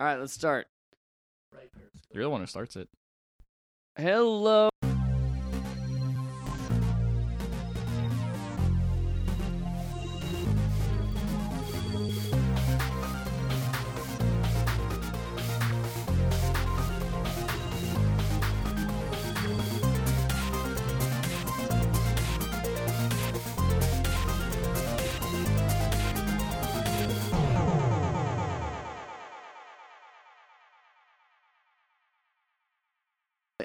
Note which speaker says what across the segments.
Speaker 1: All right, let's start.
Speaker 2: You're the one who starts it.
Speaker 1: Hello.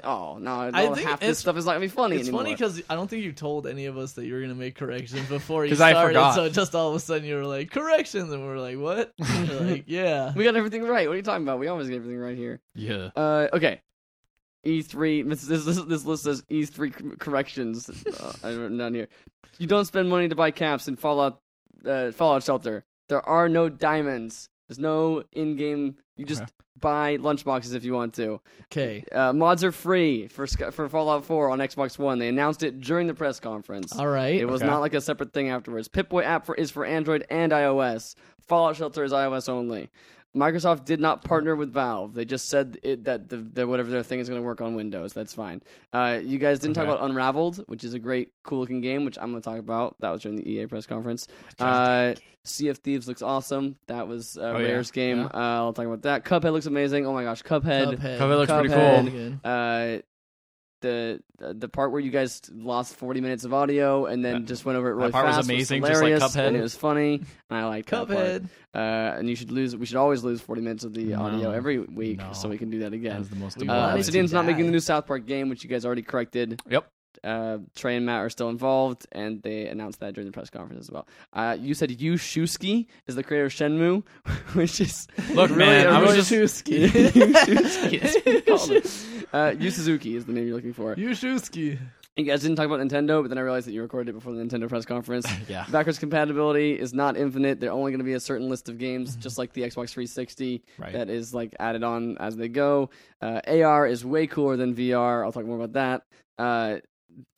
Speaker 1: Oh no! All
Speaker 3: I
Speaker 1: half
Speaker 3: think
Speaker 1: this
Speaker 3: it's-
Speaker 1: stuff is not gonna be funny
Speaker 3: it's
Speaker 1: anymore.
Speaker 3: funny because I don't think you told any of us that you were gonna make corrections before you
Speaker 2: 'Cause I
Speaker 3: started.
Speaker 2: forgot.
Speaker 3: So just all of a sudden you were like corrections, and we are like, what? And we're like, yeah.
Speaker 1: we got everything right. What are you talking about? We always get everything right here.
Speaker 2: Yeah.
Speaker 1: Uh, okay. E3. This this this, this list says E3 c- corrections. uh, I wrote down here. You don't spend money to buy caps in Fallout uh, Fallout Shelter. There are no diamonds. There's no in-game. You just
Speaker 2: Okay.
Speaker 1: buy lunchboxes if you want to.
Speaker 3: Okay.
Speaker 1: Uh, mods are free for Sky- for Fallout 4 on Xbox One. They announced it during the press conference.
Speaker 3: All right.
Speaker 1: It was
Speaker 2: Okay.
Speaker 1: not like a separate thing afterwards. Pip-Boy app for, is for Android and iOS. Fallout Shelter is iOS only. Microsoft did not partner with Valve. They just said it, that the, the, whatever their thing is going to work on Windows. That's fine. Uh, you guys didn't
Speaker 2: Okay.
Speaker 1: talk about Unraveled, which is a great, cool looking game, which I'm going to talk about. That was during the EA press conference. Uh, sea of Thieves looks awesome. That was uh,
Speaker 2: Oh, yeah.
Speaker 1: Rare's game.
Speaker 2: Yeah.
Speaker 1: Uh, I'll talk about that. Cuphead looks amazing. Oh my gosh, Cuphead.
Speaker 3: Cuphead.
Speaker 2: Cover looks pretty
Speaker 1: Cuphead.
Speaker 2: cool.
Speaker 3: Good.
Speaker 1: Uh, the the part where you guys lost 40 minutes of audio and then
Speaker 2: That-
Speaker 1: just went over it
Speaker 2: that
Speaker 1: really
Speaker 2: part was
Speaker 1: fast
Speaker 2: amazing, just like
Speaker 1: hilarious,
Speaker 2: Cuphead.
Speaker 1: and it was funny and I liked That part.
Speaker 3: Cuphead.
Speaker 1: Uh, and you should lose. We should always lose 40 minutes of the audio
Speaker 2: No.
Speaker 1: every week
Speaker 2: No.
Speaker 1: so we can do that
Speaker 2: That
Speaker 1: again.
Speaker 2: was the most.
Speaker 3: We
Speaker 2: annoying
Speaker 1: Uh,
Speaker 3: wanted
Speaker 2: thing.
Speaker 3: Obsidian-
Speaker 1: Obsidian's not making the
Speaker 3: die.
Speaker 1: new South Park game, which you guys already corrected.
Speaker 2: Yep.
Speaker 1: Uh, Trey and Matt are still involved, and they announced that during the press conference as well. Uh, you said Yu Shusky is the creator of Shenmue, which is
Speaker 2: Look,
Speaker 1: really
Speaker 2: man,
Speaker 1: a
Speaker 2: I was
Speaker 1: really-
Speaker 2: just-
Speaker 3: Yushuski.
Speaker 1: Yusuke is what we call it. Uh, Yu Suzuki is the name you're looking for.
Speaker 3: Yushuski.
Speaker 1: You guys didn't talk about Nintendo, but then I realized that you recorded it before the Nintendo press conference.
Speaker 2: Yeah.
Speaker 1: Backwards compatibility is not infinite. They're only going to be a certain list of games, just like the Xbox 360,
Speaker 2: Right.
Speaker 1: that is like added on as they go. Uh, AR is way cooler than VR. I'll talk more about that. Uh,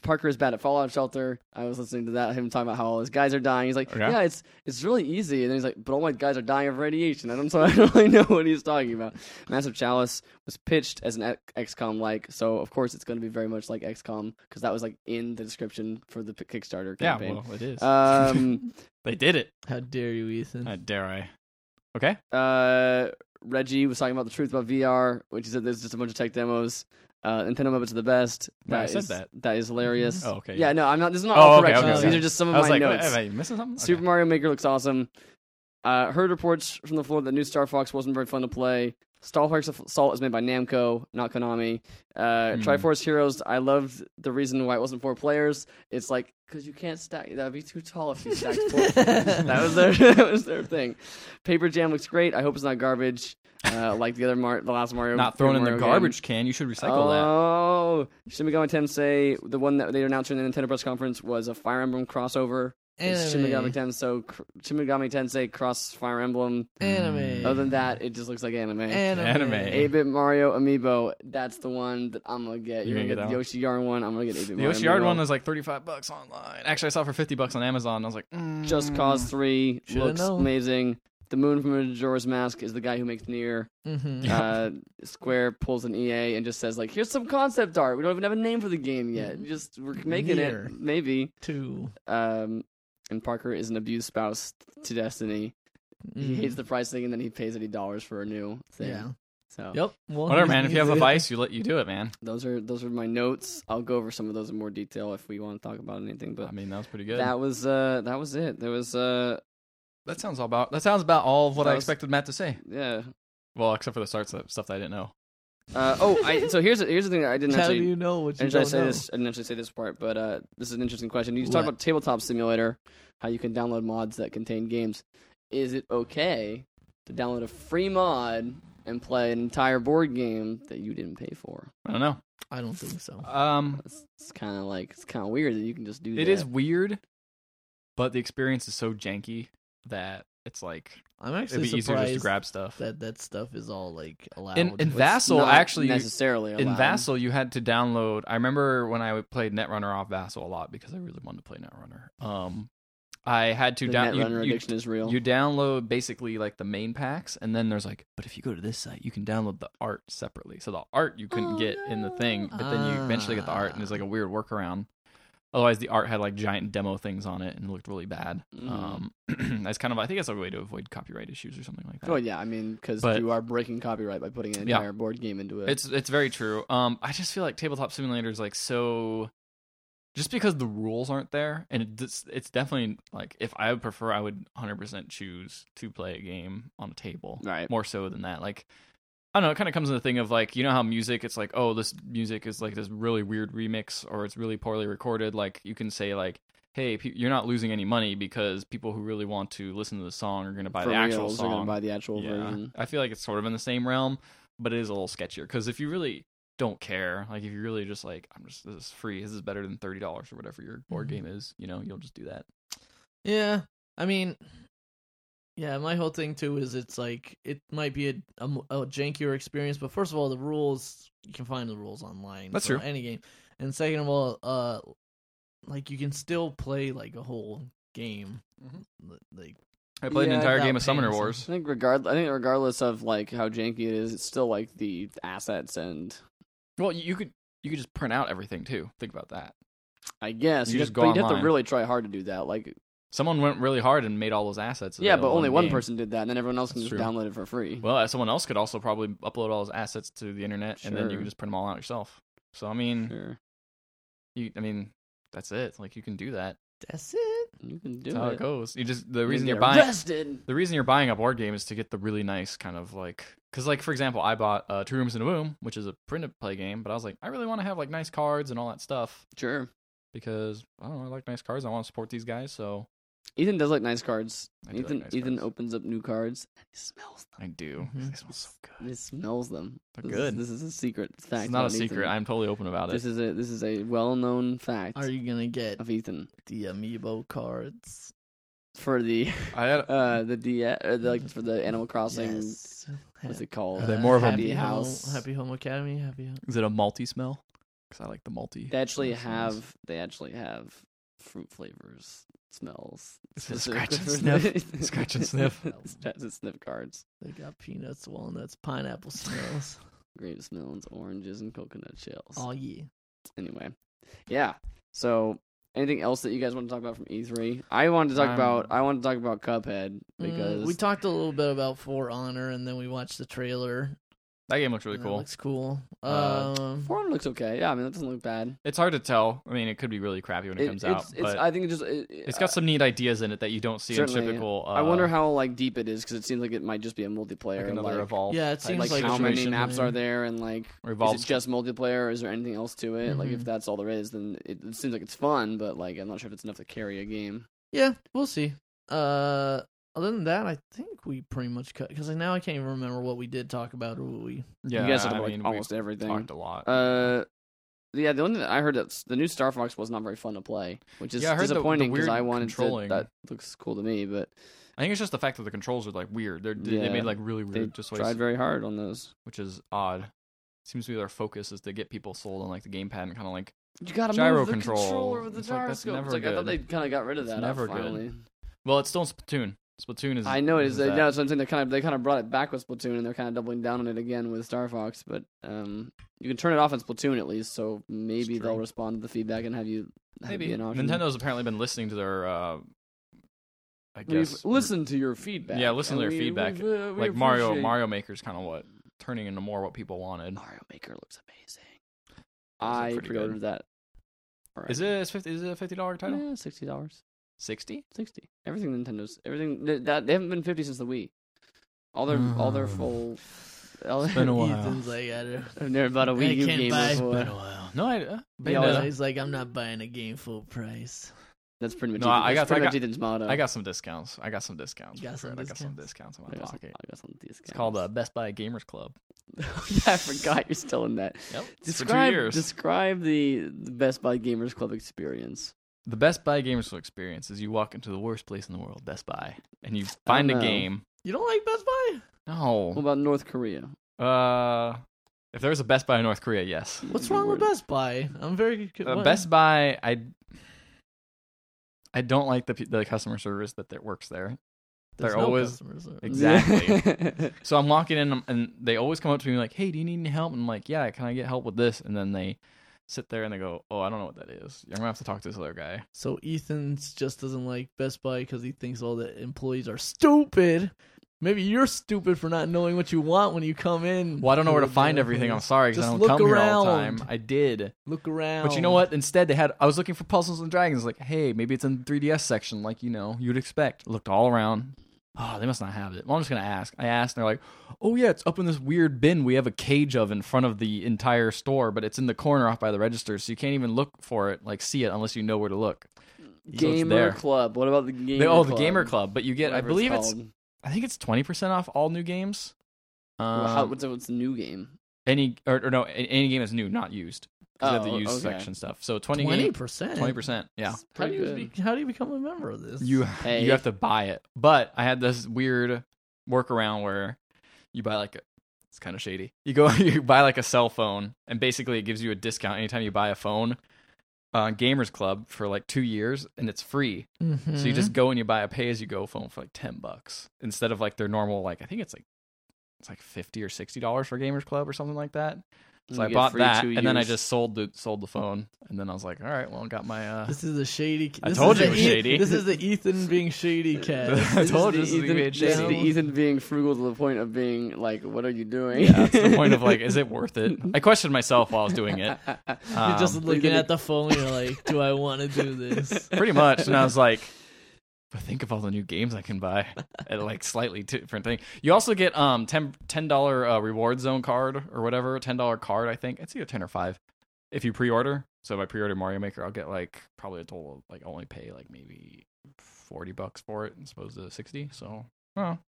Speaker 1: Parker is bad at Fallout Shelter. I was listening to that him talking about how all his guys are dying. He's like,
Speaker 2: Okay.
Speaker 1: "Yeah, it's it's really easy." And then he's like, "But all my guys are dying of radiation." I don't so I don't really know what he's talking about. Massive Chalice was pitched as an X- XCOM like, so of course it's going to be very much like XCOM because that was like in the description for the p- Kickstarter
Speaker 2: Yeah.
Speaker 1: campaign.
Speaker 2: Well, it is.
Speaker 1: um,
Speaker 2: they did it.
Speaker 3: How dare you, Ethan?
Speaker 2: Uh, dare I? Okay.
Speaker 1: uh, Reggie was talking about the truth about VR, which is that there's just a bunch of tech demos. Uh, Nintendo Muppets are the best.
Speaker 2: Yeah, I said
Speaker 1: is-
Speaker 2: that.
Speaker 1: That is hilarious.
Speaker 2: Oh, okay.
Speaker 1: Yeah, no, I'm not. This is not
Speaker 2: Oh,
Speaker 1: all
Speaker 2: okay,
Speaker 1: corrections.
Speaker 3: okay, okay.
Speaker 1: These are just some of
Speaker 2: I was
Speaker 1: my
Speaker 2: like,
Speaker 1: notes.
Speaker 2: am I missing something? Okay.
Speaker 1: Super Mario Maker looks awesome. Uh, heard reports from the floor that new Star Fox wasn't very fun to play. Star Fox Assault is made by Namco, not Konami. Uh,
Speaker 2: Hmm.
Speaker 1: Triforce Heroes, I loved the reason why it wasn't four players. It's like, because you can't stack, that would be too tall if you stacked four players. That was, their, that was their thing. Paper Jam looks great. I hope it's not garbage. Uh, like the other Mar- the last Mario
Speaker 2: Not thrown in the
Speaker 1: Mario game.
Speaker 2: garbage can. You should recycle that.
Speaker 1: Oh, Shin Megami Tensei, the one that they announced during the Nintendo press conference was a Fire Emblem crossover. It's Shin Megami
Speaker 3: Anime.
Speaker 1: Tensei, cr- Shin Megami Tensei cross Fire Emblem.
Speaker 3: Anime.
Speaker 1: Other than that, it just looks like anime.
Speaker 3: Anime.
Speaker 2: Anime.
Speaker 1: 8-bit Mario amiibo. That's the one that I'm gonna get. You're,
Speaker 2: You're gonna
Speaker 1: gonna,
Speaker 2: get that
Speaker 1: get the
Speaker 2: one?
Speaker 1: Yoshi Yarn one. I'm gonna get 8-bit
Speaker 2: The
Speaker 1: Mario.
Speaker 2: Ocean
Speaker 1: amiibo.
Speaker 2: one was like 35 bucks online. Actually, I saw it for 50 bucks on Amazon. And I was like, mm,
Speaker 1: Just Cause Three
Speaker 3: Shoulda
Speaker 1: looks
Speaker 3: Mm, known.
Speaker 1: amazing. The Moon from Majora's Mask is the guy who makes Nier.
Speaker 3: Mm-hmm.
Speaker 2: Yeah.
Speaker 1: Uh, Square pulls an EA and just says like, "Here's some concept art. We don't even have a name for the game yet. Just we're making
Speaker 3: Mm. Nier.
Speaker 1: it, maybe."
Speaker 3: Two.
Speaker 1: Um, and Parker is an abused spouse to Destiny. He hates the price thing, and then he pays eighty dollars for a new thing.
Speaker 3: Mm-hmm. Yeah.
Speaker 1: So
Speaker 3: Yep. Well,
Speaker 2: Whatever,
Speaker 3: he's-
Speaker 2: man. If
Speaker 3: he's
Speaker 2: you have a
Speaker 3: the-
Speaker 2: vice, you let you do it, man.
Speaker 1: those are those are my notes. I'll go over some of those in more detail if we want to talk about anything. But
Speaker 2: I mean, that was pretty good.
Speaker 1: that was uh that was it. There was uh
Speaker 2: That sounds all about. That sounds about all of what
Speaker 1: That
Speaker 2: I
Speaker 1: was-
Speaker 2: expected Matt to say.
Speaker 1: yeah.
Speaker 2: Well, except for the starts that- stuff that I didn't know.
Speaker 1: Uh, oh, I, so here's here's the thing that I didn't
Speaker 3: How do
Speaker 1: actually
Speaker 3: you know what
Speaker 1: I
Speaker 3: you
Speaker 1: didn't actually
Speaker 3: don't
Speaker 1: say
Speaker 3: know?
Speaker 1: this. I didn't actually say this part, but uh, this is an interesting question. You talked
Speaker 3: What?
Speaker 1: about Tabletop Simulator, how you can download mods that contain games. Is it okay to download a free mod and play an entire board game that you didn't pay for?
Speaker 2: I don't know.
Speaker 3: I don't think so.
Speaker 2: Um,
Speaker 1: It's, it's kind of like it's kind of weird that you can just do that.
Speaker 2: it is weird, but the experience is so janky that it's like
Speaker 3: I'm
Speaker 2: it'd
Speaker 3: actually
Speaker 2: be easier
Speaker 3: surprised
Speaker 2: just to grab stuff.
Speaker 3: that that stuff is all like allowed.
Speaker 2: In in
Speaker 1: It's
Speaker 2: Vassal,
Speaker 1: not
Speaker 2: actually, you-
Speaker 1: necessarily
Speaker 2: in
Speaker 1: allowed.
Speaker 2: Vassal, you had to download. I remember when I played Netrunner off Vassal a lot because I really wanted to play Netrunner. Um, I had to
Speaker 1: the
Speaker 2: down
Speaker 1: Netrunner
Speaker 2: you, you,
Speaker 1: addiction is real.
Speaker 2: you download basically like the main packs, and then there's like, but if you go to this site, you can download the art separately. So the art you couldn't
Speaker 3: Oh,
Speaker 2: get in the thing,
Speaker 3: no.
Speaker 2: but then you eventually get the art, and there's
Speaker 1: Ah.
Speaker 2: like a weird workaround. Otherwise, the art had like giant demo things on it and looked really bad.
Speaker 1: Mhm.
Speaker 2: Um, that's kind of I think that's a way to avoid copyright issues or something like that.
Speaker 1: oh yeah, I mean, because
Speaker 2: But-
Speaker 1: you are breaking copyright by putting an
Speaker 2: Yeah.
Speaker 1: entire board game into it.
Speaker 2: It's it's very true. Um, I just feel like tabletop simulator is like so. Just because the rules aren't there, and it, it's it's definitely like if I would prefer, I would hundred percent choose to play a game on a table
Speaker 1: right.
Speaker 2: more so than that. Like I don't know, it kind of comes to the thing of like you know how music, it's like oh this music is like this really weird remix or it's really poorly recorded. Like you can say like hey pe- you're not losing any money because people who really want to listen to the song are going to buy
Speaker 1: For
Speaker 2: the actual
Speaker 1: reals, They're
Speaker 2: song.
Speaker 1: gonna buy the actual version.
Speaker 2: I feel like it's sort of in the same realm, but it is a little sketchier because if you really don't care, like if you really just like, I'm just this is free, this is better than thirty dollars or whatever your board
Speaker 1: Mm-hmm.
Speaker 3: Mhm.
Speaker 2: game is, you know, you'll just do that.
Speaker 3: Yeah, I mean, yeah, my whole thing too is it's like it might be a, a m- a jankier experience, but first of all, the rules you can find the rules online.
Speaker 2: That's
Speaker 3: for
Speaker 2: true.
Speaker 3: Any game, and second of all, uh, like you can still play like a whole game,
Speaker 2: Mhm.
Speaker 3: L- like
Speaker 2: I played
Speaker 1: Yeah,
Speaker 2: an entire
Speaker 3: without
Speaker 2: game of Summoner
Speaker 3: paying some-
Speaker 1: I
Speaker 2: Wars.
Speaker 1: think regard. I think regardless of like how janky it is, it's still like the assets and
Speaker 2: Well, you could you could just print out everything too. Think about that.
Speaker 1: I guess
Speaker 2: You
Speaker 1: you,
Speaker 2: just
Speaker 1: have,
Speaker 2: go
Speaker 1: but you'd have to
Speaker 2: online.
Speaker 1: really try hard to do that. Like
Speaker 2: Someone went really hard and made all those assets.
Speaker 1: yeah, but
Speaker 2: available
Speaker 1: only
Speaker 2: in
Speaker 1: one
Speaker 2: game.
Speaker 1: person did that, and then everyone else can
Speaker 2: That's
Speaker 1: just
Speaker 2: true.
Speaker 1: download it for free.
Speaker 2: Well, uh, someone else could also probably upload all those assets to the internet, and then you
Speaker 1: Sure.
Speaker 2: can just print them all out yourself. So I mean,
Speaker 1: sure,
Speaker 2: you, I mean, that's it. Like you can do that.
Speaker 3: that's it.
Speaker 1: you can do
Speaker 2: That's how
Speaker 1: it.
Speaker 2: it goes. You just the
Speaker 1: You
Speaker 2: reason
Speaker 1: get
Speaker 2: you're buying
Speaker 1: arrested.
Speaker 2: the reason you're buying a board game is to get the really nice kind of like because like for example i bought uh, two rooms in a room which is a print and play game but i was like i really want to have like nice cards and all that stuff
Speaker 1: Sure,
Speaker 2: because i don't know i like nice cards i want to support these guys so
Speaker 1: Ethan does like nice cards.
Speaker 2: I do like
Speaker 1: Ethan
Speaker 2: nice
Speaker 1: Ethan
Speaker 2: cards.
Speaker 1: opens up new cards. And he smells them.
Speaker 2: i do
Speaker 3: Mhm.
Speaker 2: they smell so good
Speaker 1: He smells them.
Speaker 2: they're
Speaker 1: Mm-hmm. This is-
Speaker 2: good
Speaker 1: This is a secret fact.
Speaker 2: it's not a
Speaker 1: about
Speaker 2: secret
Speaker 1: Ethan.
Speaker 2: i'm totally open about
Speaker 1: This
Speaker 2: it
Speaker 1: is a this is a well known fact
Speaker 3: Are you gonna get
Speaker 1: of Ethan
Speaker 3: the amiibo cards?
Speaker 1: for the
Speaker 2: i had
Speaker 1: uh the D uh, the, like for the Animal Crossing.
Speaker 3: Yes.
Speaker 1: What's
Speaker 3: Ha-
Speaker 1: it called?
Speaker 2: Are they more of a-
Speaker 3: happy
Speaker 1: Happy
Speaker 3: home,
Speaker 1: House?
Speaker 3: Happy Home Academy? Happy Home.
Speaker 2: is it a multi smell because i like the multi
Speaker 1: They actually
Speaker 2: That smells-
Speaker 1: have they actually have fruit flavors, smells.
Speaker 2: It's the scratch and sniff. Scratch and sniff.
Speaker 1: scratch and sniff cards.
Speaker 3: They got peanuts, walnuts, pineapple smells.
Speaker 1: Grape melons, oranges, and coconut shells.
Speaker 3: oh yeah.
Speaker 1: Anyway, yeah. So anything else that you guys want to talk about from E3? I wanted to talk
Speaker 2: Um,
Speaker 1: about I want to talk about Cuphead
Speaker 3: Mm,
Speaker 1: because
Speaker 3: we talked a little bit about For Honor, and then we watched the trailer.
Speaker 2: that game looks really
Speaker 3: and it
Speaker 2: cool
Speaker 3: Looks cool.
Speaker 2: Uh,
Speaker 3: um,
Speaker 1: Foreign looks okay. Yeah, I mean that doesn't look bad.
Speaker 2: it's hard to tell i mean it could be really crappy when it, comes
Speaker 1: it's,
Speaker 2: out
Speaker 1: it's,
Speaker 2: but
Speaker 1: I think it just it,
Speaker 2: it's got some neat ideas in it that you don't see in
Speaker 1: Certainly.
Speaker 2: typical uh,
Speaker 1: I wonder how like deep it is because it seems like it might just be a
Speaker 2: like
Speaker 1: multiplayer.
Speaker 2: another
Speaker 1: like,
Speaker 2: evolve
Speaker 3: yeah, it
Speaker 2: type
Speaker 3: seems
Speaker 1: like,
Speaker 3: like
Speaker 1: how many
Speaker 3: situation,
Speaker 1: maps
Speaker 3: man.
Speaker 1: are there and like
Speaker 2: or
Speaker 1: is
Speaker 2: evolve
Speaker 1: it just multiplayer or is there anything else to it like
Speaker 3: Mhm.
Speaker 1: if that's all there is then it, it seems like it's fun but like i'm not sure if it's enough to carry a game
Speaker 3: yeah, we'll see. Uh, other than that, I think we pretty much cut because now I can't even remember what we did talk about or what we.
Speaker 2: Yeah,
Speaker 1: you guys have
Speaker 2: I
Speaker 1: like
Speaker 2: mean,
Speaker 1: almost
Speaker 2: we
Speaker 1: everything
Speaker 2: talked a lot.
Speaker 1: uh yeah, the only thing that I heard that the new Star Fox was not very fun to play, which is
Speaker 2: Yeah, I heard the- the
Speaker 1: disappointing because
Speaker 2: weird
Speaker 1: I wanted to.
Speaker 2: controlling.
Speaker 1: That looks cool to me, but
Speaker 2: I think it's just the fact that the controls are like weird. They're, they- they
Speaker 1: Yeah.
Speaker 2: made like really
Speaker 1: they
Speaker 2: weird just
Speaker 1: tried
Speaker 2: ways,
Speaker 1: very hard on those.
Speaker 2: which is odd. Seems to be their focus is to get people sold on like the gamepad and kind of like.
Speaker 1: You gotta
Speaker 2: Gyro
Speaker 1: move the
Speaker 2: control.
Speaker 1: controller with the
Speaker 2: It's like, that's
Speaker 1: gyroscope. It's
Speaker 2: never
Speaker 1: like I thought
Speaker 2: good.
Speaker 1: they kind of got rid of
Speaker 2: It's
Speaker 1: that.
Speaker 2: never good.
Speaker 1: finally.
Speaker 2: Well, it's still in Splatoon. Splatoon is.
Speaker 1: I know it is.
Speaker 2: that-
Speaker 1: yeah, so I'm saying they kind of they kind of brought it back with Splatoon, and they're kind of doubling down on it again with Star Fox. But um, you can turn it off in Splatoon at least, so maybe
Speaker 2: It's
Speaker 1: they'll
Speaker 2: true.
Speaker 1: respond to the feedback and have you have it
Speaker 2: maybe
Speaker 1: be an option.
Speaker 2: Nintendo's apparently been listening to their. Uh, I
Speaker 1: We've
Speaker 2: guess
Speaker 1: listened to your feedback.
Speaker 2: Yeah, listen to
Speaker 1: and
Speaker 2: their
Speaker 1: we-
Speaker 2: feedback.
Speaker 1: we've, uh, we
Speaker 2: like Mario.
Speaker 1: appreciate-
Speaker 2: Mario Maker's kind of what turning into more what people wanted.
Speaker 1: Mario Maker looks amazing.
Speaker 2: Those look
Speaker 1: I
Speaker 2: pretty
Speaker 1: pre-ordered
Speaker 2: good.
Speaker 1: that. Alright.
Speaker 2: Is it a fifty? Is it a fifty dollar title?
Speaker 1: Nah, sixty dollars,
Speaker 2: Sixty?
Speaker 1: sixty. Everything Nintendo's everything th- that they haven't been fifty since the Wii. All their all their
Speaker 2: Mm.
Speaker 1: full. all-
Speaker 2: It's been a while.
Speaker 3: Ethan's like, I, don't,
Speaker 1: I've never bought a
Speaker 3: I
Speaker 1: Wii U
Speaker 3: can't
Speaker 1: game
Speaker 3: buy.
Speaker 1: before.
Speaker 3: Been a while.
Speaker 2: No, I. Uh,
Speaker 1: They
Speaker 2: Bayonetta.
Speaker 1: always
Speaker 3: He's like, I'm not buying a game full price.
Speaker 1: That's pretty much.
Speaker 2: No,
Speaker 1: Ethan- that's
Speaker 2: I got- I
Speaker 1: pretty much
Speaker 2: got-
Speaker 1: Ethan's motto.
Speaker 2: I got some discounts. I got some discounts.
Speaker 3: You got
Speaker 2: for
Speaker 3: some
Speaker 2: it. I got some discounts in
Speaker 1: I
Speaker 2: my
Speaker 1: got some,
Speaker 2: pocket.
Speaker 1: I got some discounts.
Speaker 2: It's called uh, Best Buy Gamers Club.
Speaker 1: yeah, I forgot you're still in that.
Speaker 2: Yep.
Speaker 1: Describe
Speaker 2: for two years.
Speaker 1: describe the, the Best Buy Gamers Club experience.
Speaker 2: the Best Buy Gamers Club experience is you walk into the worst place in the world, Best Buy, and you find a
Speaker 1: no.
Speaker 2: game.
Speaker 3: You don't like Best Buy?
Speaker 1: What
Speaker 2: No.
Speaker 1: about North Korea?
Speaker 2: Uh, if there's a Best Buy in North Korea, yes.
Speaker 3: What's wrong with Best Buy? I'm very.
Speaker 2: Uh,
Speaker 3: what?
Speaker 2: Best Buy, I. I don't like the pe- the customer service that that works there.
Speaker 3: There's
Speaker 2: They're
Speaker 3: no
Speaker 2: always-
Speaker 3: customers there.
Speaker 2: Ex- Exactly. So I'm walking in, and they always come up to me like, "Hey, do you need any help?" And I'm like, "Yeah, can I get help with this?" And then they sit there and they go, "Oh, I don't know what that is. I'm gonna have to talk to this other guy."
Speaker 3: So Ethan's just doesn't like Best Buy because he thinks all the employees are stupid. Maybe you're stupid for not knowing what you want when you come in.
Speaker 2: Well, I don't know where to
Speaker 3: the
Speaker 2: find everything. I'm
Speaker 3: place.
Speaker 2: sorry, because
Speaker 3: Just
Speaker 2: I don't
Speaker 3: look
Speaker 2: come here all the time.
Speaker 3: around.
Speaker 2: I did,
Speaker 3: Look around.
Speaker 2: but you know what? Instead, they had. I was looking for Puzzles and Dragons. Like, hey, maybe it's in the 3DS section, like you know you'd expect. Looked all around. Oh, they must not have it. Well, I'm just gonna ask. I asked, and they're like, "Oh yeah, it's up in this weird bin we have a cage of in front of the entire store, but it's in the corner off by the register, so you can't even look for it, like see it, unless you know where to look."
Speaker 1: gamer
Speaker 2: there.
Speaker 1: club. What about the gamer?
Speaker 2: They- oh, the
Speaker 1: club?
Speaker 2: Gamer Club, but you get. I
Speaker 1: Whatever
Speaker 2: believe it's.
Speaker 1: called.
Speaker 2: I think it's twenty percent off all new games.
Speaker 1: Well, how,
Speaker 2: Um,
Speaker 1: what's, what's the new game?
Speaker 2: any or, or no, a- any game that's new, not used. 'Cause they
Speaker 1: Oh,
Speaker 2: have the used
Speaker 1: okay.
Speaker 2: section stuff. So twenty
Speaker 3: Twenty
Speaker 2: game,
Speaker 3: percent.
Speaker 2: twenty percent. Yeah,
Speaker 3: How do
Speaker 1: Pretty
Speaker 3: you
Speaker 1: good.
Speaker 3: be- how do you become a member of this?
Speaker 2: you
Speaker 1: Hey.
Speaker 2: you have to buy it. But I had this weird workaround where you buy like a, it's kind of shady. You go you buy like a cell phone, and basically it gives you a discount anytime you buy a phone on Gamers Club for like two years, and it's free.
Speaker 3: Mm-hmm.
Speaker 2: So you
Speaker 1: Mm-hmm.
Speaker 2: just go and you buy a pay as you go phone for like ten bucks instead of like their normal like I think it's like it's like fifty or sixty dollars for Gamers Club or something like that. So
Speaker 1: You
Speaker 2: I
Speaker 1: get
Speaker 2: bought
Speaker 1: free
Speaker 2: that,
Speaker 1: two
Speaker 2: and then I
Speaker 1: years.
Speaker 2: just sold the sold the phone, and then I was like, all right, well, I got my. uh
Speaker 3: This is a shady.
Speaker 2: I
Speaker 3: This
Speaker 2: told
Speaker 3: is the
Speaker 2: you it was
Speaker 3: E-
Speaker 2: shady.
Speaker 3: This is the Ethan being shady cat.
Speaker 2: I told you
Speaker 1: this
Speaker 2: this
Speaker 1: is
Speaker 2: was
Speaker 1: the
Speaker 2: gonna be
Speaker 1: Ethan,
Speaker 2: a
Speaker 1: this is
Speaker 2: shady.
Speaker 1: the Ethan being frugal to the point of being like, "What are you doing?"
Speaker 2: Yeah, that's the point of like, is it worth it? I questioned myself while I was doing it,
Speaker 3: You're just
Speaker 2: Um,
Speaker 3: looking
Speaker 1: gonna-
Speaker 3: at the phone. You're like, do I want to do this?
Speaker 2: pretty much, and I was like, but think of all the new games I can buy at like slightly different thing. You also get um ten ten dollar uh, reward zone card or whatever ten dollar card. I think it's either ten or five if you pre order. So if I pre order Mario Maker, I'll get like probably a total of like I'll only pay like maybe forty bucks for it, as opposed to sixty. So well,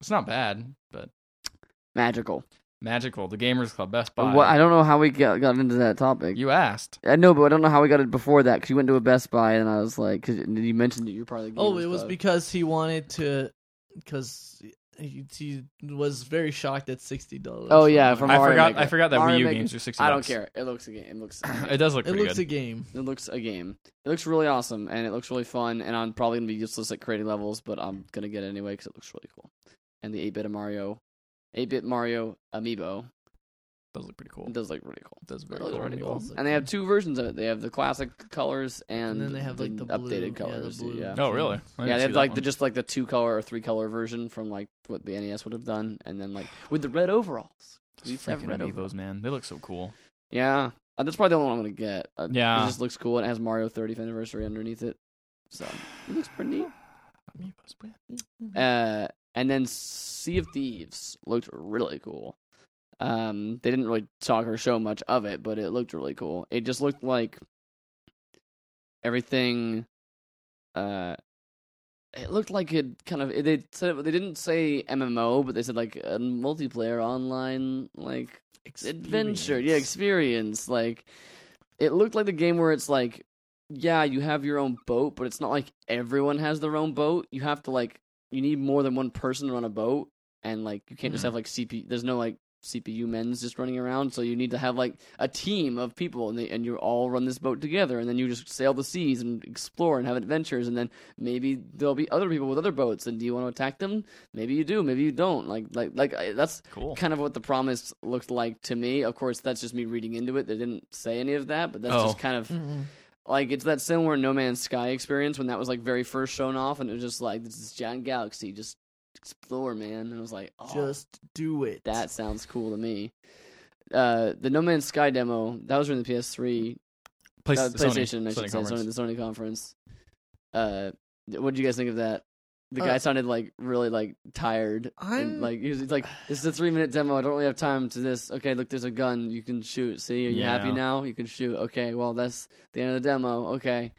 Speaker 2: it's not bad, but
Speaker 1: magical.
Speaker 2: magical. The Gamers Club, Best Buy.
Speaker 1: Well, I don't know how we got, got into that topic.
Speaker 2: you asked.
Speaker 1: I know, but I don't know how we got it before that because you went to a Best Buy and I was like, "Cause you mentioned that you're probably."
Speaker 3: Oh, it was because he wanted to, because he, he was very shocked at sixty dollars.
Speaker 1: Oh, yeah, from
Speaker 2: I
Speaker 1: Mario
Speaker 2: forgot.
Speaker 1: Maker.
Speaker 2: I forgot that
Speaker 1: Mario
Speaker 2: Wii U
Speaker 1: Maker-
Speaker 2: games are sixty.
Speaker 1: I don't
Speaker 2: bucks.
Speaker 1: care. It looks a game. It looks.
Speaker 2: It does look
Speaker 3: it
Speaker 2: pretty
Speaker 3: looks a
Speaker 2: good.
Speaker 3: game.
Speaker 1: It looks a game. It looks really awesome and it looks really fun. And I'm probably gonna be useless at creating levels, but I'm gonna get it anyway because it looks really cool. And the 8-bit of Mario, 8-bit Mario amiibo
Speaker 2: does look pretty cool. Oh,
Speaker 1: it does look really cool.
Speaker 2: It does
Speaker 1: It
Speaker 2: very
Speaker 1: looks
Speaker 2: cool.
Speaker 1: really
Speaker 2: Pretty
Speaker 1: cool.
Speaker 2: cool.
Speaker 1: And they have two versions of it. They have the classic colors and,
Speaker 3: And then they have, like, the blue- yeah, the
Speaker 1: updated colors.
Speaker 3: blue.
Speaker 1: Yeah.
Speaker 2: Oh really?
Speaker 1: Yeah, they
Speaker 2: I didn't see
Speaker 1: have
Speaker 2: that
Speaker 1: like the
Speaker 2: one.
Speaker 1: just like the two color or three color version from like what the NES would have done, and then like with the red overalls.
Speaker 2: Those
Speaker 1: These have
Speaker 2: freaking
Speaker 1: red
Speaker 2: amiibos,
Speaker 1: overalls.
Speaker 2: man. They look so cool.
Speaker 1: Yeah, Uh, that's probably the only one I'm gonna get. Uh,
Speaker 2: Yeah.
Speaker 1: it just looks cool. and It has Mario 30th anniversary underneath it, so it looks pretty neat.
Speaker 2: Amiibos, man.
Speaker 3: Hmm.
Speaker 1: Uh, and then Sea of Thieves looked really cool. Um, they didn't really talk or show much of it, but it looked really cool. It just looked like everything. Uh, it looked like it kind of. It, they said they didn't say MMO, but they said like a multiplayer online like adventure, yeah, experience. Like it looked like the game where it's like, yeah, you have your own boat, but it's not like everyone has their own boat. You have to like, you need more than one person to run a boat, and like you can't just
Speaker 2: Hmm.
Speaker 1: have like CP. There's no like CPU men's just running around, so you need to have like a team of people, and they and you all run this boat together, and then you just sail the seas and explore and have adventures, and then maybe there'll be other people with other boats, and do you want to attack them? Maybe you do, maybe you don't. Like like like I- that's
Speaker 2: Cool.
Speaker 1: kind of what the promise looked like to me. Of course, that's just me reading into it. They didn't say any of that, but that's
Speaker 2: Oh.
Speaker 1: just kind of
Speaker 3: Mm-mm.
Speaker 1: like it's that similar No Man's Sky experience when that was like very first shown off, and it was just like this is giant galaxy, just explore, man. And I was like, oh,
Speaker 3: Just do it.
Speaker 1: that sounds cool to me. Uh, the No Man's Sky demo that was during the PS3,
Speaker 2: Play-
Speaker 1: uh, PlayStation,
Speaker 2: Sony,
Speaker 1: I should
Speaker 2: Sony
Speaker 1: say, Sony,
Speaker 2: conference.
Speaker 1: the Sony conference. Uh, what did you guys think of that? The guy
Speaker 3: Uh,
Speaker 1: sounded like really like tired.
Speaker 3: I'm-
Speaker 1: and, like he was he's like, "This is a three minute demo. I don't really have time to this." Okay, look, there's a gun. You can shoot. See, are you happy
Speaker 2: Yeah.
Speaker 1: now? You can shoot. Okay, well that's the end of the demo. Okay,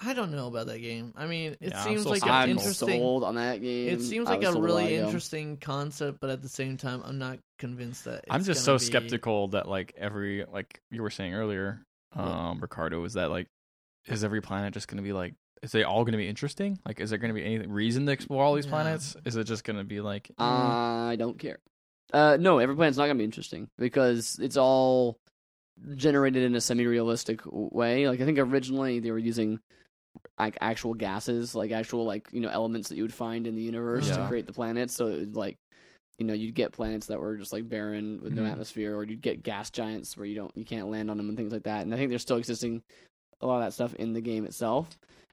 Speaker 3: I don't know about that game. I mean, it
Speaker 2: Yeah, I'm
Speaker 3: seems
Speaker 2: so
Speaker 3: like an
Speaker 2: skeptical.
Speaker 1: I'm
Speaker 3: interesting.
Speaker 1: sold on that game.
Speaker 3: It seems
Speaker 1: I
Speaker 3: like
Speaker 1: was
Speaker 3: a
Speaker 1: sold while
Speaker 3: really
Speaker 1: ago.
Speaker 3: interesting concept, but at the same time, I'm not convinced that.
Speaker 2: I'm
Speaker 3: it's
Speaker 2: just so
Speaker 3: gonna be-
Speaker 2: skeptical that like every like you were saying earlier, um, Ricardo, is that like is every planet just gonna be like is they all gonna be interesting? Like is there gonna be any reason to explore all these
Speaker 3: Yeah.
Speaker 2: planets? Is it just gonna be like
Speaker 1: I don't care. Uh, no, every planet's not gonna be interesting because it's all generated in a semi-realistic w- way. Like I think originally they were using like actual gases, like actual like you know elements that you would find in the universe to
Speaker 2: Yeah.
Speaker 1: create the planets. So it was like you know you'd get planets that were just like barren with
Speaker 2: Mhm.
Speaker 1: no atmosphere, or you'd get gas giants where you don't you can't land on them and things like that. And I think they're still existing a lot of that stuff in the game itself.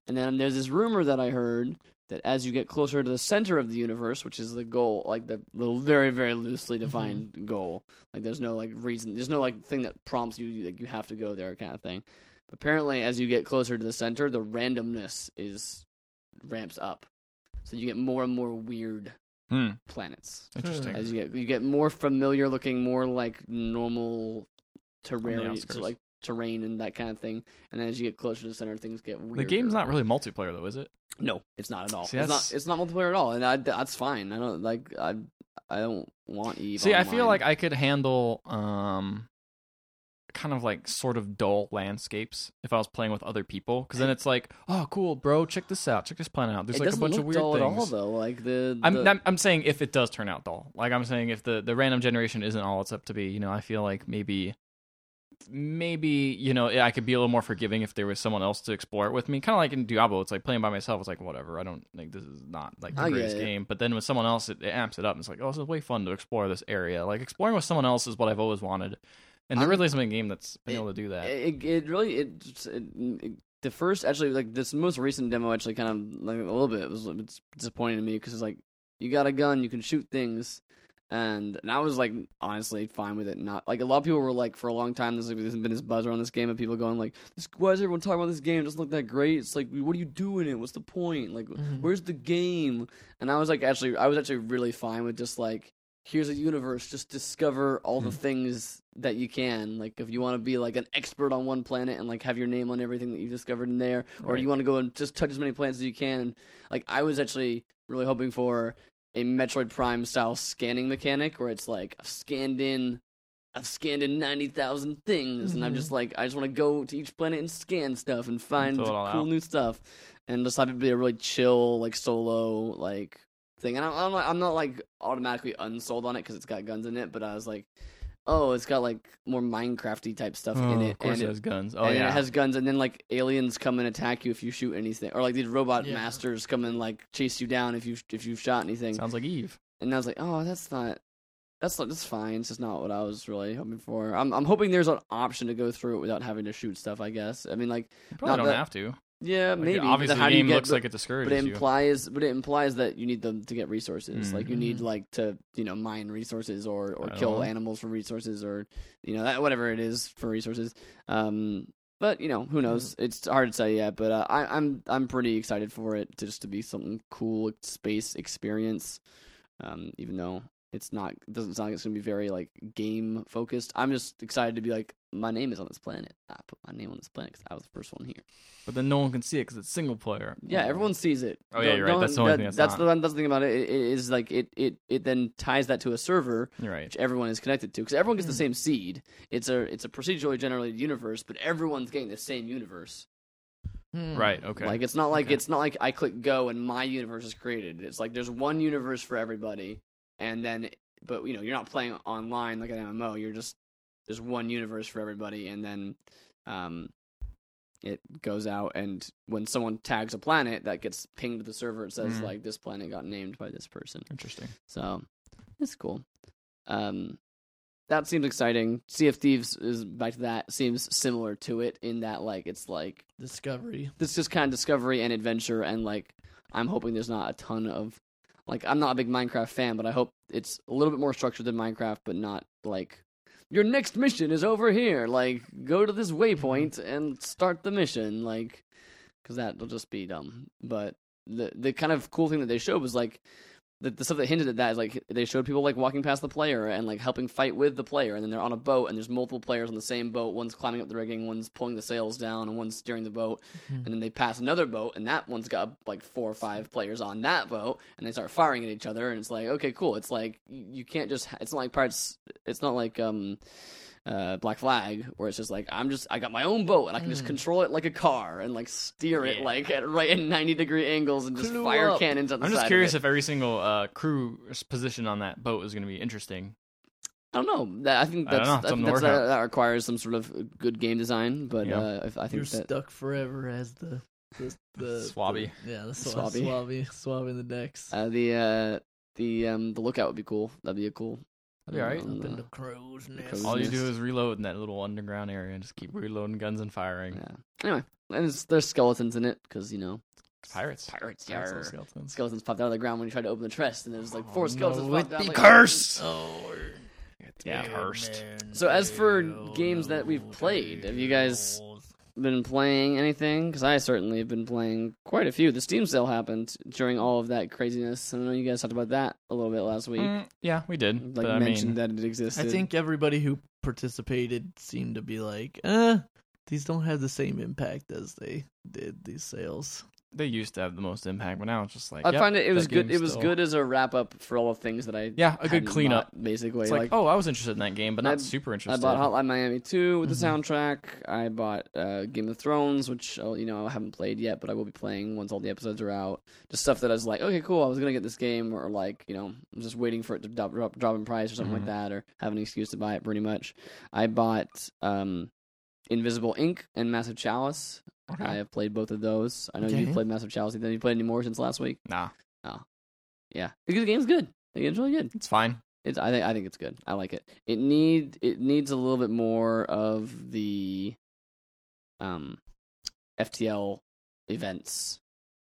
Speaker 1: And then there's this rumor that I heard that as you get closer to the center of the universe, which is the goal, like the little very very loosely
Speaker 2: Mm-hmm.
Speaker 1: defined goal, like there's no like reason, there's no like thing that prompts you like you have to go there kind of thing. Apparently, as you get closer to the center, the randomness is ramps up, so you get more and more weird
Speaker 2: Hmm.
Speaker 1: planets.
Speaker 2: Interesting.
Speaker 1: As you get you get more familiar looking, more like normal terrain,
Speaker 2: outskirts.
Speaker 1: like terrain and that kind of thing. And as you get closer to the center, things get weird.
Speaker 2: The game's not really multiplayer though, is it?
Speaker 1: No, it's not at all.
Speaker 2: See,
Speaker 1: it's
Speaker 2: that's-
Speaker 1: not. It's not multiplayer at all, and I, that's fine. I don't like. I I don't want Eve.
Speaker 2: See, I feel
Speaker 1: online.
Speaker 2: like I could handle um kind of like sort of dull landscapes if I was playing with other people cuz then it's like, "Oh, cool, bro, check this out. Check this planet out. There's
Speaker 1: it
Speaker 2: like a
Speaker 1: doesn't
Speaker 2: bunch
Speaker 1: look
Speaker 2: of weird
Speaker 1: dull
Speaker 2: things."
Speaker 1: at all, though. Like the,
Speaker 2: I'm,
Speaker 1: the-
Speaker 2: I'm I'm saying if it does turn out dull. Like I'm saying if the the random generation isn't all it's up to be, you know, I feel like maybe maybe you know I could be a little more forgiving if there was someone else to explore it with me. Kind of like in Diablo, it's like playing by myself. It's like whatever. I don't think this is not like the
Speaker 1: I get
Speaker 2: greatest
Speaker 1: it.
Speaker 2: game. But then with someone else, it, it amps it up. And it's like oh, this is way fun to explore this area. Like exploring with someone else is what I've always wanted. And there
Speaker 1: I'm-
Speaker 2: really isn't a game that's been
Speaker 1: it-
Speaker 2: able to do that.
Speaker 1: it, it really it, just- it, it the first actually like this most recent demo actually kind of like a little bit was it's disappointing to me because it's like you got a gun you can shoot things and, and I was like honestly fine with it not like a lot of people were like for a long time there's, like, there's been this buzz around this game of people going like this, why is everyone talking about this game it doesn't look that great it's like what are you doing it what's the point like
Speaker 3: Mhm.
Speaker 1: where's the game and I was like actually I was actually really fine with just like here's a universe just discover all the things that you can like if you want to be like an expert on one planet and like have your name on everything that you discovered in there or
Speaker 2: Right.
Speaker 1: you want to go and just touch as many planets as you can and like i was actually really hoping for a metroid prime style scanning mechanic where it's like i've scanned in i've scanned in 90000 things and i'm
Speaker 3: Mhm.
Speaker 1: just like i just want to go to each planet and scan stuff and find
Speaker 2: Fill it
Speaker 1: cool
Speaker 2: all out.
Speaker 1: new stuff and just have it be a really chill like solo like thing. And I'm, I'm, not, I'm not like automatically unsold on it because it's got guns in it, but I was like, oh, it's got like more Minecrafty type stuff
Speaker 2: Oh,
Speaker 1: in
Speaker 2: of
Speaker 1: it,
Speaker 2: course,
Speaker 1: and
Speaker 2: it
Speaker 1: it,
Speaker 2: has guns. Oh
Speaker 1: and
Speaker 2: yeah,
Speaker 1: it has guns, and then like aliens come and attack you if you shoot anything, or like these robot
Speaker 3: Yeah.
Speaker 1: masters come and like chase you down if you if you've shot anything.
Speaker 2: sounds like Eve.
Speaker 1: And I was like, oh, that's not. That's not, that's fine. It's just not what I was really hoping for. I'm I'm hoping there's an option to go through it without having to shoot stuff. I guess. I mean, like,
Speaker 2: You probably
Speaker 1: Not
Speaker 2: don't
Speaker 1: that-
Speaker 2: have to.
Speaker 1: yeah,
Speaker 2: Like,
Speaker 1: maybe. but
Speaker 2: obviously,
Speaker 1: how
Speaker 2: the
Speaker 1: do you
Speaker 2: game
Speaker 1: get-
Speaker 2: looks
Speaker 1: but-
Speaker 2: like it discourages
Speaker 1: but it
Speaker 2: you.
Speaker 1: implies but it implies that you need them to get resources like you need
Speaker 3: Mhm.
Speaker 1: like to you know mine resources or or
Speaker 2: Mm. I
Speaker 1: kill
Speaker 2: know.
Speaker 1: animals for resources or you know that whatever it is for resources um but you know who knows it's hard to say yet but uh, I, i'm i'm pretty excited for it to just to be something cool space experience um even though it's not it doesn't sound like it's gonna be very like game focused i'm just excited to be like my name is on this planet Ah, i put my name on this planet because i was the first one here
Speaker 2: But then no one can see it because it's single player.
Speaker 1: yeah, everyone sees it.
Speaker 2: Oh, yeah,
Speaker 1: Don't-
Speaker 2: you're right.
Speaker 1: don't-
Speaker 2: That's the only
Speaker 1: that-
Speaker 2: thing that's
Speaker 1: that's
Speaker 2: not.
Speaker 1: the that's the thing about it. It, it is like it, it it then ties that to a server
Speaker 2: You're right.
Speaker 1: which everyone is connected to because everyone
Speaker 2: Hmm.
Speaker 1: gets the same seed. It's a it's a procedurally generated universe, but everyone's getting the same universe.
Speaker 3: Hmm.
Speaker 2: Right. Okay.
Speaker 1: Like it's not like
Speaker 2: Okay.
Speaker 1: it's not like I click go and my universe is created. It's like there's one universe for everybody, and then but you know you're not playing online like an MMO. You're just there's one universe for everybody, and then um, it goes out and when someone tags a planet that gets pinged to the server, it says
Speaker 2: Mhm.
Speaker 1: like this planet got named by this person.
Speaker 2: Interesting.
Speaker 1: So it's cool. Um, that seems exciting. Sea of Thieves is back to that. Seems similar to it in that like it's like
Speaker 3: Discovery.
Speaker 1: this just kind of discovery and adventure and like i'm hoping there's not a ton of like i'm not a big minecraft fan but i hope it's a little bit more structured than minecraft but not like your next mission is over here like go to this waypoint and start the mission like because that'll just be dumb but the the kind of cool thing that they showed was like the, the stuff that hinted at that is like they showed people like walking past the player and like helping fight with the player, and then they're on a boat and there's multiple players on the same boat. One's climbing up the rigging, one's pulling the sails down, and one's steering the boat.
Speaker 2: Mm-hmm.
Speaker 1: And then they pass another boat, and that one's got like four or five players on that boat, and they start firing at each other. And it's like, okay, cool. It's like you you can't just. It's not like pirates. It's not like um. Uh, Black Flag, where it's just like I'm just I got my own boat and I can just
Speaker 3: Mm.
Speaker 1: control it like a car and like steer it
Speaker 2: Yeah.
Speaker 1: like at right at 90 degree angles and just
Speaker 3: Clue
Speaker 1: fire
Speaker 3: up.
Speaker 1: cannons on the
Speaker 2: I'm
Speaker 1: side
Speaker 2: just
Speaker 1: of
Speaker 2: curious
Speaker 1: it.
Speaker 2: if every single uh, crew's position on that boat is going to be interesting.
Speaker 1: I don't know. That, I think
Speaker 2: I don't
Speaker 1: that's,
Speaker 2: know.
Speaker 1: I think
Speaker 2: Something to
Speaker 1: that's uh,
Speaker 2: work
Speaker 1: that, that requires some sort of good game design, but
Speaker 2: Yeah.
Speaker 1: uh, if, I
Speaker 3: You're
Speaker 1: think that
Speaker 3: stuck forever as the the, the
Speaker 2: Swabby.
Speaker 3: the- yeah, the swa-
Speaker 1: Swabby.
Speaker 3: swabby, swabbing the decks.
Speaker 1: Uh, the uh, the um, the lookout would be cool. That'd be a cool.
Speaker 2: That'd be alright.
Speaker 1: um,
Speaker 3: Up in
Speaker 1: uh,
Speaker 3: the crow's nest.
Speaker 1: crow's
Speaker 2: All you
Speaker 1: nest.
Speaker 2: do is reload in that little underground area and just keep reloading guns and firing.
Speaker 1: yeah. Anyway, and it's, there's skeletons in it because you know
Speaker 2: Pirates.
Speaker 1: pirates.
Speaker 2: Pirates and
Speaker 1: yarr.
Speaker 2: skeletons.
Speaker 1: Skeletons popped out of the ground when you tried to open the chest, and there was like
Speaker 3: Oh,
Speaker 1: four skeletons.
Speaker 3: no,
Speaker 1: popped
Speaker 3: it
Speaker 1: out,
Speaker 3: be
Speaker 1: like-
Speaker 2: cursed!
Speaker 3: Oh,
Speaker 1: Yeah.
Speaker 2: cursed.
Speaker 1: So as for games that we've played, have you guys- been playing anything? Because I certainly have been playing quite a few. The Steam sale happened during all of that craziness, and I know you guys talked about that a little bit last week.
Speaker 2: Mm, yeah, we did.
Speaker 1: Like
Speaker 2: but I
Speaker 1: mentioned
Speaker 2: mean,
Speaker 1: that it
Speaker 3: I
Speaker 1: existed.
Speaker 3: think everybody who participated seemed to be like, eh, these don't have the same impact as they did these sales.
Speaker 2: they used to have the most impact, but now it's just like
Speaker 1: I
Speaker 2: yep,
Speaker 1: find it. It
Speaker 2: that
Speaker 1: was good.
Speaker 2: game's
Speaker 1: It was
Speaker 2: still-
Speaker 1: good as a wrap up for all the things that I.
Speaker 2: Yeah, a
Speaker 1: had
Speaker 2: good cleanup.
Speaker 1: bought, basically.
Speaker 2: It's like,
Speaker 1: like,
Speaker 2: oh, I was interested in that game, but
Speaker 1: I-
Speaker 2: not super
Speaker 1: I
Speaker 2: interested.
Speaker 1: bought Hotline Miami 2 with the
Speaker 2: Mm-hmm.
Speaker 3: Mhm.
Speaker 1: soundtrack. I bought uh, Game of Thrones, which oh, you know I haven't played yet, but I will be playing once all the episodes are out. Just stuff that I was like, okay, cool. I was gonna get this game, or like you know, I'm just waiting for it to drop, drop, drop in price or something like
Speaker 2: Mhm.
Speaker 1: that, or have an excuse to buy it. Pretty much, I bought um, Invisible Ink and Massive Chalice.
Speaker 2: Okay.
Speaker 1: I have played both of those. I know
Speaker 3: Okay.
Speaker 1: you've played Massive Chalice. Then you played any more since last week?
Speaker 2: nah,
Speaker 1: Yeah, because the game's good. The game's really good.
Speaker 2: it's fine.
Speaker 1: It's I think I think it's good. I like it. It need it needs a little bit more of the um FTL events.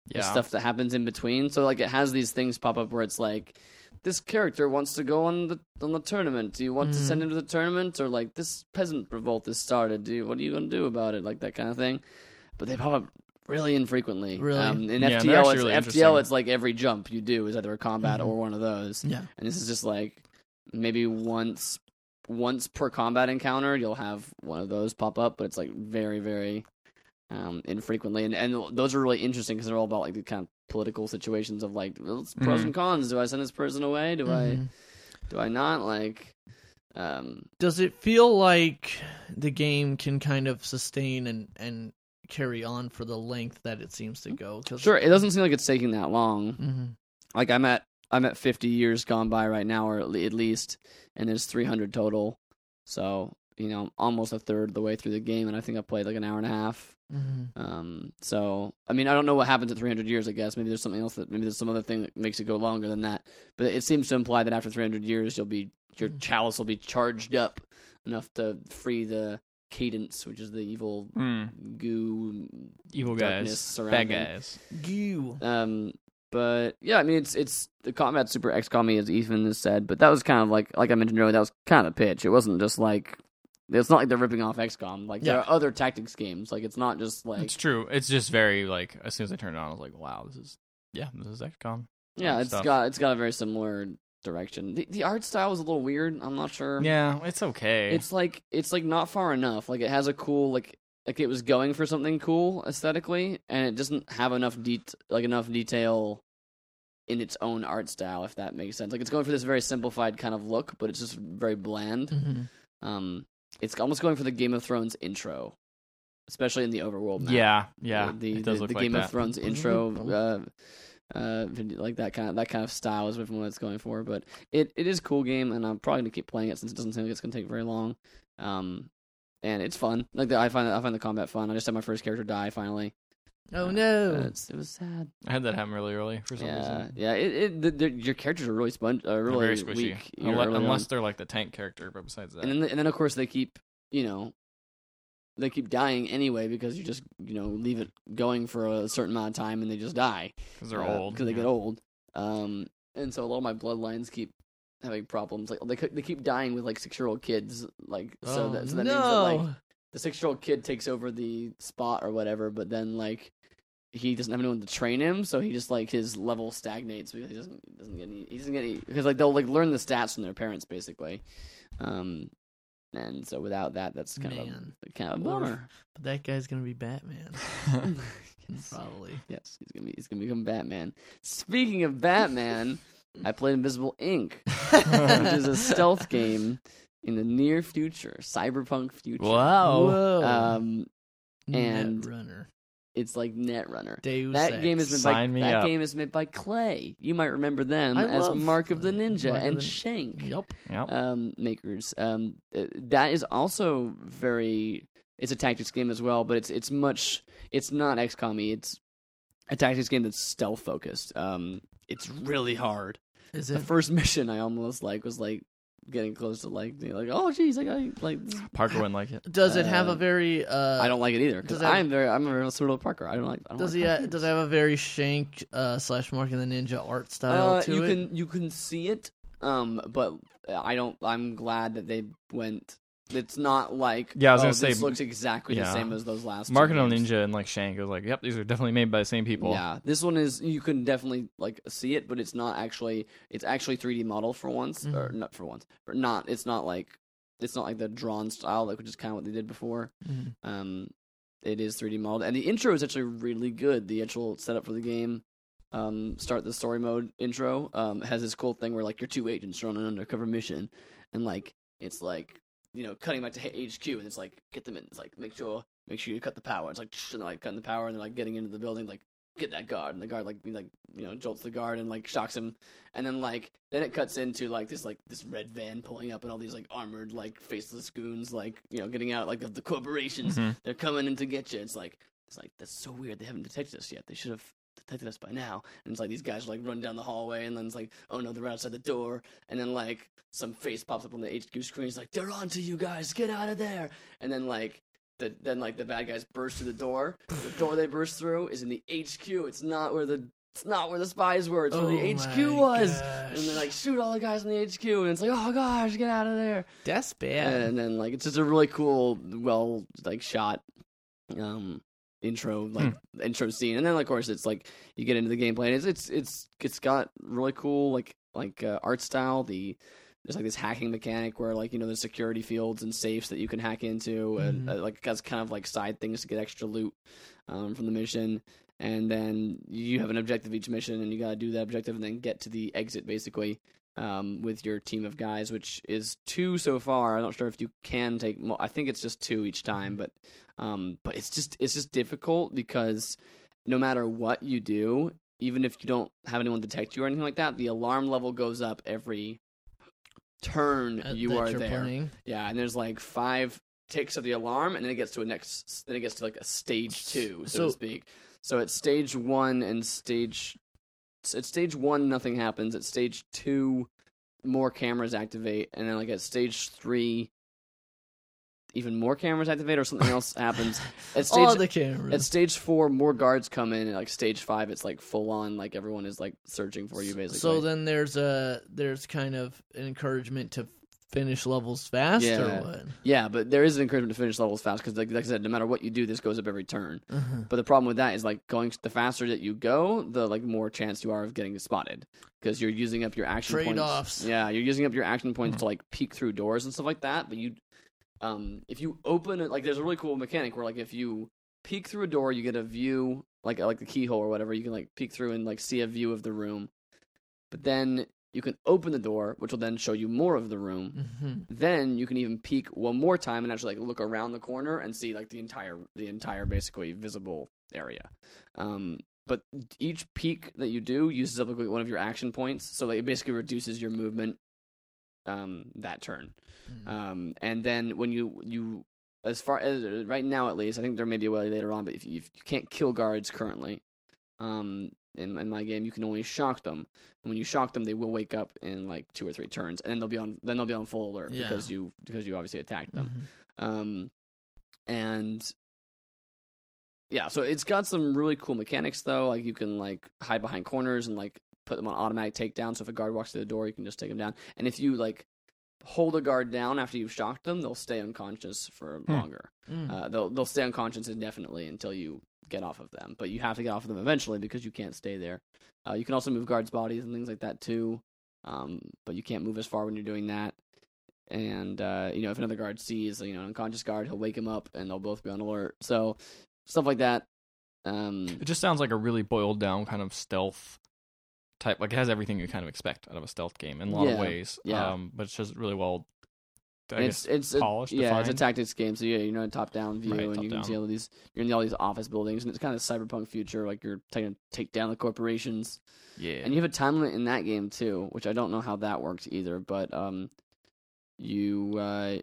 Speaker 1: The
Speaker 2: Yeah,
Speaker 1: stuff that happens in between. So like it has these things pop up where it's like this character wants to go on the on the tournament. Do you want to
Speaker 3: Mhm.
Speaker 2: Mm.
Speaker 1: send him to the tournament or like this peasant revolt has started. Do you, what are you going to do about it? Like that kind of thing. But they pop up really infrequently.
Speaker 3: Really?
Speaker 1: Um, in
Speaker 2: Yeah, they're
Speaker 1: FTL,
Speaker 2: actually
Speaker 1: it's,
Speaker 2: really
Speaker 1: FTL,
Speaker 2: interesting. Mm-hmm.
Speaker 1: it's like every jump you do is either a combat
Speaker 3: Mhm.
Speaker 1: or one of those
Speaker 3: Yeah.
Speaker 1: and this is just like maybe once once per combat encounter you'll have one of those pop up but it's like very very um infrequently and and those are really interesting because they're all about like the kind of political situations of like well, it's pros and cons do i send this person away do i
Speaker 3: Mhm.
Speaker 1: do i not like um
Speaker 3: Does it feel like the game can kind of sustain and and carry on for the length that it seems to go? 'Cause-
Speaker 1: sure it doesn't seem like it's taking that long
Speaker 3: Mhm.
Speaker 1: like I'm at I'm at 50 years gone by right now, or at le- at least, and there's 300 total. So you know, almost a third of the way through the game, and I think I played like an hour and a half.
Speaker 3: Mhm.
Speaker 1: Um, so I mean, I don't know what happens at 300 years. I guess maybe there's something else that maybe there's some other thing that makes it go longer than that. But it seems to imply that after 300 years, you'll be your
Speaker 3: Mhm.
Speaker 1: chalice will be charged up enough to free the cadence, which is the evil
Speaker 2: Mm,
Speaker 1: goo
Speaker 2: evil
Speaker 1: darkness
Speaker 2: guys,
Speaker 1: surrounding
Speaker 2: bad guys.
Speaker 3: Goo.
Speaker 1: um, but yeah, I mean, it's it's the combat super XCOM as Ethan has said, but that was kind of like like I mentioned earlier, that was kind of pitch. It wasn't just like it's not like they're ripping off XCOM. Like there
Speaker 3: Yeah.
Speaker 1: are other tactics games. Like it's not just like
Speaker 2: It's true. It's just very like as soon as I turned it on, I was like, wow, this is yeah, this is XCOM.
Speaker 1: yeah,
Speaker 2: like
Speaker 1: it's
Speaker 2: stuff.
Speaker 1: got it's got a very similar direction. The, the art style is a little weird. I'm not sure.
Speaker 2: Yeah, it's okay.
Speaker 1: it's like it's like not far enough. Like it has a cool like like it was going for something cool aesthetically, and it doesn't have enough det like enough detail in its own art style, if that makes sense. Like it's going for this very simplified kind of look, but it's just very bland.
Speaker 3: Mhm.
Speaker 2: Mm-hmm.
Speaker 1: Um, it's almost going for the Game of Thrones intro, especially in the overworld. Map.
Speaker 2: yeah, yeah.
Speaker 1: the
Speaker 2: it does
Speaker 1: the,
Speaker 2: look
Speaker 1: the
Speaker 2: like
Speaker 1: Game
Speaker 2: that.
Speaker 1: of Thrones intro, uh, uh, video- like that kind of that kind of style is from what it's going for. But it, it is a cool game, and I'm probably gonna keep playing it since it doesn't seem like it's gonna take very long. Um, and it's fun. Like the, I find I find the combat fun. I just had my first character die finally.
Speaker 3: Oh
Speaker 1: Uh,
Speaker 3: no.
Speaker 1: it's, it was sad.
Speaker 2: I had that happen really early for some
Speaker 1: Yeah,
Speaker 2: reason.
Speaker 1: yeah. It, it the, the, your characters are really sponge, uh,
Speaker 2: They're
Speaker 1: really
Speaker 2: very squishy,
Speaker 1: weak. you know,
Speaker 2: unless,
Speaker 1: early on.
Speaker 2: unless they're like the tank character. But besides that,
Speaker 1: and then and then of course they keep you know they keep dying anyway because you just you know leave it going for a certain amount of time and they just die.
Speaker 2: because they're
Speaker 1: Uh,
Speaker 2: old,
Speaker 1: because they
Speaker 2: yeah.
Speaker 1: get old. Um, and so a lot of my bloodlines keep having problems. Like they c- they keep dying with like six year old kids. Like so
Speaker 3: Oh,
Speaker 1: that, so that means
Speaker 3: no.
Speaker 1: that like the six year old kid takes over the spot or whatever, but then like he doesn't have anyone to train him, so he just like his level stagnates because he doesn't he doesn't get any he doesn't get any because like they'll like learn the stats from their parents basically. Um, and so without that, that's kind
Speaker 3: Man.
Speaker 1: of a kind of a
Speaker 3: What if-
Speaker 1: bummer.
Speaker 3: But that guy's gonna be Batman,
Speaker 1: Yes.
Speaker 3: probably.
Speaker 1: Yes, he's gonna be he's gonna become Batman. Speaking of Batman, I played Invisible Ink, which is a stealth game in the near future, cyberpunk future.
Speaker 2: wow,
Speaker 3: Whoa.
Speaker 1: Um, and-
Speaker 3: Oh, Netrunner.
Speaker 1: it's like Netrunner.
Speaker 3: Deus
Speaker 1: That game has
Speaker 3: Ex.
Speaker 1: been by,
Speaker 2: Sign me
Speaker 1: that
Speaker 2: up.
Speaker 1: game is made by Clay. You might remember them
Speaker 3: I
Speaker 1: as
Speaker 3: love
Speaker 1: Mark of the
Speaker 3: Clay.
Speaker 1: Ninja
Speaker 3: Mark of
Speaker 1: and
Speaker 3: the-
Speaker 1: Shank
Speaker 3: Yup.
Speaker 2: yep.
Speaker 1: um, makers. Um, uh, that is also very It's a tactics game as well, but it's it's much it's not XCOM. It's a tactics game that's stealth focused. Um, it's really hard.
Speaker 3: Is
Speaker 1: The
Speaker 3: it?
Speaker 1: first mission I almost like was like getting close to like being like oh geez, like I like this-
Speaker 2: Parker wouldn't like it.
Speaker 3: Does it have
Speaker 1: uh,
Speaker 3: a very? Uh,
Speaker 1: I don't like it either because
Speaker 3: does that-
Speaker 1: I'm very I'm a real sort of Parker. I don't like. I don't
Speaker 3: Does
Speaker 1: like
Speaker 3: he?
Speaker 1: Parker
Speaker 3: Ha- does it have a very Shank uh, slash Mark and the Ninja art style
Speaker 1: Uh,
Speaker 3: to
Speaker 1: you
Speaker 3: it?
Speaker 1: can you can see it, um, but I don't. I'm glad that they went. It's not like
Speaker 2: Yeah, I was
Speaker 1: oh,
Speaker 2: gonna say-
Speaker 1: this looks exactly the
Speaker 2: yeah.
Speaker 1: same as those last. two
Speaker 2: Market on
Speaker 1: games.
Speaker 2: Ninja and like Shank was like, yep, these are definitely made by the same people.
Speaker 1: Yeah, this one is you can definitely like see it, but it's not actually. It's actually 3D model for once, or
Speaker 3: Mhm.
Speaker 2: Mm-hmm.
Speaker 1: not for once, or not. It's not like it's not like the drawn style, like which is kind of what they did before.
Speaker 3: Mhm.
Speaker 1: Um, it is 3D modeled, and the intro is actually really good. The actual setup for the game, um, start the story mode intro, um, has this cool thing where like you're two agents are on an undercover mission, and like it's like you know cutting back to H- HQ, and it's like get them in, it's like make sure make sure you cut the power. It's like and they're, like cutting the power, and they're like getting into the building, like get that guard, and the guard like he, like you know jolts the guard and like shocks him, and then like then it cuts into like this like this red van pulling up, and all these like armored like faceless goons like you know getting out like of the corporations
Speaker 2: Mhm.
Speaker 1: they're coming in to get you. It's like it's like that's so weird. They haven't detected us yet. They should have detected us by now. And it's like these guys like run down the hallway, and then it's like oh no, they're outside the door. And then like some face pops up on the HQ screen. It's like they're on to you guys. Get out of there. And then like. The, then like the bad guys burst through the door. The door they burst through is in the HQ. It's not where the it's not where the spies were. It's where the
Speaker 3: Oh
Speaker 1: HQ
Speaker 3: my
Speaker 1: was.
Speaker 3: gosh.
Speaker 1: And they like shoot all the guys in the HQ. And it's like oh gosh, get out of there
Speaker 3: That's bad.
Speaker 1: and then like it's just a really cool well like shot um intro like intro scene and then of course it's like you get into the gameplay and it's it's it's it's got really cool like like uh, art style the there's like this hacking mechanic where like you know there's security fields and safes that you can hack into and uh, like that's kind of like side things to get extra loot um, from the mission and then you have an objective each mission and you got to do that objective and then get to the exit basically um, with your team of guys which is two so far i'm not sure if you can take mo- i think it's just two each time but um, but it's just it's just difficult because no matter what you do even if you don't have anyone detect you or anything like that the alarm level goes up every turn
Speaker 3: uh,
Speaker 1: you
Speaker 3: that
Speaker 1: are
Speaker 3: you're
Speaker 1: there
Speaker 3: Playing.
Speaker 1: yeah, and there's like five ticks of the alarm, and then it gets to a next, then it gets to like a stage two, so, to
Speaker 3: So-
Speaker 1: speak. So at stage one and stage, at stage one nothing happens. At stage two, more cameras activate, and then like at stage three, even more cameras activate, or something else happens. At stage
Speaker 3: All Oh, the
Speaker 1: at
Speaker 3: cameras.
Speaker 1: stage four, more guards come in, and like stage five, it's like full on, like everyone is like searching for you basically.
Speaker 3: So then there's a there's kind of an encouragement to finish levels fast
Speaker 1: Yeah.
Speaker 3: or what?
Speaker 1: yeah, but there is an encouragement to finish levels fast because, like, like I said, no matter what you do, this goes up every turn.
Speaker 3: Uh-huh.
Speaker 1: But the problem with that is like going the faster that you go, the like more chance you are of getting spotted because you're using up your action
Speaker 3: Trade-offs.
Speaker 1: points. Yeah, you're using up your action points
Speaker 2: Mhm.
Speaker 1: to like peek through doors and stuff like that. But you, um, if you open it, like there's a really cool mechanic where like if you peek through a door, you get a view like uh, like the keyhole or whatever. You can like peek through and like see a view of the room. But then you can open the door, which will then show you more of the room
Speaker 3: Mhm.
Speaker 1: then you can even peek one more time and actually like look around the corner and see like the entire the entire basically visible area um but each peek that you do uses up like one of your action points so like it basically reduces your movement um that turn
Speaker 3: Mm.
Speaker 1: um and then when you you as far as uh, right now at least i think there may be a way later on but if you, if you can't kill guards currently um in, in my game you can only shock them and when you shock them they will wake up in like two or three turns and then they'll be on then they'll be on full alert
Speaker 3: Yeah.
Speaker 1: because you because you obviously attacked them
Speaker 3: Mhm.
Speaker 1: um and yeah so it's got some really cool mechanics though like you can like hide behind corners and like put them on automatic takedown so if a guard walks through the door you can just take them down and if you like hold a guard down after you've shocked them they'll stay unconscious for
Speaker 2: Hmm.
Speaker 1: longer
Speaker 3: Mm.
Speaker 1: uh, they'll they'll stay unconscious indefinitely until you get off of them but you have to get off of them eventually because you can't stay there uh, you can also move guards bodies and things like that too um, but you can't move as far when you're doing that and uh, you know if another guard sees you know an unconscious guard he'll wake him up and they'll both be on alert so stuff like that um
Speaker 2: It just sounds like a really boiled down kind of stealth type. Like it has everything you kind of expect out of a stealth game in a lot of
Speaker 1: Yeah,
Speaker 2: ways.
Speaker 1: yeah.
Speaker 2: Um, but it's just really well. I
Speaker 1: and
Speaker 2: guess
Speaker 1: it's it's a,
Speaker 2: polished,
Speaker 1: yeah it's a
Speaker 2: defined.
Speaker 1: tactics game so yeah you're in a top down view
Speaker 2: Right,
Speaker 1: and you can
Speaker 2: top-down.
Speaker 1: see all these you're in all these office buildings and it's kind of cyberpunk future like you're trying to take down the corporations
Speaker 2: yeah.
Speaker 1: And you have a time limit in that game too, which I don't know how that works either. But um, you uh,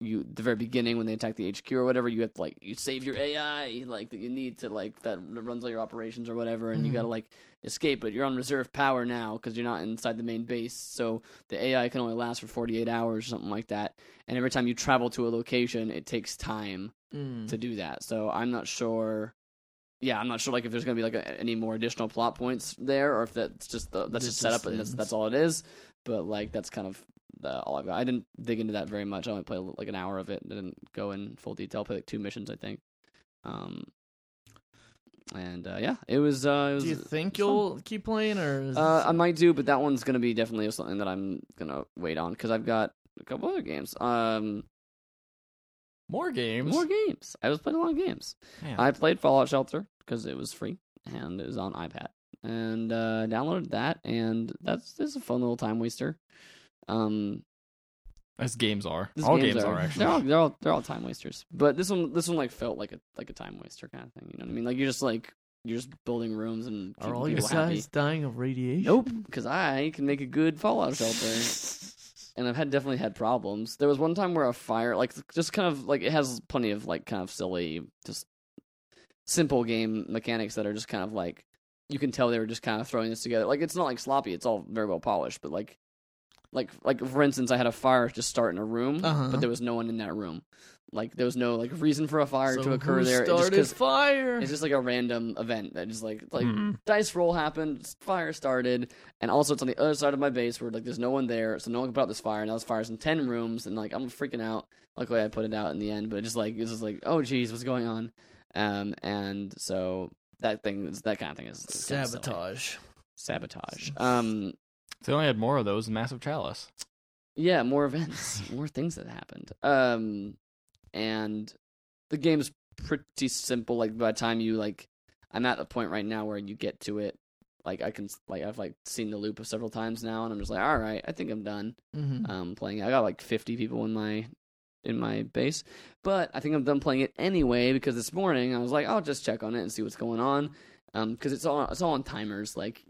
Speaker 1: you the very beginning when they attack the HQ or whatever, you have to like you save your AI like that you need to like that runs all your operations or whatever, and you
Speaker 3: Mhm.
Speaker 1: gotta like escape. But you're on reserve power now because you're not inside the main base, so the AI can only last for 48 hours or something like that. And every time you travel to a location, it takes time
Speaker 3: Mm.
Speaker 1: to do that. So I'm not sure. Yeah, I'm not sure like if there's gonna be like a, any more additional plot points there, or if that's just the that's
Speaker 3: It
Speaker 1: just set up
Speaker 3: just
Speaker 1: and that's,
Speaker 3: ends.
Speaker 1: that's all it is. But like that's kind of the, all I've got. I didn't dig into that very much. I only played like an hour of it. and Didn't go in full detail. Played like two missions, I think. Um, and uh, yeah, it was. Uh, it was
Speaker 3: Do you think
Speaker 1: it was fun.
Speaker 3: you'll keep playing, or is
Speaker 1: Uh, I might do, but that one's gonna be definitely something that I'm gonna wait on because I've got a couple other games. Um,
Speaker 2: More games.
Speaker 1: more games. I was playing a lot of games.
Speaker 2: Man.
Speaker 1: I played Fallout Shelter because it was free and it was on iPad, and uh, downloaded that, and that's this is a fun little time waster. Um,
Speaker 2: As games are.
Speaker 1: these
Speaker 2: All games, are,
Speaker 1: they're all
Speaker 2: actually.
Speaker 1: they're all they're all time wasters. But this one this one like felt like a like a time waster kind of thing. You know what I mean? Like you're just like you're just building rooms and
Speaker 3: are
Speaker 1: keeping
Speaker 3: all your
Speaker 1: people happy.
Speaker 3: guys dying of radiation?
Speaker 1: Nope, because I can make a good Fallout Shelter. and I've had definitely had problems. There was one time where a fire, like just kind of like it has plenty of like kind of silly, just simple game mechanics that are just kind of like you can tell they were just kind of throwing this together. Like it's not like sloppy; it's all very well polished. But like, like like for instance, I had a fire just start in a room,
Speaker 3: Uh-huh.
Speaker 1: but there was no one in that room. Like there was no like reason for a fire
Speaker 3: So
Speaker 1: to occur
Speaker 3: who
Speaker 1: there. It just
Speaker 3: Started
Speaker 1: 'cause-
Speaker 3: fire.
Speaker 1: it's just like a random event that just like like
Speaker 2: Mm.
Speaker 1: dice roll happened, fire started, and also it's on the other side of my base where like there's no one there, so no one can put out this fire. Now this fire's in ten rooms, and like I'm freaking out. Luckily, I put it out in the end, but it just like it's just like oh geez, what's going on? Um, and so that thing is that kind of thing is is kinda silly.
Speaker 3: Sabotage.
Speaker 1: sabotage. Um,
Speaker 2: If They only had more of those in Massive Chalice.
Speaker 1: yeah, more events, more things that happened. Um, and the game's pretty simple. Like by the time you like, I'm at a point right now where you get to it. Like I can like I've like seen the loop several times now, and I'm just like, all right, I think I'm done
Speaker 3: Mm-hmm.
Speaker 1: um, playing. it. I got like 50 people in my in my base, but I think I'm done playing it anyway because this morning I was like, I'll just check on it and see what's going on, because it's all it's all on timers. Like,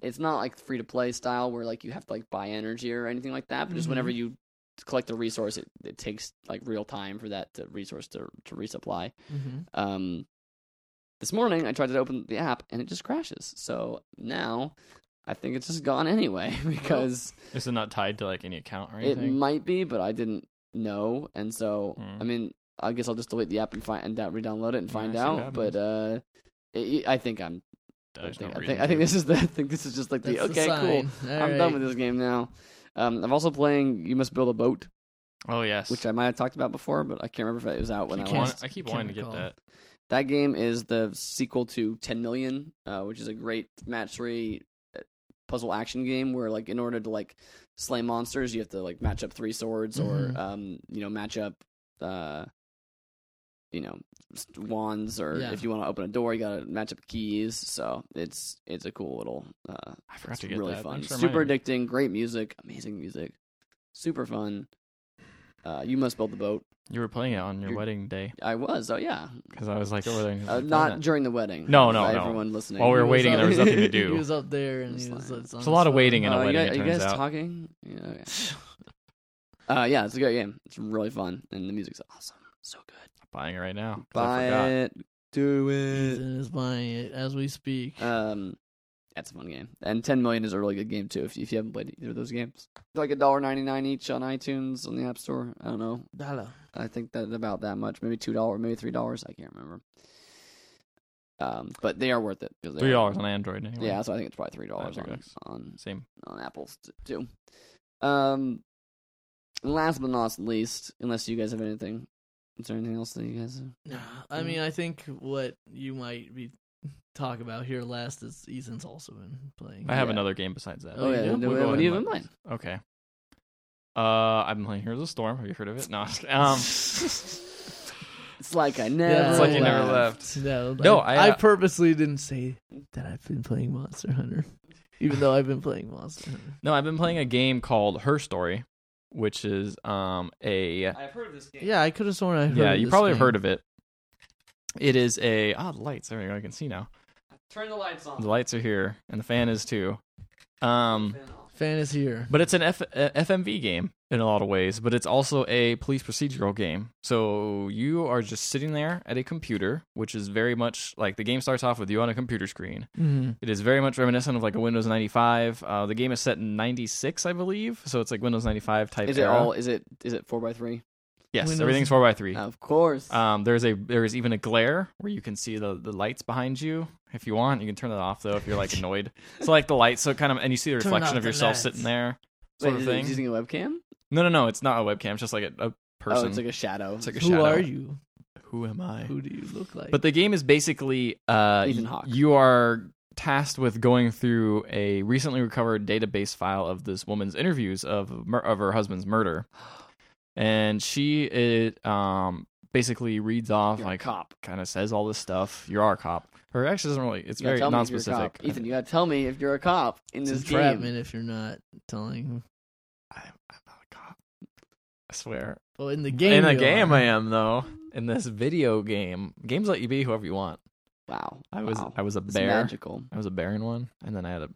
Speaker 1: it's not like free to play style where like you have to like buy energy or anything like that. But just
Speaker 3: Mhm.
Speaker 1: whenever you collect a resource, it, it takes like real time for that to, resource to to resupply.
Speaker 3: mm-hmm.
Speaker 1: Um, this morning I tried to open the app and it just crashes. So now. I think it's just gone anyway because
Speaker 2: Is it not tied to like any account or
Speaker 1: it
Speaker 2: anything?
Speaker 1: might be, but I didn't know, and so
Speaker 2: Hmm.
Speaker 1: I mean, I guess I'll just delete the app and find and da- re-download it and
Speaker 2: Yeah,
Speaker 1: find
Speaker 2: see what
Speaker 1: out. But uh, it, I think I'm. I
Speaker 2: There's
Speaker 1: think,
Speaker 2: no
Speaker 1: I,
Speaker 2: reason
Speaker 1: think, I think
Speaker 2: to.
Speaker 1: this is the. I think this is just like the
Speaker 3: That's
Speaker 1: okay,
Speaker 3: the
Speaker 1: cool.
Speaker 3: sign. All
Speaker 1: I'm done
Speaker 3: right.
Speaker 1: with this game now. Um, I'm also playing. You must build a boat,
Speaker 2: Oh yes.
Speaker 1: which I might have talked about before, but I can't remember if it was out when
Speaker 2: keep
Speaker 1: I
Speaker 3: can't-
Speaker 1: last
Speaker 2: want- I keep
Speaker 3: can't
Speaker 2: wanting to get
Speaker 3: recall.
Speaker 2: that.
Speaker 1: that game is the sequel to 10 Million, uh, which is a great match three uh, puzzle action game where, like, in order to like slay monsters, you have to like match up three swords
Speaker 3: Mhm.
Speaker 2: Mm-hmm.
Speaker 1: or, um, you know, match up, uh, you know, s- wands or
Speaker 3: Yeah.
Speaker 1: if you want to open a door, you gotta match up keys. So it's it's a cool little, uh,
Speaker 2: I forgot
Speaker 1: it's
Speaker 2: to get
Speaker 1: really
Speaker 2: that.
Speaker 1: fun,
Speaker 2: Thanks for
Speaker 1: super
Speaker 2: reminding me.
Speaker 1: addicting, great music, amazing music, super fun. Uh, you must build the boat.
Speaker 2: You were playing it on your
Speaker 1: You're-
Speaker 2: wedding day
Speaker 1: I was, oh yeah,
Speaker 2: because I was like over there. and he was
Speaker 1: uh,
Speaker 2: like,
Speaker 1: not
Speaker 2: "Play
Speaker 1: during the wedding.
Speaker 2: No, no,
Speaker 1: for
Speaker 2: no.
Speaker 1: Everyone listening.
Speaker 2: While we
Speaker 3: He
Speaker 2: were waiting,
Speaker 3: up-
Speaker 2: there was nothing to do.
Speaker 3: he was up there, and he
Speaker 1: Just
Speaker 3: was.
Speaker 1: lying.
Speaker 3: It's
Speaker 2: It's a lot of waiting in a
Speaker 1: Uh, you
Speaker 2: wedding,
Speaker 1: guys,
Speaker 2: it
Speaker 1: you
Speaker 2: turns
Speaker 1: guys
Speaker 2: out.
Speaker 1: talking? Yeah, okay. Uh, yeah, it's a good game. It's really fun, and the music's awesome. So good.
Speaker 2: that. buying it right now. 'cause I
Speaker 1: Buy
Speaker 2: forgot.
Speaker 1: it. Do it.
Speaker 3: Ethan is buying it as we speak.
Speaker 1: Um, that's a fun game, and Ten Million is a really good game too. If you, if you haven't played either of those games, They're like a dollar ninety nine each on iTunes on the App Store. I don't know.
Speaker 3: Dollar.
Speaker 1: I think that about that much. Maybe two dollars, maybe three dollars. I can't remember. Um, but they are worth it. 'cause they
Speaker 2: Three
Speaker 1: are-
Speaker 2: dollars on Android. Anyway.
Speaker 1: Yeah, so I think it's probably three dollars
Speaker 2: Five or
Speaker 1: on,
Speaker 2: six.
Speaker 1: on
Speaker 2: Same.
Speaker 1: on apples t- too. Um, and last but not least, unless you guys have anything, is there anything else that you guys? Have?
Speaker 3: Nah, I mean, I think what you might be talk about here last is Ethan's also been playing.
Speaker 2: I have
Speaker 1: Yeah.
Speaker 2: another game besides that.
Speaker 3: Oh,
Speaker 1: yeah,
Speaker 3: yeah,
Speaker 1: no,
Speaker 3: we'll
Speaker 1: what,
Speaker 3: go
Speaker 1: what
Speaker 3: ahead
Speaker 1: do you
Speaker 3: and
Speaker 1: have in
Speaker 3: let-
Speaker 1: mind?
Speaker 2: Okay. Uh, I've been playing Heroes of the Storm. Have you heard of it? No. I'm just kidding. Um,
Speaker 1: It's like I never.
Speaker 3: It's like you never
Speaker 2: left.
Speaker 3: No,
Speaker 2: No,
Speaker 3: I,
Speaker 2: I,
Speaker 3: I
Speaker 2: uh,
Speaker 3: purposely didn't say that I've been playing Monster Hunter, even though I've been playing Monster Hunter.
Speaker 2: no, I've been playing a game called Her Story, which is um a
Speaker 1: I've heard of this game.
Speaker 3: Yeah, I could have sworn I heard.
Speaker 2: yeah.
Speaker 3: of
Speaker 2: You
Speaker 3: this
Speaker 2: probably have
Speaker 3: game.
Speaker 2: heard of it. It is a ah the lights. There we go. I can see now.
Speaker 1: Turn the lights on.
Speaker 2: The lights are here, and the fan is too. Um,
Speaker 3: Fan is here.
Speaker 2: But it's an F- uh, FMV game in a lot of ways, but it's also a police procedural game. So you are just sitting there at a computer, which is very much like the game starts off with you on a computer screen.
Speaker 3: Mm-hmm.
Speaker 2: It is very much reminiscent of like a Windows 95. Uh, the game is set in 96, I believe. So it's like Windows 95 type
Speaker 1: Is it
Speaker 2: era.
Speaker 1: all? Oh. Is it is it four by three?
Speaker 2: yes,
Speaker 3: Windows-
Speaker 2: everything's 4x3.
Speaker 1: Of course.
Speaker 2: Um, there's a there is even a glare where you can see the, the lights behind you if you want. You can turn that off though if you're like annoyed. so like the lights, so kind of and you see the
Speaker 3: Turn
Speaker 2: reflection
Speaker 3: off
Speaker 2: of
Speaker 3: the
Speaker 2: yourself
Speaker 3: lights.
Speaker 2: sitting there,
Speaker 1: Wait,
Speaker 2: sort
Speaker 1: is
Speaker 2: of
Speaker 1: it
Speaker 2: thing.
Speaker 1: using a webcam?
Speaker 2: No, no, no. It's not a webcam. It's just like a, a person.
Speaker 1: Oh, it's like a shadow.
Speaker 2: It's like a
Speaker 3: Who
Speaker 2: shadow.
Speaker 3: are you?
Speaker 2: Who am I?
Speaker 3: Who do you look like?
Speaker 2: But the game is basically uh,
Speaker 1: Ethan
Speaker 2: y-
Speaker 1: Hawke.
Speaker 2: you are tasked with going through a recently recovered database file of this woman's interviews of mur- of her husband's murder, and she it, um basically reads off
Speaker 1: You're a
Speaker 2: like
Speaker 1: cop.
Speaker 2: kind of says all this stuff. You are a cop. Her actually doesn't really. It's
Speaker 1: You gotta
Speaker 2: very
Speaker 1: tell me if you're a
Speaker 2: non-specific.
Speaker 1: cop. Ethan, you gotta tell me if you're a cop in
Speaker 3: it's
Speaker 1: this
Speaker 3: entrapment
Speaker 1: game.
Speaker 3: if you're not telling.
Speaker 2: I'm, I'm not a cop. I swear.
Speaker 3: Well, in the game.
Speaker 2: In a
Speaker 3: you
Speaker 2: game,
Speaker 3: are.
Speaker 2: I am though. In this video game, games let you be whoever you want.
Speaker 1: Wow.
Speaker 2: I was
Speaker 1: Wow.
Speaker 2: I was a
Speaker 1: It's
Speaker 2: bear.
Speaker 1: magical.
Speaker 2: I was a bear in one, and then I had a,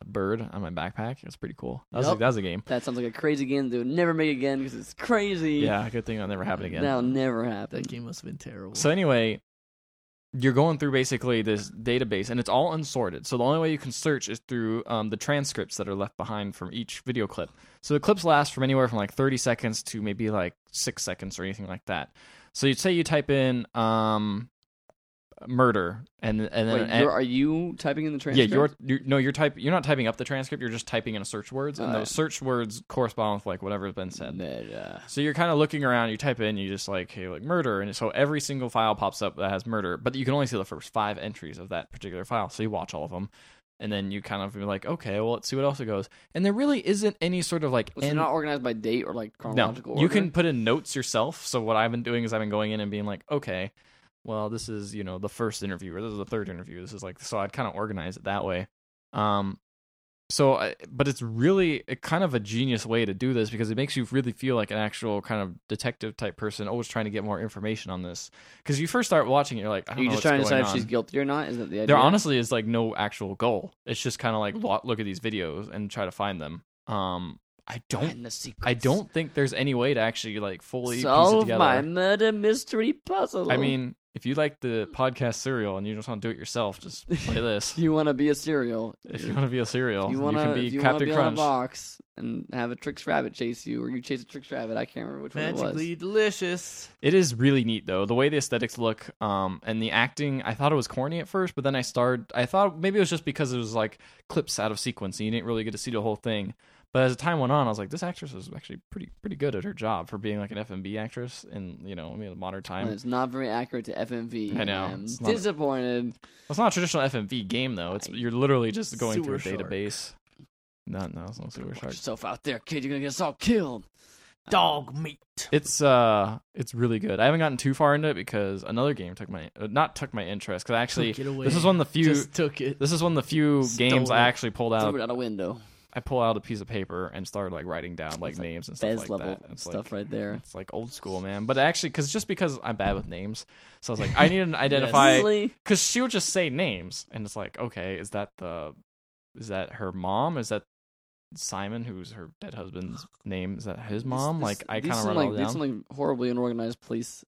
Speaker 2: a bird on my backpack. It was pretty cool. I was
Speaker 3: Yup.
Speaker 2: like, that was a game.
Speaker 1: That sounds like a crazy game that would never make again because it's crazy.
Speaker 2: Yeah, good thing that never happened again.
Speaker 1: That'll never happen.
Speaker 3: That game must have been terrible.
Speaker 2: So anyway, you're going through basically this database, and it's all unsorted. So the only way you can search is through um, the transcripts that are left behind from each video clip. So the clips last from anywhere from like 30 seconds to maybe like six seconds or anything like that. So you'd say you type in um, murder, and and then
Speaker 1: Wait, you're, are you typing in the transcript?
Speaker 2: Yeah, you're, you're no, you're type. You're not typing up the transcript. You're just typing in search words, and
Speaker 1: Alright.
Speaker 2: those search words correspond with like whatever's been said.
Speaker 1: Meta.
Speaker 2: So you're kind of looking around. You type in, you just like, hey, like murder, and so every single file pops up that has murder, but you can only see the first five entries of that particular file. So you watch all of them, and then you kind of be like, okay, well, let's see what else it goes. And there really isn't any sort of like
Speaker 1: Was it
Speaker 2: end-
Speaker 1: not organized by date or like chronological
Speaker 2: you
Speaker 1: order?
Speaker 2: can put in notes yourself. So what I've been doing is I've been going in and being like, okay, well, this is you know the first interview, or this is the third interview. This is like so I'd kind of organize it that way. Um, so I, but it's really a, kind of a genius way to do this because it makes you really feel like an actual kind of detective type person, always trying to get more information on this. Because you first start watching, it, you're like, I don't
Speaker 1: You're
Speaker 2: know
Speaker 1: just
Speaker 2: what's
Speaker 1: trying to
Speaker 2: going
Speaker 1: decide if she's
Speaker 2: on.
Speaker 1: guilty or not. Mm-hmm. Isn't that the idea?
Speaker 2: There honestly is like no actual goal. It's just kind of like lo- look at these videos and try to find them. Um, I don't
Speaker 1: And the secrets.
Speaker 2: I don't think there's any way to actually like fully piece it
Speaker 1: solve
Speaker 2: together.
Speaker 1: my murder mystery puzzle.
Speaker 2: I mean, if you like the podcast serial and you just want to do it yourself, just play this.
Speaker 1: you want to be a serial.
Speaker 2: if you want to be a serial,
Speaker 1: you
Speaker 2: you,
Speaker 1: want to
Speaker 2: can be
Speaker 1: if you wanna
Speaker 2: Captain
Speaker 1: be on a
Speaker 2: Crunch.
Speaker 1: box and have a Trix Rabbit chase you, or you chase a Trix Rabbit. I can't remember which one it was.
Speaker 3: Magically delicious.
Speaker 2: It is really neat though. The way the aesthetics look, um, and the acting. I thought it was corny at first, but then I started. I thought maybe it was just because it was like clips out of sequence, and you didn't really get to see the whole thing. But as time went on, I was like, this actress is actually pretty pretty good at her job for being like an FMB actress in you know I mean, modern
Speaker 1: And
Speaker 2: time.
Speaker 1: it's not very accurate to FMV.
Speaker 2: I know,
Speaker 1: I'm
Speaker 2: it's not-
Speaker 1: disappointed.
Speaker 2: Well, it's not a traditional FMV game though. It's you're literally just going through
Speaker 3: Sewer
Speaker 2: a
Speaker 3: shark.
Speaker 2: database. No, no, it's not sewer
Speaker 1: Watch
Speaker 2: shark.
Speaker 1: yourself out there, kid. You're gonna get us all killed. Uh,
Speaker 3: Dog meat.
Speaker 2: It's uh, it's really good. I haven't gotten too far into it because another game took my uh, not took my interest because actually
Speaker 3: Took it away.
Speaker 2: this is one of the few
Speaker 3: Just took it.
Speaker 2: this is one of the few
Speaker 3: Stole
Speaker 2: games I
Speaker 3: it.
Speaker 2: actually pulled
Speaker 1: Threw
Speaker 2: out.
Speaker 1: it out a window.
Speaker 2: I pull out a piece of paper and started like writing down like
Speaker 1: It's like
Speaker 2: names and stuff
Speaker 1: Bez
Speaker 2: like
Speaker 1: level
Speaker 2: that. It's like-
Speaker 1: stuff right there.
Speaker 2: It's like old school, man. But actually, because just because I'm bad with names, so I was like, I need to identify.
Speaker 1: Really?
Speaker 2: because she would just say names and it's like okay is that the is that her mom is that simon who's her dead husband's name is that his mom
Speaker 1: This-
Speaker 2: like
Speaker 1: this-
Speaker 2: i
Speaker 1: these
Speaker 2: kind of
Speaker 1: seem
Speaker 2: run
Speaker 1: like,
Speaker 2: all
Speaker 1: these
Speaker 2: down
Speaker 1: seem like horribly unorganized police.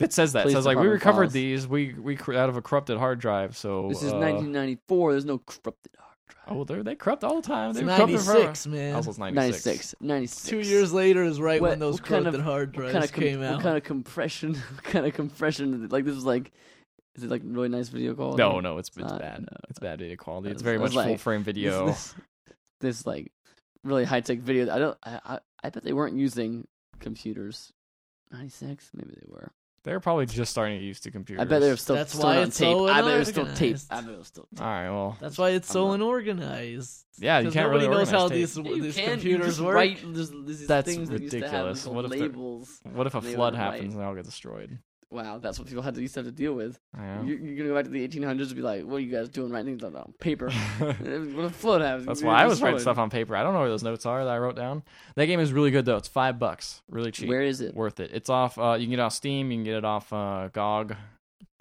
Speaker 2: it says that it
Speaker 1: police
Speaker 2: says like we
Speaker 1: department
Speaker 2: recovered
Speaker 1: files.
Speaker 2: these we we cr- out of a corrupted hard drive so
Speaker 1: This is
Speaker 2: uh,
Speaker 1: 1994. There's no corrupted hard drive.
Speaker 2: oh they're they corrupt all the time
Speaker 3: It's
Speaker 2: they were corrupt forever.
Speaker 3: 96, man.
Speaker 2: also it's 96.
Speaker 1: 96. 96.
Speaker 3: Two years later is right
Speaker 1: What-
Speaker 3: when those
Speaker 1: what kind
Speaker 3: corrupted
Speaker 1: of-
Speaker 3: hard
Speaker 1: What
Speaker 3: drives
Speaker 1: kind of com-
Speaker 3: came out.
Speaker 1: what kind of compression? What kind of compression? Like this is like, is it like really nice video quality? Uh,
Speaker 2: no no it's, it's
Speaker 1: not-
Speaker 2: bad
Speaker 1: no.
Speaker 2: it's bad video quality
Speaker 1: That
Speaker 2: it's
Speaker 1: was-
Speaker 2: very
Speaker 1: that
Speaker 2: much
Speaker 1: was
Speaker 2: full
Speaker 1: like-
Speaker 2: frame
Speaker 1: This-
Speaker 2: video
Speaker 1: This, this, like really high tech video. I don't. I, I I bet they weren't using computers. 96. Maybe they were.
Speaker 2: they're probably just starting to get used to computers
Speaker 1: I bet they were still
Speaker 3: That's
Speaker 1: still
Speaker 3: why
Speaker 1: on
Speaker 3: it's
Speaker 1: tape.
Speaker 3: so
Speaker 1: I bet it was still tape.
Speaker 3: unorganized.
Speaker 1: I bet it was still
Speaker 2: all right well
Speaker 3: That's why it's so
Speaker 1: I'm
Speaker 3: unorganized.
Speaker 2: Yeah, you
Speaker 3: 'Cause
Speaker 2: can't
Speaker 3: nobody
Speaker 2: really
Speaker 3: knows how
Speaker 2: organize
Speaker 3: these,
Speaker 2: tape.
Speaker 1: Yeah, you
Speaker 3: these
Speaker 1: can. You
Speaker 3: computers
Speaker 1: just
Speaker 3: work.
Speaker 1: Write, there's, there's these
Speaker 2: That's
Speaker 1: things that used to have,
Speaker 2: ridiculous.
Speaker 1: these little
Speaker 2: What if they're-
Speaker 1: labels.
Speaker 2: what if a
Speaker 1: They were
Speaker 2: flood
Speaker 1: right.
Speaker 2: happens and they all get destroyed
Speaker 1: Wow, that's what people had to used to have to deal with.
Speaker 2: yeah.
Speaker 1: You, you're gonna go back to the 1800s and be like, "What are you guys doing writing things on paper?" what a flood happens.
Speaker 2: That's
Speaker 1: you're
Speaker 2: why I was writing
Speaker 1: destroyed.
Speaker 2: stuff on paper. I don't know where those notes are that I wrote down. That game is really good though. It's five bucks, really cheap,
Speaker 1: Where is it?
Speaker 2: worth it. It's off. Uh, you can get it off Steam. You can get it off uh, GOG.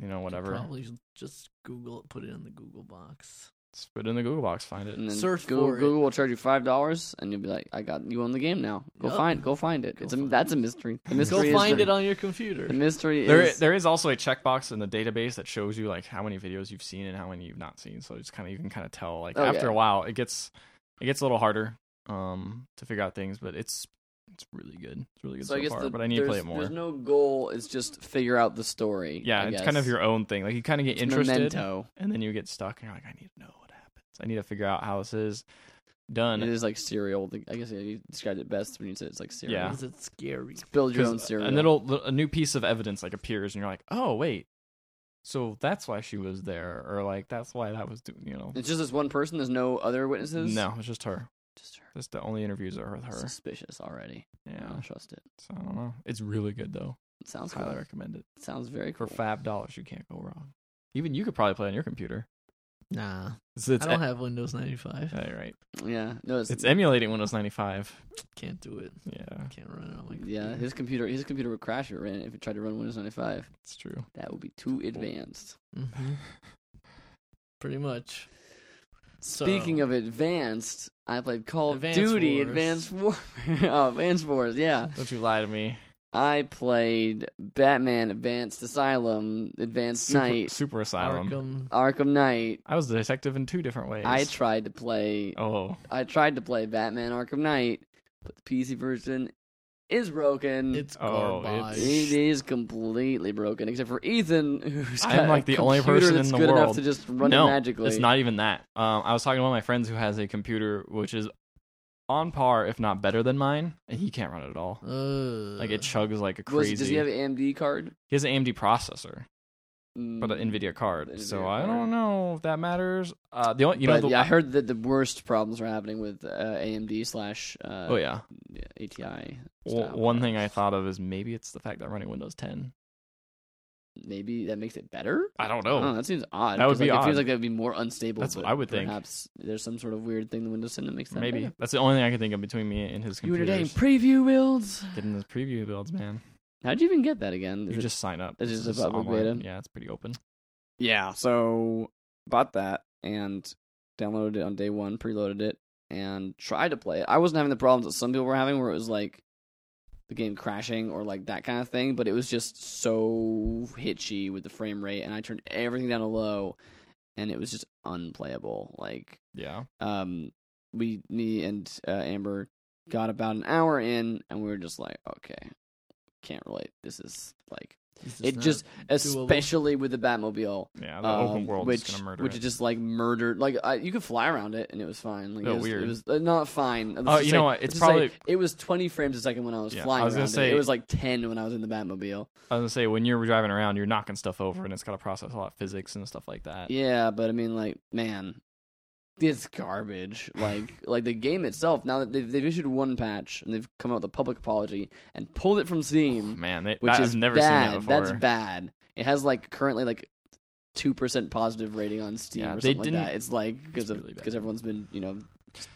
Speaker 2: You know,
Speaker 3: Could
Speaker 2: whatever.
Speaker 3: Probably just Google it, put it in the Google box.
Speaker 2: Just put it in the Google box, find it.
Speaker 1: And then
Speaker 3: Search
Speaker 1: Google,
Speaker 3: for it.
Speaker 1: Google will charge you five dollars, and you'll be like, "I got you own the game now. Go
Speaker 3: Yup.
Speaker 1: find, go find it.
Speaker 3: Go
Speaker 1: it's a,
Speaker 3: find
Speaker 1: that's a mystery. The
Speaker 3: Go
Speaker 1: mystery is
Speaker 3: find
Speaker 1: the,
Speaker 3: it on your computer.
Speaker 1: the mystery
Speaker 2: There,
Speaker 1: is
Speaker 2: there is also a checkbox in the database that shows you like how many videos you've seen and how many you've not seen. So it's kind of you can kind of tell like
Speaker 1: Oh,
Speaker 2: after
Speaker 1: yeah.
Speaker 2: a while it gets it gets a little harder um to figure out things, but it's it's really good. It's really good so, far.
Speaker 1: the-
Speaker 2: but I need to play
Speaker 1: there's-
Speaker 2: it more.
Speaker 1: There's no goal. It's just figure out the story.
Speaker 2: yeah,
Speaker 1: I
Speaker 2: it's kind of
Speaker 1: guess.
Speaker 2: your own thing. Like you kind of get
Speaker 1: It's
Speaker 2: interested,
Speaker 1: Memento.
Speaker 2: and then you get stuck, and you're like, I need to know what happens. I need to figure out how this is done.
Speaker 1: It is like serial. I guess yeah, you described it best when you said it's like serial.
Speaker 2: Yeah.
Speaker 3: Is it scary?
Speaker 1: It's build your
Speaker 2: 'Cause
Speaker 1: own serial.
Speaker 2: And it'll a new piece of evidence like appears, and you're like, oh wait, so that's why she was there, or like that's why that was doing, you know.
Speaker 1: It's just this one person. There's no other witnesses.
Speaker 2: No, it's just her.
Speaker 1: just her.
Speaker 2: Just the only interviews are with her.
Speaker 1: Suspicious already. I
Speaker 2: Yeah.
Speaker 1: don't trust it.
Speaker 2: So I don't know. It's really good though.
Speaker 1: It sounds
Speaker 2: Highly
Speaker 1: cool.
Speaker 2: recommend it.
Speaker 1: It sounds very
Speaker 2: For
Speaker 1: cool.
Speaker 2: five dollars, you can't go wrong. Even you could probably play on your computer.
Speaker 3: Nah,
Speaker 2: It's, it's
Speaker 3: I don't have Windows 95.
Speaker 2: Yeah, you're right.
Speaker 1: Yeah. No, it's,
Speaker 2: It's emulating Windows 95.
Speaker 3: Can't do it.
Speaker 2: Yeah,
Speaker 3: Can't run it on my computer.
Speaker 1: yeah. His computer, his computer would crash if it ran if it tried to run Windows 95.
Speaker 2: it's true.
Speaker 1: That would be too advanced.
Speaker 3: Mhm. Pretty much.
Speaker 1: Speaking of advanced, I played Call
Speaker 3: Advanced
Speaker 1: of Duty
Speaker 3: Wars.
Speaker 1: Advanced War. oh, Advanced Wars. Yeah.
Speaker 2: Don't you lie to me.
Speaker 1: I played Batman Advanced Asylum, Advanced
Speaker 2: Super,
Speaker 1: Knight,
Speaker 2: Super
Speaker 3: Arkham,
Speaker 2: Asylum.
Speaker 1: Arkham Knight.
Speaker 2: I was a detective in two different ways.
Speaker 1: I tried to play
Speaker 2: oh,
Speaker 1: I tried to play Batman Arkham Knight, but the PC version is broken.
Speaker 3: it's
Speaker 2: Oh,
Speaker 3: garbage.
Speaker 1: It is completely broken, except for Ethan, who's
Speaker 2: I'm
Speaker 1: got
Speaker 2: like
Speaker 1: a
Speaker 2: the only
Speaker 1: computer
Speaker 2: person
Speaker 1: that's
Speaker 2: in the
Speaker 1: good enough
Speaker 2: world.
Speaker 1: to just run
Speaker 2: no,
Speaker 1: it magically.
Speaker 2: It's not even that. Um, I was talking to one of my friends who has a computer which is on par, if not better than mine, and he can't run it at all.
Speaker 3: Ugh.
Speaker 2: Like it chugs like a
Speaker 1: Was-
Speaker 2: crazy.
Speaker 1: does he have an AMD card?
Speaker 2: He has an AMD processor, but an
Speaker 1: Mm,
Speaker 2: NVIDIA card.
Speaker 1: The
Speaker 2: so
Speaker 1: NVIDIA card.
Speaker 2: I don't know if that matters. Uh, the only you know
Speaker 1: but
Speaker 2: the,
Speaker 1: yeah, I heard that the worst problems were happening with uh, AMD slash uh,
Speaker 2: oh yeah.
Speaker 1: ATI.
Speaker 2: Well,
Speaker 1: style
Speaker 2: one thing I
Speaker 1: cards.
Speaker 2: thought of is maybe it's the fact that running Windows 10.
Speaker 1: Uh, maybe that makes it better.
Speaker 2: I don't know.
Speaker 1: I don't know, that seems odd.
Speaker 2: Oh. That would
Speaker 1: 'cause,
Speaker 2: be
Speaker 1: like, It
Speaker 2: odd.
Speaker 1: feels like that would be more unstable.
Speaker 2: That's what
Speaker 1: but
Speaker 2: I would think.
Speaker 1: perhaps there's some sort of weird thing the Windows 10 that makes that
Speaker 2: maybe
Speaker 1: better.
Speaker 2: that's the only thing I can think of between me and his
Speaker 1: You and your
Speaker 2: computer.
Speaker 1: dang preview builds.
Speaker 2: Getting those preview builds, man.
Speaker 1: How'd you even get that again? Is
Speaker 2: You
Speaker 1: it-
Speaker 2: just sign up.
Speaker 1: is it just
Speaker 2: It's
Speaker 1: a public
Speaker 2: online.
Speaker 1: beta?
Speaker 2: Yeah, it's pretty open.
Speaker 1: yeah. So bought that and downloaded it on day one, preloaded it, and tried to play it. I wasn't having the problems that some people were having, where it was like the game crashing or like that kind of thing. But it was just so hitchy with the frame rate, and I turned everything down to low, and it was just unplayable. Like
Speaker 2: Yeah.
Speaker 1: um we me and uh, amber got about an hour in and we were just like okay can't relate this is like
Speaker 3: It's
Speaker 1: it
Speaker 3: not-
Speaker 1: just
Speaker 3: doable.
Speaker 1: especially with the batmobile
Speaker 2: Yeah, the
Speaker 1: um,
Speaker 2: open world
Speaker 1: which
Speaker 2: is going to murder
Speaker 1: which
Speaker 2: it.
Speaker 1: is just like murdered like I, you could fly around it and it was fine like
Speaker 2: Oh,
Speaker 1: it was,
Speaker 2: weird.
Speaker 1: it was uh, not fine Let's
Speaker 2: Oh,
Speaker 1: just
Speaker 2: you
Speaker 1: say-
Speaker 2: know what?
Speaker 1: let's
Speaker 2: It's
Speaker 1: just say
Speaker 2: probably-
Speaker 1: it was 20 frames a second when i was
Speaker 2: Yeah,
Speaker 1: flying
Speaker 2: I was gonna
Speaker 1: around it.
Speaker 2: say-
Speaker 1: it was like 10 when i was in the batmobile
Speaker 2: I was gonna say when you're driving around, you're knocking stuff over, and it's got to process a lot of physics and stuff like that.
Speaker 1: Yeah, but I mean, like, man, it's garbage. Like, like the game itself. Now that they've, they've issued one patch and they've come out with a public apology and pulled it from Steam,
Speaker 2: Man, they,
Speaker 1: which
Speaker 2: that,
Speaker 1: is
Speaker 2: I've never
Speaker 1: bad.
Speaker 2: seen that before.
Speaker 1: That's bad. It has like currently like two percent positive rating on Steam
Speaker 2: Yeah,
Speaker 1: or
Speaker 2: they
Speaker 1: something like that.
Speaker 2: didn't-
Speaker 1: It's like because
Speaker 2: it's
Speaker 1: of
Speaker 2: really bad.
Speaker 1: because everyone's been you know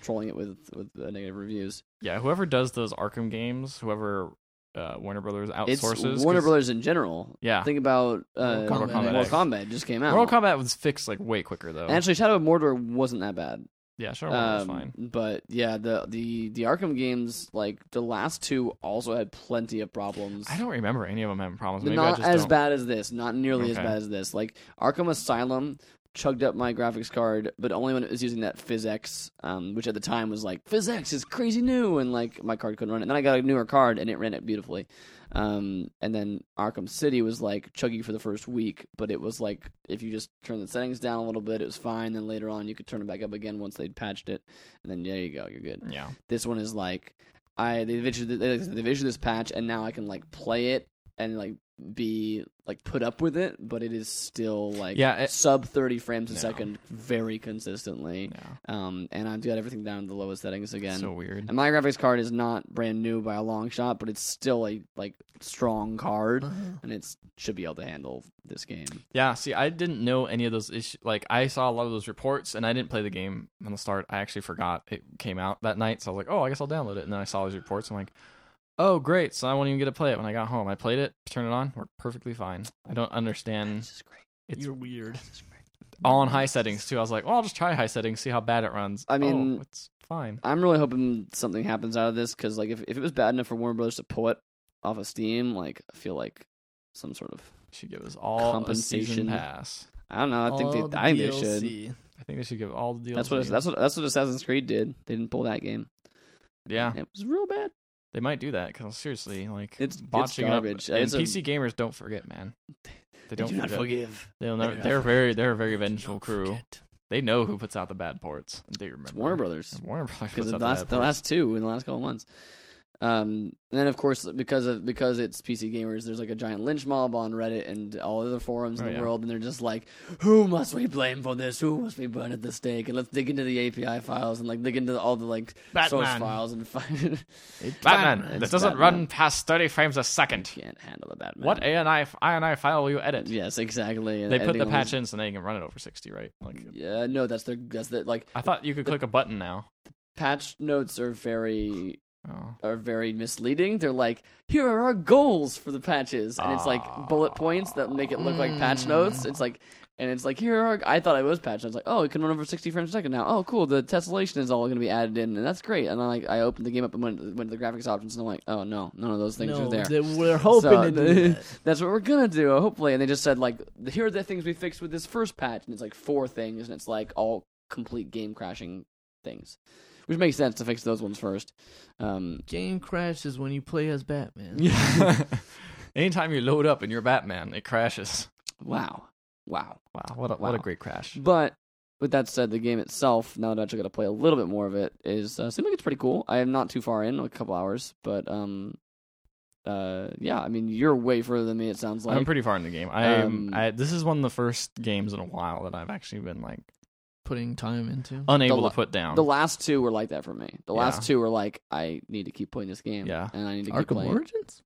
Speaker 1: trolling it with with uh, negative reviews.
Speaker 2: Yeah, whoever does those Arkham games, whoever uh, Warner Brothers
Speaker 1: It's
Speaker 2: outsources, 'cause-
Speaker 1: Warner Brothers in general.
Speaker 2: Yeah,
Speaker 1: Think about uh,
Speaker 3: Mortal Kombat
Speaker 1: Mortal
Speaker 2: X.
Speaker 1: Kombat just came out.
Speaker 2: Mortal Kombat was fixed like way quicker though.
Speaker 1: And actually, Shadow of Mordor wasn't that bad.
Speaker 2: yeah, sure, Warner was
Speaker 1: Um,
Speaker 2: fine.
Speaker 1: But yeah, the the the Arkham games, like the last two, also had plenty of problems.
Speaker 2: I don't remember any of them having problems.
Speaker 1: They're
Speaker 2: Maybe I
Speaker 1: not
Speaker 2: just
Speaker 1: as
Speaker 2: don't.
Speaker 1: bad as this. Not nearly as
Speaker 2: Okay.
Speaker 1: bad as this. Like Arkham Asylum chugged up my graphics card, but only when it was using that PhysX, um, which at the time was like PhysX is crazy new, and like my card couldn't run it. Then I got a newer card, and it ran it beautifully. Um, and then Arkham City was like chuggy for the first week, but it was like if you just turn the settings down a little bit, it was fine. Then later on, you could turn it back up again once they'd patched it, and then there you go, you're good
Speaker 2: Yeah,
Speaker 1: this one is like I they've issued, they've issued this patch and now I can like play it and like be like put up with it, but it is still like
Speaker 2: Yeah, it-
Speaker 1: sub thirty frames a
Speaker 2: No.
Speaker 1: second very consistently.
Speaker 2: yeah,
Speaker 1: Um, and I've got everything down to the lowest settings again.
Speaker 2: so weird.
Speaker 1: and my graphics card is not brand new by a long shot, but it's still a like strong card,
Speaker 3: Uh-huh.
Speaker 1: and it's should be able to handle this game.
Speaker 2: Yeah, see, I didn't know any of those issues. Like, I saw a lot of those reports, and I didn't play the game from the start. I actually forgot it came out that night, so I was like, "Oh, I guess I'll download it." And then I saw these reports. I'm like, "Oh, great!" So I won't even get to play it when I got home. I played it, turned it on, worked perfectly fine. I don't understand.
Speaker 1: This is great.
Speaker 2: It's
Speaker 3: You're weird.
Speaker 2: all on high settings too. I was like, well, I'll just try high settings, see how bad it runs.
Speaker 1: I mean-
Speaker 2: Oh, it's fine.
Speaker 1: I'm really hoping something happens out of this because, like, if, if it was bad enough for Warner Brothers to pull it off of Steam, like, I feel like some sort of
Speaker 2: Should give us all a
Speaker 1: Compensation.
Speaker 2: season pass.
Speaker 1: I don't know. I think
Speaker 3: All
Speaker 1: they,
Speaker 3: the
Speaker 1: I think they should.
Speaker 3: DLC.
Speaker 2: I think they should give all the DLC.
Speaker 1: That's what that's what that's what Assassin's Creed did. They didn't pull that game.
Speaker 2: yeah,
Speaker 1: It was real bad.
Speaker 2: they might do that because seriously, like
Speaker 1: It's- it's
Speaker 2: botching it
Speaker 1: garbage.
Speaker 2: Up, and
Speaker 1: It's a-
Speaker 2: PC gamers don't forget, man. They don't forget.
Speaker 1: forgive.
Speaker 2: They'll never,
Speaker 3: They
Speaker 2: they're very they're a very vengeful
Speaker 3: Don't
Speaker 2: crew.
Speaker 3: forget.
Speaker 2: They know who puts out the bad ports. They remember.
Speaker 1: It's Warner Brothers
Speaker 2: It's Warner Brothers
Speaker 1: because
Speaker 2: puts
Speaker 1: the
Speaker 2: out the
Speaker 1: last
Speaker 2: bad
Speaker 1: the
Speaker 2: ports.
Speaker 1: last two in the last couple months. Um, and then of course because of because it's PC gamers, there's like a giant lynch mob on Reddit and all other forums in
Speaker 2: Oh,
Speaker 1: the
Speaker 2: yeah.
Speaker 1: world, and they're just like, "Who must we blame for this? Who must we burn at the stake?" And let's dig into the API files and like dig into all the like source
Speaker 3: Batman.
Speaker 1: files and find.
Speaker 2: Batman.
Speaker 1: It's
Speaker 2: That doesn't
Speaker 1: Batman.
Speaker 2: run past thirty frames a second.
Speaker 1: Can't handle the Batman.
Speaker 2: What ANI f- INI file will you edit?
Speaker 1: Yes, exactly. and
Speaker 2: They put
Speaker 1: editing
Speaker 2: the
Speaker 1: all these-
Speaker 2: patch in so now you can run it over sixty, right? Like
Speaker 1: Yeah, no, that's their that's the like
Speaker 2: I thought you could click a button now.
Speaker 1: patch notes are very
Speaker 2: Oh.
Speaker 1: are very misleading. They're like, here are our goals for the patches, and it's like bullet points that make it look like patch notes. It's like, and it's like here are. I thought it was patch notes. Like, oh, it can run over sixty frames a second now. Oh, cool. The tessellation is all going to be added in, and that's great. And I like I opened the game up and went, went to the graphics options, and I'm like, oh no, none of those things
Speaker 3: no,
Speaker 1: are there.
Speaker 3: they- we're hoping
Speaker 1: So,
Speaker 3: to do that.
Speaker 1: that's what we're gonna do, hopefully. And they just said like, here are the things we fixed with this first patch, and it's like four things, and it's like all complete game crashing things, which makes sense to fix those ones first. Um,
Speaker 3: Game crashes when you play as Batman.
Speaker 2: Yeah. Anytime you load up and you're Batman, it crashes.
Speaker 1: wow, wow.
Speaker 2: Wow, what a, what
Speaker 1: Wow.
Speaker 2: a great crash.
Speaker 1: But with that said, the game itself, now that I actually got to play a little bit more of it, is uh, seems like it's pretty cool. I am not too far in, like a couple hours, but um, uh, yeah. I mean, you're way further than me. It sounds like.
Speaker 2: I'm pretty far in the game. I,
Speaker 1: Um,
Speaker 2: I this is one of the first games in a while that I've actually been like
Speaker 3: Putting time into.
Speaker 2: unable
Speaker 1: la-
Speaker 2: to put down.
Speaker 1: The last two were like that for me. The
Speaker 2: Yeah.
Speaker 1: last two were like, I need to keep playing this game.
Speaker 2: Yeah.
Speaker 1: And I need to keep
Speaker 3: Arkham
Speaker 1: playing.
Speaker 3: Origins?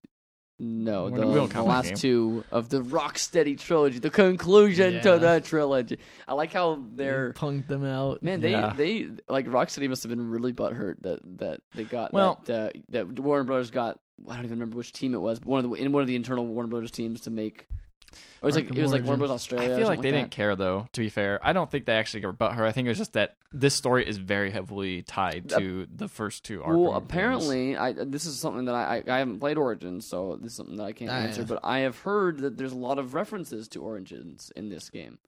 Speaker 1: No,
Speaker 2: We
Speaker 1: the,
Speaker 2: don't- we don't
Speaker 1: the
Speaker 2: count that
Speaker 1: last
Speaker 2: game.
Speaker 1: two of the Rocksteady trilogy, the conclusion
Speaker 3: Yeah.
Speaker 1: to the trilogy. I like how
Speaker 3: You
Speaker 1: they're
Speaker 3: punked them out.
Speaker 1: man. They
Speaker 2: Mm. Yeah.
Speaker 1: they like Rocksteady must have been really butthurt that that they got
Speaker 2: Well-
Speaker 1: that, uh, that Warner Brothers got. I don't even remember which team it was, but one of the in one of the internal Warner Brothers teams to make. Or it was like
Speaker 3: Arkham
Speaker 1: it was like Warner
Speaker 3: Origins.
Speaker 1: Brothers
Speaker 2: I
Speaker 1: Australia. or
Speaker 2: feel like they
Speaker 1: something
Speaker 2: didn't care though. To be fair, I don't think they actually gave a butt her. I think it was just that this story is very heavily tied
Speaker 1: Ap-
Speaker 2: to the first two. Arkham
Speaker 1: Well,
Speaker 2: games.
Speaker 1: apparently, I this is something that I, I I haven't played Origins, so this is something that I can't
Speaker 3: Ah,
Speaker 1: answer.
Speaker 3: yeah.
Speaker 1: But I have heard that there's a lot of references to Origins in this game.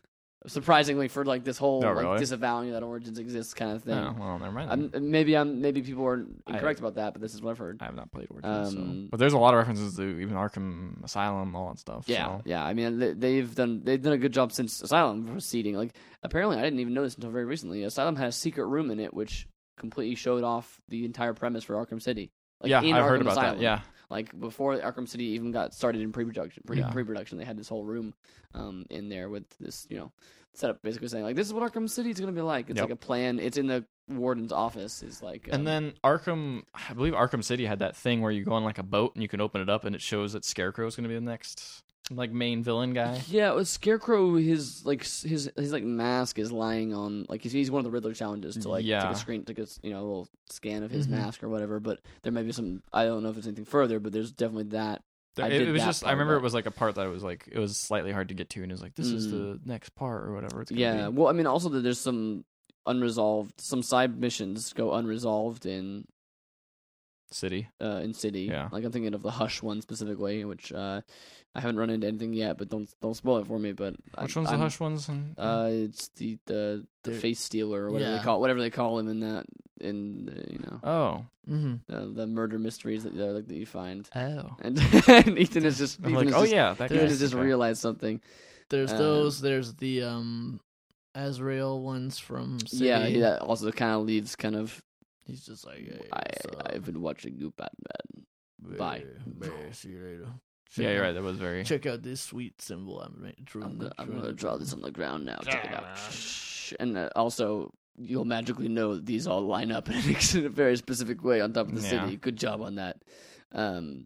Speaker 1: Surprisingly, for like this whole
Speaker 2: Oh,
Speaker 1: like
Speaker 2: really?
Speaker 1: disavowing that Origins exists kind of thing.
Speaker 2: Oh, well, never mind.
Speaker 1: I'm, maybe I'm maybe people are
Speaker 2: I-
Speaker 1: incorrect about that, but this is what I've heard.
Speaker 2: I have not played Origins,
Speaker 1: Um,
Speaker 2: so. but there's a lot of references to even Arkham Asylum, all that stuff.
Speaker 1: Yeah,
Speaker 2: so.
Speaker 1: yeah. I mean, they, they've done they've done a good job since Asylum proceeding. Like, apparently, I didn't even know this until very recently. Asylum had a secret room in it, which completely showed off the entire premise for Arkham City. Like,
Speaker 2: yeah,
Speaker 1: in
Speaker 2: I've
Speaker 1: Arkham
Speaker 2: heard about
Speaker 1: Asylum.
Speaker 2: that. Yeah,
Speaker 1: like before Arkham City even got started in pre-production. Pre-
Speaker 2: Yeah.
Speaker 1: Pre-production, they had this whole room um, in there with this, you know, setup basically saying like, "This is what Arkham City is going to be like." It's
Speaker 2: Yep.
Speaker 1: like a plan. It's in the warden's office. Is like, um,
Speaker 2: and then Arkham, I believe Arkham City had that thing where you go on like a boat and you can open it up and it shows that Scarecrow is going to be the next like main villain guy.
Speaker 1: yeah, it was Scarecrow. His like s- his his like mask is lying on like he's, he's one of the Riddler challenges to like
Speaker 2: Yeah. Mm-hmm.
Speaker 1: take a screen take a s- you know a little scan of his
Speaker 3: Mhm.
Speaker 1: mask or whatever. But there may be some. I don't know if it's anything further, but there's definitely that. I
Speaker 2: it,
Speaker 1: did
Speaker 2: it was
Speaker 1: that
Speaker 2: just I
Speaker 1: part of
Speaker 2: remember
Speaker 1: it. Mm.
Speaker 2: it was like a part that was like it was slightly hard to get to and it was like this is the next part or whatever. It's gonna
Speaker 1: Yeah.
Speaker 2: be.
Speaker 1: Well, I mean, also that there's some unresolved some side missions go unresolved in
Speaker 2: city.
Speaker 1: uh, in City.
Speaker 2: Yeah.
Speaker 1: Like I'm thinking of the Hush one specifically, which uh, I haven't run into anything yet. But don't don't spoil it for me. But
Speaker 2: Which
Speaker 1: I,
Speaker 2: one's
Speaker 1: I'm-
Speaker 2: the Hush ones? And,
Speaker 1: Uh, it's the the, the
Speaker 3: Dude.
Speaker 1: face stealer or whatever they
Speaker 3: Yeah.
Speaker 1: call whatever they call him in that in the, you know uh,
Speaker 2: oh,
Speaker 3: Mm-hmm.
Speaker 1: the, the murder mysteries that uh, that you find.
Speaker 3: Oh.
Speaker 1: And, and Ethan is just
Speaker 2: I'm
Speaker 1: Ethan
Speaker 2: like
Speaker 1: is
Speaker 2: oh
Speaker 1: just,
Speaker 2: yeah, that
Speaker 1: Ethan
Speaker 2: guy.
Speaker 1: has just
Speaker 2: Okay.
Speaker 1: realized something.
Speaker 3: There's
Speaker 1: Uh,
Speaker 3: those. There's the um, Azrael ones from. City.
Speaker 1: Yeah, yeah. Also, kind of leaves kind of.
Speaker 3: He's just like, hey,
Speaker 1: I
Speaker 3: what's up?
Speaker 1: I've been watching you Batman. bye.
Speaker 3: Hey, hey, see you later. Check
Speaker 2: Yeah, you're
Speaker 3: out-
Speaker 2: right. That was very.
Speaker 3: Check out this sweet symbol I'm ma- drew.
Speaker 1: I'm gonna, I'm
Speaker 3: drew-
Speaker 1: gonna draw this on the ground now. Check it out. Shh. And uh, also, you'll magically know that these all line up in a very specific way on top of the
Speaker 2: Yeah.
Speaker 1: city. Good job on that. Um,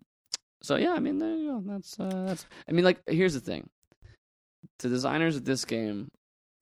Speaker 1: so yeah, I mean, there you go. That's uh, that's. I mean, like, here's the thing: the designers of this game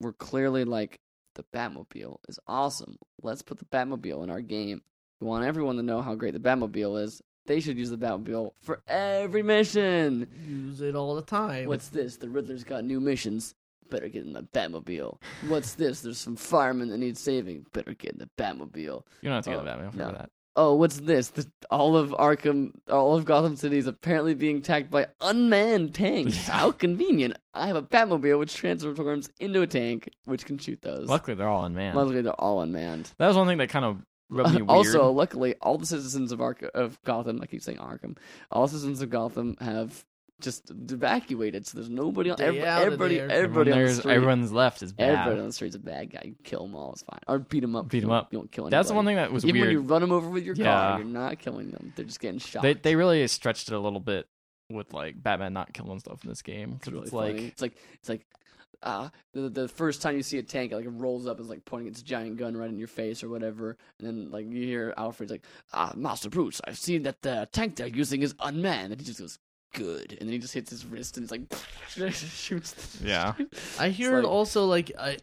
Speaker 1: were clearly like, the Batmobile is awesome. Let's put the Batmobile in our game. We want everyone to know how great the Batmobile is. They should use the Batmobile for every mission.
Speaker 3: Use it all the time.
Speaker 1: What's this? The Riddler's got new missions. Better get in the Batmobile. What's this? There's some firemen that need saving. Better get in the Batmobile.
Speaker 2: You don't have to get
Speaker 1: Oh,
Speaker 2: a Batman for
Speaker 1: no.
Speaker 2: that.
Speaker 1: Oh, what's this? The, all of Arkham, all of Gotham City is apparently being attacked by unmanned tanks.
Speaker 2: Yeah.
Speaker 1: How convenient! I have a Batmobile which transforms into a tank, which can shoot those.
Speaker 2: Luckily, they're all unmanned.
Speaker 1: Luckily, they're all unmanned.
Speaker 2: That was one thing that kind of rubbed me weird.
Speaker 1: also, luckily, all the citizens of Ark of Gotham, I keep saying Arkham, all citizens of Gotham have just evacuated, so there's nobody. on
Speaker 3: They
Speaker 1: every-
Speaker 3: out of
Speaker 1: Everybody,
Speaker 3: there.
Speaker 1: everybody,
Speaker 2: Everyone
Speaker 1: on the
Speaker 2: there's-
Speaker 1: street,
Speaker 2: everyone's left is bad.
Speaker 1: everybody on the street's a bad guy. You kill them all. It's fine. Or beat them up.
Speaker 2: Beat 'em
Speaker 1: You don't-
Speaker 2: up.
Speaker 1: You don't kill anybody.
Speaker 2: That's the one thing that was
Speaker 1: Even
Speaker 2: weird.
Speaker 1: when you run them over with your
Speaker 2: Yeah.
Speaker 1: car, you're not killing them. They're just getting shot.
Speaker 2: They they really stretched it a little bit with like Batman not killing stuff in this game.
Speaker 1: it's
Speaker 2: 'cause
Speaker 1: really
Speaker 2: it's
Speaker 1: funny.
Speaker 2: like
Speaker 1: it's like it's like uh, the the first time you see a tank, it, like it rolls up and is like pointing its giant gun right in your face or whatever, and then like you hear Alfred's like, "Ah, Master Bruce, I've seen that the tank they're using is unmanned," and he just goes, "Good," and then he just hits his wrist and it's like shoots.
Speaker 2: Yeah.
Speaker 3: I
Speaker 1: It's
Speaker 3: hear
Speaker 1: like-
Speaker 3: also like I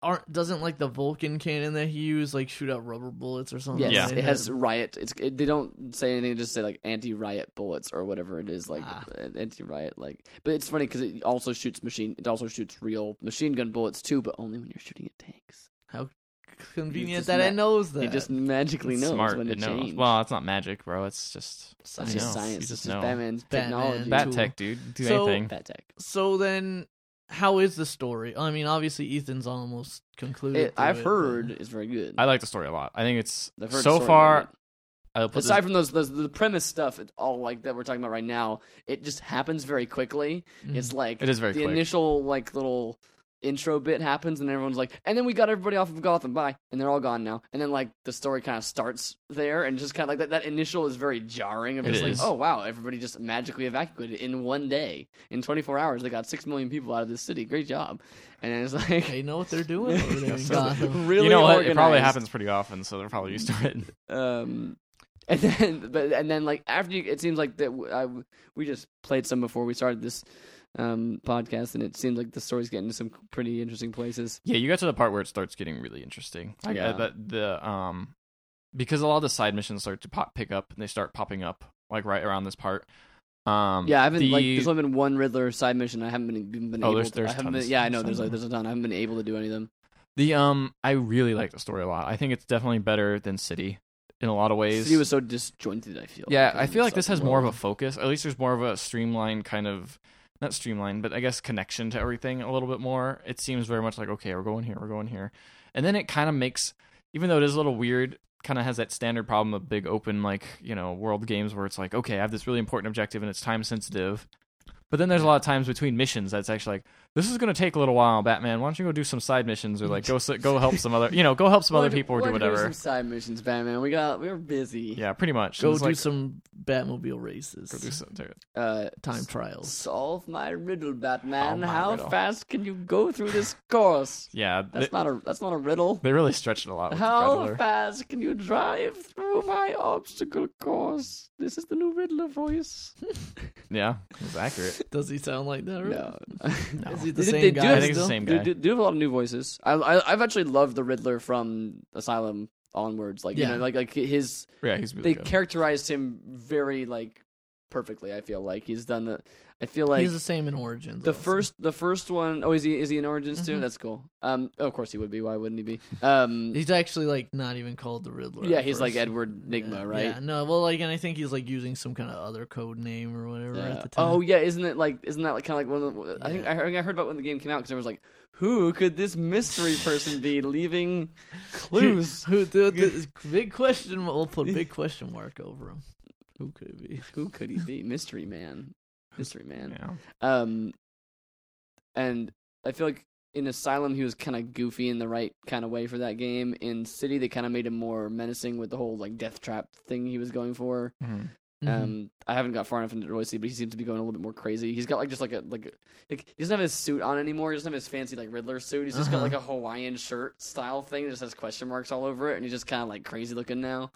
Speaker 3: aren't doesn't like the Vulcan cannon that he used like shoot out rubber bullets or something.
Speaker 1: Yes,
Speaker 2: Yeah.
Speaker 3: like
Speaker 1: it has
Speaker 3: that.
Speaker 1: riot. It's it, they don't say anything; they just say like anti-riot bullets or whatever it is, like
Speaker 3: Ah.
Speaker 1: uh, anti-riot. Like, but it's funny because it also shoots machine. It also shoots real machine gun bullets too, but only when you're shooting at tanks.
Speaker 3: convenient
Speaker 1: just
Speaker 3: that it
Speaker 1: ma-
Speaker 3: knows that.
Speaker 1: It just magically
Speaker 2: it's
Speaker 1: knows
Speaker 2: smart.
Speaker 1: when to
Speaker 2: it knows.
Speaker 1: change.
Speaker 2: Well, it's not magic, bro. It's just
Speaker 1: it's
Speaker 3: I
Speaker 1: just
Speaker 3: know.
Speaker 1: science.
Speaker 2: You
Speaker 1: It's
Speaker 2: just
Speaker 1: just
Speaker 2: know.
Speaker 1: Batman's
Speaker 3: Batman.
Speaker 1: technology.
Speaker 2: Bat
Speaker 3: tool.
Speaker 2: tech, dude. Do
Speaker 3: So-
Speaker 2: anything.
Speaker 1: Bat tech.
Speaker 3: so then, how is the story? I mean, obviously Ethan's almost concluded.
Speaker 1: It,
Speaker 3: through
Speaker 1: Eh, I've
Speaker 3: it,
Speaker 1: heard
Speaker 3: but-
Speaker 1: it's very good.
Speaker 2: I like the story a lot. I think it's
Speaker 1: I've heard
Speaker 2: so
Speaker 1: it's sort of
Speaker 2: far.
Speaker 1: good.
Speaker 2: I'll put
Speaker 1: aside from those, those the premise stuff, it, all like that we're talking about right now, it just happens very quickly. It's like
Speaker 2: Mm-hmm. It is very
Speaker 1: the
Speaker 2: quick.
Speaker 1: initial like little intro bit happens, and everyone's like, and then we got everybody off of Gotham, bye, and they're all gone now. And then like the story kind of starts there, and just kind of like that, that initial is very jarring. Of
Speaker 2: It
Speaker 1: just
Speaker 2: is.
Speaker 1: like, oh wow, everybody just magically evacuated in one day, in 24 hours, they got six million people out of this city. Great job. And then it's like
Speaker 3: they know what they're doing over there in
Speaker 2: Yes.
Speaker 3: Gotham.
Speaker 1: really,
Speaker 2: you know what? It probably
Speaker 1: organized.
Speaker 2: happens pretty often, so they're probably used to it.
Speaker 1: Um, and then, but and then, like after you, it seems like that w- I w- we just played some before we started this um podcast, and it seems like the story's getting to some pretty interesting places.
Speaker 2: Yeah, you got to the part where it starts getting really interesting. Like,
Speaker 1: Yeah.
Speaker 2: uh, that- the um, because a lot of the side missions start to pop pick up, and they start popping up like right around this part. Um,
Speaker 1: Yeah, I haven't like
Speaker 2: the-
Speaker 1: there's only been one Riddler side mission. I haven't been, been, been
Speaker 2: Oh,
Speaker 1: able.
Speaker 2: there's-
Speaker 1: to-
Speaker 2: there's
Speaker 1: I haven't been-
Speaker 2: tons
Speaker 1: yeah, I
Speaker 2: of
Speaker 1: know
Speaker 2: side
Speaker 1: there's like
Speaker 2: missions.
Speaker 1: there's a ton. I haven't been able to do any of them.
Speaker 2: The um, I really like the story a lot. I think it's definitely better than City in a lot of ways.
Speaker 1: City was so disjointed. I feel.
Speaker 2: yeah,
Speaker 1: because
Speaker 2: I
Speaker 1: of
Speaker 2: feel like
Speaker 1: itself
Speaker 2: this has
Speaker 1: and
Speaker 2: more of a
Speaker 1: world.
Speaker 2: focus. At least there's more of a streamlined kind of not streamlined, but I guess connection to everything a little bit more. It seems very much like okay, we're going here, we're going here, and then it kind of makes, even though it is a little weird, kind of has that standard problem of big open like you know world games where it's like okay, I have this really important objective and it's time sensitive. But then there's a lot of times between missions that's actually like this is going to take a little while, Batman. Why don't you go do some side missions or like go s- go help some other you know go help some other
Speaker 1: Why do-
Speaker 2: people or
Speaker 1: why we
Speaker 2: do whatever.
Speaker 1: Some side missions, Batman. We got we were busy.
Speaker 2: Yeah, pretty much.
Speaker 3: Go
Speaker 2: It's
Speaker 3: do
Speaker 2: like,
Speaker 3: some Batmobile races.
Speaker 2: go do some.
Speaker 1: Uh,
Speaker 3: time trials.
Speaker 1: solve my riddle, Batman.
Speaker 2: my
Speaker 1: How
Speaker 2: riddle.
Speaker 1: fast can you go through this course?
Speaker 2: Yeah,
Speaker 1: That's
Speaker 2: th-
Speaker 1: not a that's not a riddle.
Speaker 2: They really stretched it Oh, a lot with the
Speaker 1: How
Speaker 2: Riddler.
Speaker 1: fast can you drive through my obstacle course? This is the new Riddler voice.
Speaker 2: yeah, it was accurate.
Speaker 3: Does he sound like that? Really?
Speaker 1: No,
Speaker 2: No.
Speaker 3: Is he the
Speaker 1: They-
Speaker 3: same
Speaker 1: they do
Speaker 3: guy?
Speaker 2: I think it's the
Speaker 3: still?
Speaker 2: same
Speaker 1: they
Speaker 2: guy.
Speaker 1: do, do have a lot of new voices. I, I I've actually loved the Riddler from Asylum onwards. Like
Speaker 3: Yeah.
Speaker 1: you know, like like his
Speaker 2: Yeah, he's
Speaker 1: they
Speaker 2: really good.
Speaker 1: characterized him very like perfectly. I feel like he's done the. I feel like
Speaker 3: He's the same in Origins.
Speaker 1: The
Speaker 3: also.
Speaker 1: first, the first one oh is he is he in Origins too?
Speaker 3: Mhm.
Speaker 1: That's cool. Um, of course he would be. Why wouldn't he be? Um,
Speaker 3: He's actually like not even called the Riddler.
Speaker 1: yeah,
Speaker 3: at
Speaker 1: he's like
Speaker 3: first.
Speaker 1: Edward Nigma,
Speaker 3: Yeah,
Speaker 1: right?
Speaker 3: Yeah, no, well, like, and I think he's like using some kind of other code name or whatever
Speaker 1: Yeah.
Speaker 3: at the time.
Speaker 1: Oh yeah, isn't it like isn't that like kind of like one of the, I think I heard, I heard about when the game came out because I was like, who could this mystery person be leaving clues?
Speaker 3: Who, the, the, big question. We'll put a big question mark over him. Who could it be?
Speaker 1: who could he be? Mystery man, mystery man.
Speaker 2: Yeah.
Speaker 1: Um, and I feel like in Asylum he was kind of goofy in the right kind of way for that game. In City they kind of made him more menacing with the whole like death trap thing he was going for.
Speaker 2: Mhm.
Speaker 3: Mm-hmm.
Speaker 1: Um, I haven't got far enough into it to really see, but he seems to be going a little bit more crazy. He's got like just like a like, a- like he doesn't have his suit on anymore. He doesn't have his fancy like Riddler suit. He's just got
Speaker 3: Uh-huh.
Speaker 1: like a Hawaiian shirt style thing that just has question marks all over it, and he's just kind of like crazy looking now.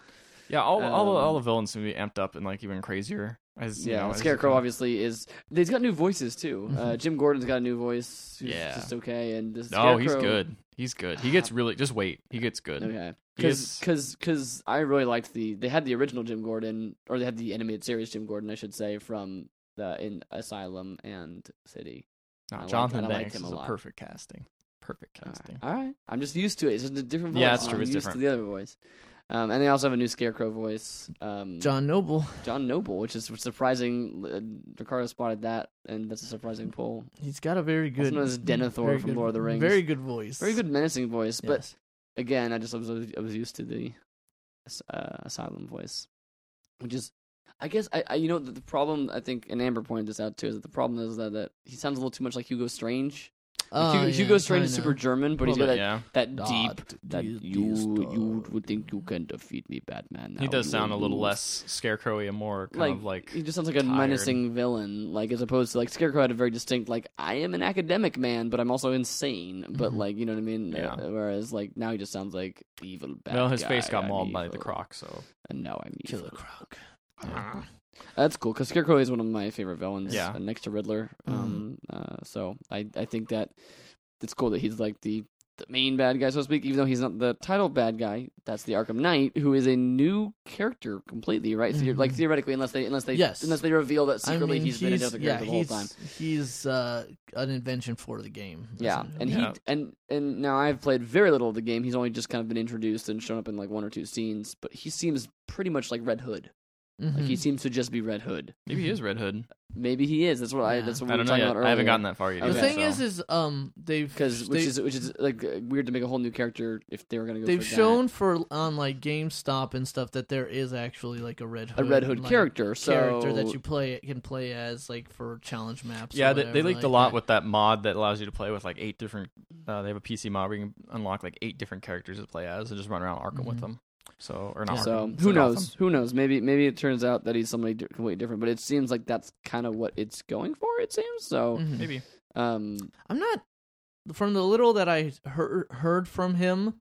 Speaker 2: Yeah, all, all, the,
Speaker 1: Um,
Speaker 2: all the villains seem to be amped up and like even crazier. As, you
Speaker 1: Yeah,
Speaker 2: know, as
Speaker 1: Scarecrow
Speaker 2: you-
Speaker 1: obviously is. He's got new voices too. Uh, Jim Gordon's got a new voice. who's
Speaker 2: Mm-hmm. Yeah.
Speaker 1: just okay, and this.
Speaker 2: No,
Speaker 1: Scarecrow, Oh,
Speaker 2: he's good. He's good. He gets really just wait. He gets good.
Speaker 1: Okay,
Speaker 2: He is-
Speaker 1: because because I really liked the they had the original Jim Gordon or they had the animated series Jim Gordon I should say from the in Asylum and City.
Speaker 2: No,
Speaker 1: I liked-
Speaker 2: Jonathan
Speaker 1: I liked
Speaker 2: Banks
Speaker 1: him a
Speaker 2: is a
Speaker 1: lot.
Speaker 2: perfect casting. Perfect
Speaker 1: All right.
Speaker 2: casting.
Speaker 1: All right. I'm just used to it. It's just a different voice.
Speaker 2: Yeah, that's true.
Speaker 1: I'm
Speaker 2: It's
Speaker 1: used
Speaker 2: different.
Speaker 1: to the other voice. Um, and they also have a new Scarecrow voice. Um,
Speaker 3: John Noble.
Speaker 1: John Noble, which is surprising. Uh, Ricardo spotted that, and that's a surprising pull.
Speaker 3: He's got a very
Speaker 1: Also
Speaker 3: good.
Speaker 1: known as Denethor
Speaker 3: very
Speaker 1: from
Speaker 3: good-
Speaker 1: Lord of the Rings.
Speaker 3: Very good voice.
Speaker 1: Very good menacing voice, but
Speaker 3: Yes.
Speaker 1: again, I just was, I was used to the uh, Asylum voice, which is, I guess, I, I you know the, the problem I think, and Amber pointed this out too, is that the problem is that, that he sounds a little too much like Hugo Strange. Like,
Speaker 3: Oh,
Speaker 1: Hugo,
Speaker 3: yeah,
Speaker 1: Hugo Strange is
Speaker 3: kinda.
Speaker 1: super German, but he's got
Speaker 2: Little
Speaker 1: that,
Speaker 2: bit, yeah.
Speaker 1: that
Speaker 3: Dot,
Speaker 1: deep that
Speaker 3: these-
Speaker 1: you
Speaker 3: these
Speaker 1: you
Speaker 3: dot.
Speaker 1: would think you can defeat me, Batman.
Speaker 2: He
Speaker 1: Now
Speaker 2: does
Speaker 1: you
Speaker 2: sound a
Speaker 1: will
Speaker 2: little
Speaker 1: lose.
Speaker 2: less scarecrowy and more kind
Speaker 1: Like,
Speaker 2: of like
Speaker 1: He just sounds like a
Speaker 2: tired.
Speaker 1: menacing villain, like as opposed to like Scarecrow had a very distinct like I am an academic man, but I'm also insane. But
Speaker 3: Mhm.
Speaker 1: like you know what I mean. Uh,
Speaker 2: Yeah.
Speaker 1: whereas like now he just sounds like evil. Bad
Speaker 2: well, his
Speaker 1: guy,
Speaker 2: face got
Speaker 1: I'm
Speaker 2: mauled by the
Speaker 1: evil,
Speaker 2: croc, so
Speaker 1: and now I'm
Speaker 3: Killer
Speaker 1: evil.
Speaker 3: Croc.
Speaker 2: Yeah.
Speaker 1: That's cool because Scarecrow is one of my favorite villains.
Speaker 2: Yeah. Mm-hmm.
Speaker 1: uh, next to Riddler. Um, uh, so I I think that it's cool that he's like the the main bad guy, so to speak, even though he's not the title bad guy. That's the Arkham Knight, who is a new character completely, right? So you're, like
Speaker 2: Mm-hmm.
Speaker 3: Mhm.
Speaker 1: theoretically, unless they unless they
Speaker 3: Yes.
Speaker 1: unless they reveal that secretly
Speaker 3: I mean,
Speaker 1: he's been a different
Speaker 3: yeah,
Speaker 1: character the whole
Speaker 3: he's,
Speaker 1: time.
Speaker 3: He's uh, an invention for the game.
Speaker 1: Yeah,
Speaker 3: isn't
Speaker 1: and he
Speaker 2: Yeah.
Speaker 1: and and now I've played very little of the game. He's only just kind of been introduced and shown up in like one or two scenes, but he seems pretty much like Red Hood.
Speaker 3: Mhm.
Speaker 2: Hmm.
Speaker 1: Like he seems to just be Red Hood.
Speaker 2: maybe he is Red Hood.
Speaker 1: Maybe he is. That's what I.
Speaker 3: Yeah.
Speaker 1: That's what we
Speaker 2: I
Speaker 1: were
Speaker 2: don't know
Speaker 1: talking
Speaker 2: yet.
Speaker 1: about earlier.
Speaker 2: I haven't gotten that far yet.
Speaker 1: Okay.
Speaker 3: The thing
Speaker 2: so-
Speaker 3: is, is um, they've
Speaker 1: because
Speaker 3: they-
Speaker 1: which is which is like uh, weird to make a whole new character if they were gonna go.
Speaker 3: They've
Speaker 1: for that.
Speaker 3: shown for on like GameStop and stuff that there is actually like a Red
Speaker 1: a
Speaker 3: Hood,
Speaker 1: Red Hood
Speaker 3: like,
Speaker 1: character, so
Speaker 3: character that you play can play as like for challenge maps. or
Speaker 2: yeah, they, they
Speaker 3: whatever
Speaker 2: leaked a
Speaker 3: like
Speaker 2: lot
Speaker 3: that.
Speaker 2: with that mod that allows you to play with like eight different. Uh, they have a PC mod where you can unlock like eight different characters to play as and just run around Arkham with
Speaker 3: Mhm.
Speaker 2: them. So or not?
Speaker 1: Mm-hmm. So
Speaker 2: Arkham,
Speaker 1: who
Speaker 2: Gotham.
Speaker 1: knows? Who knows? Maybe maybe it turns out that he's somebody di- completely different. But it seems like that's kind of what it's going for. It seems so.
Speaker 3: Mhm.
Speaker 2: Maybe
Speaker 1: Um,
Speaker 3: I'm not from the little that I heard heard from him.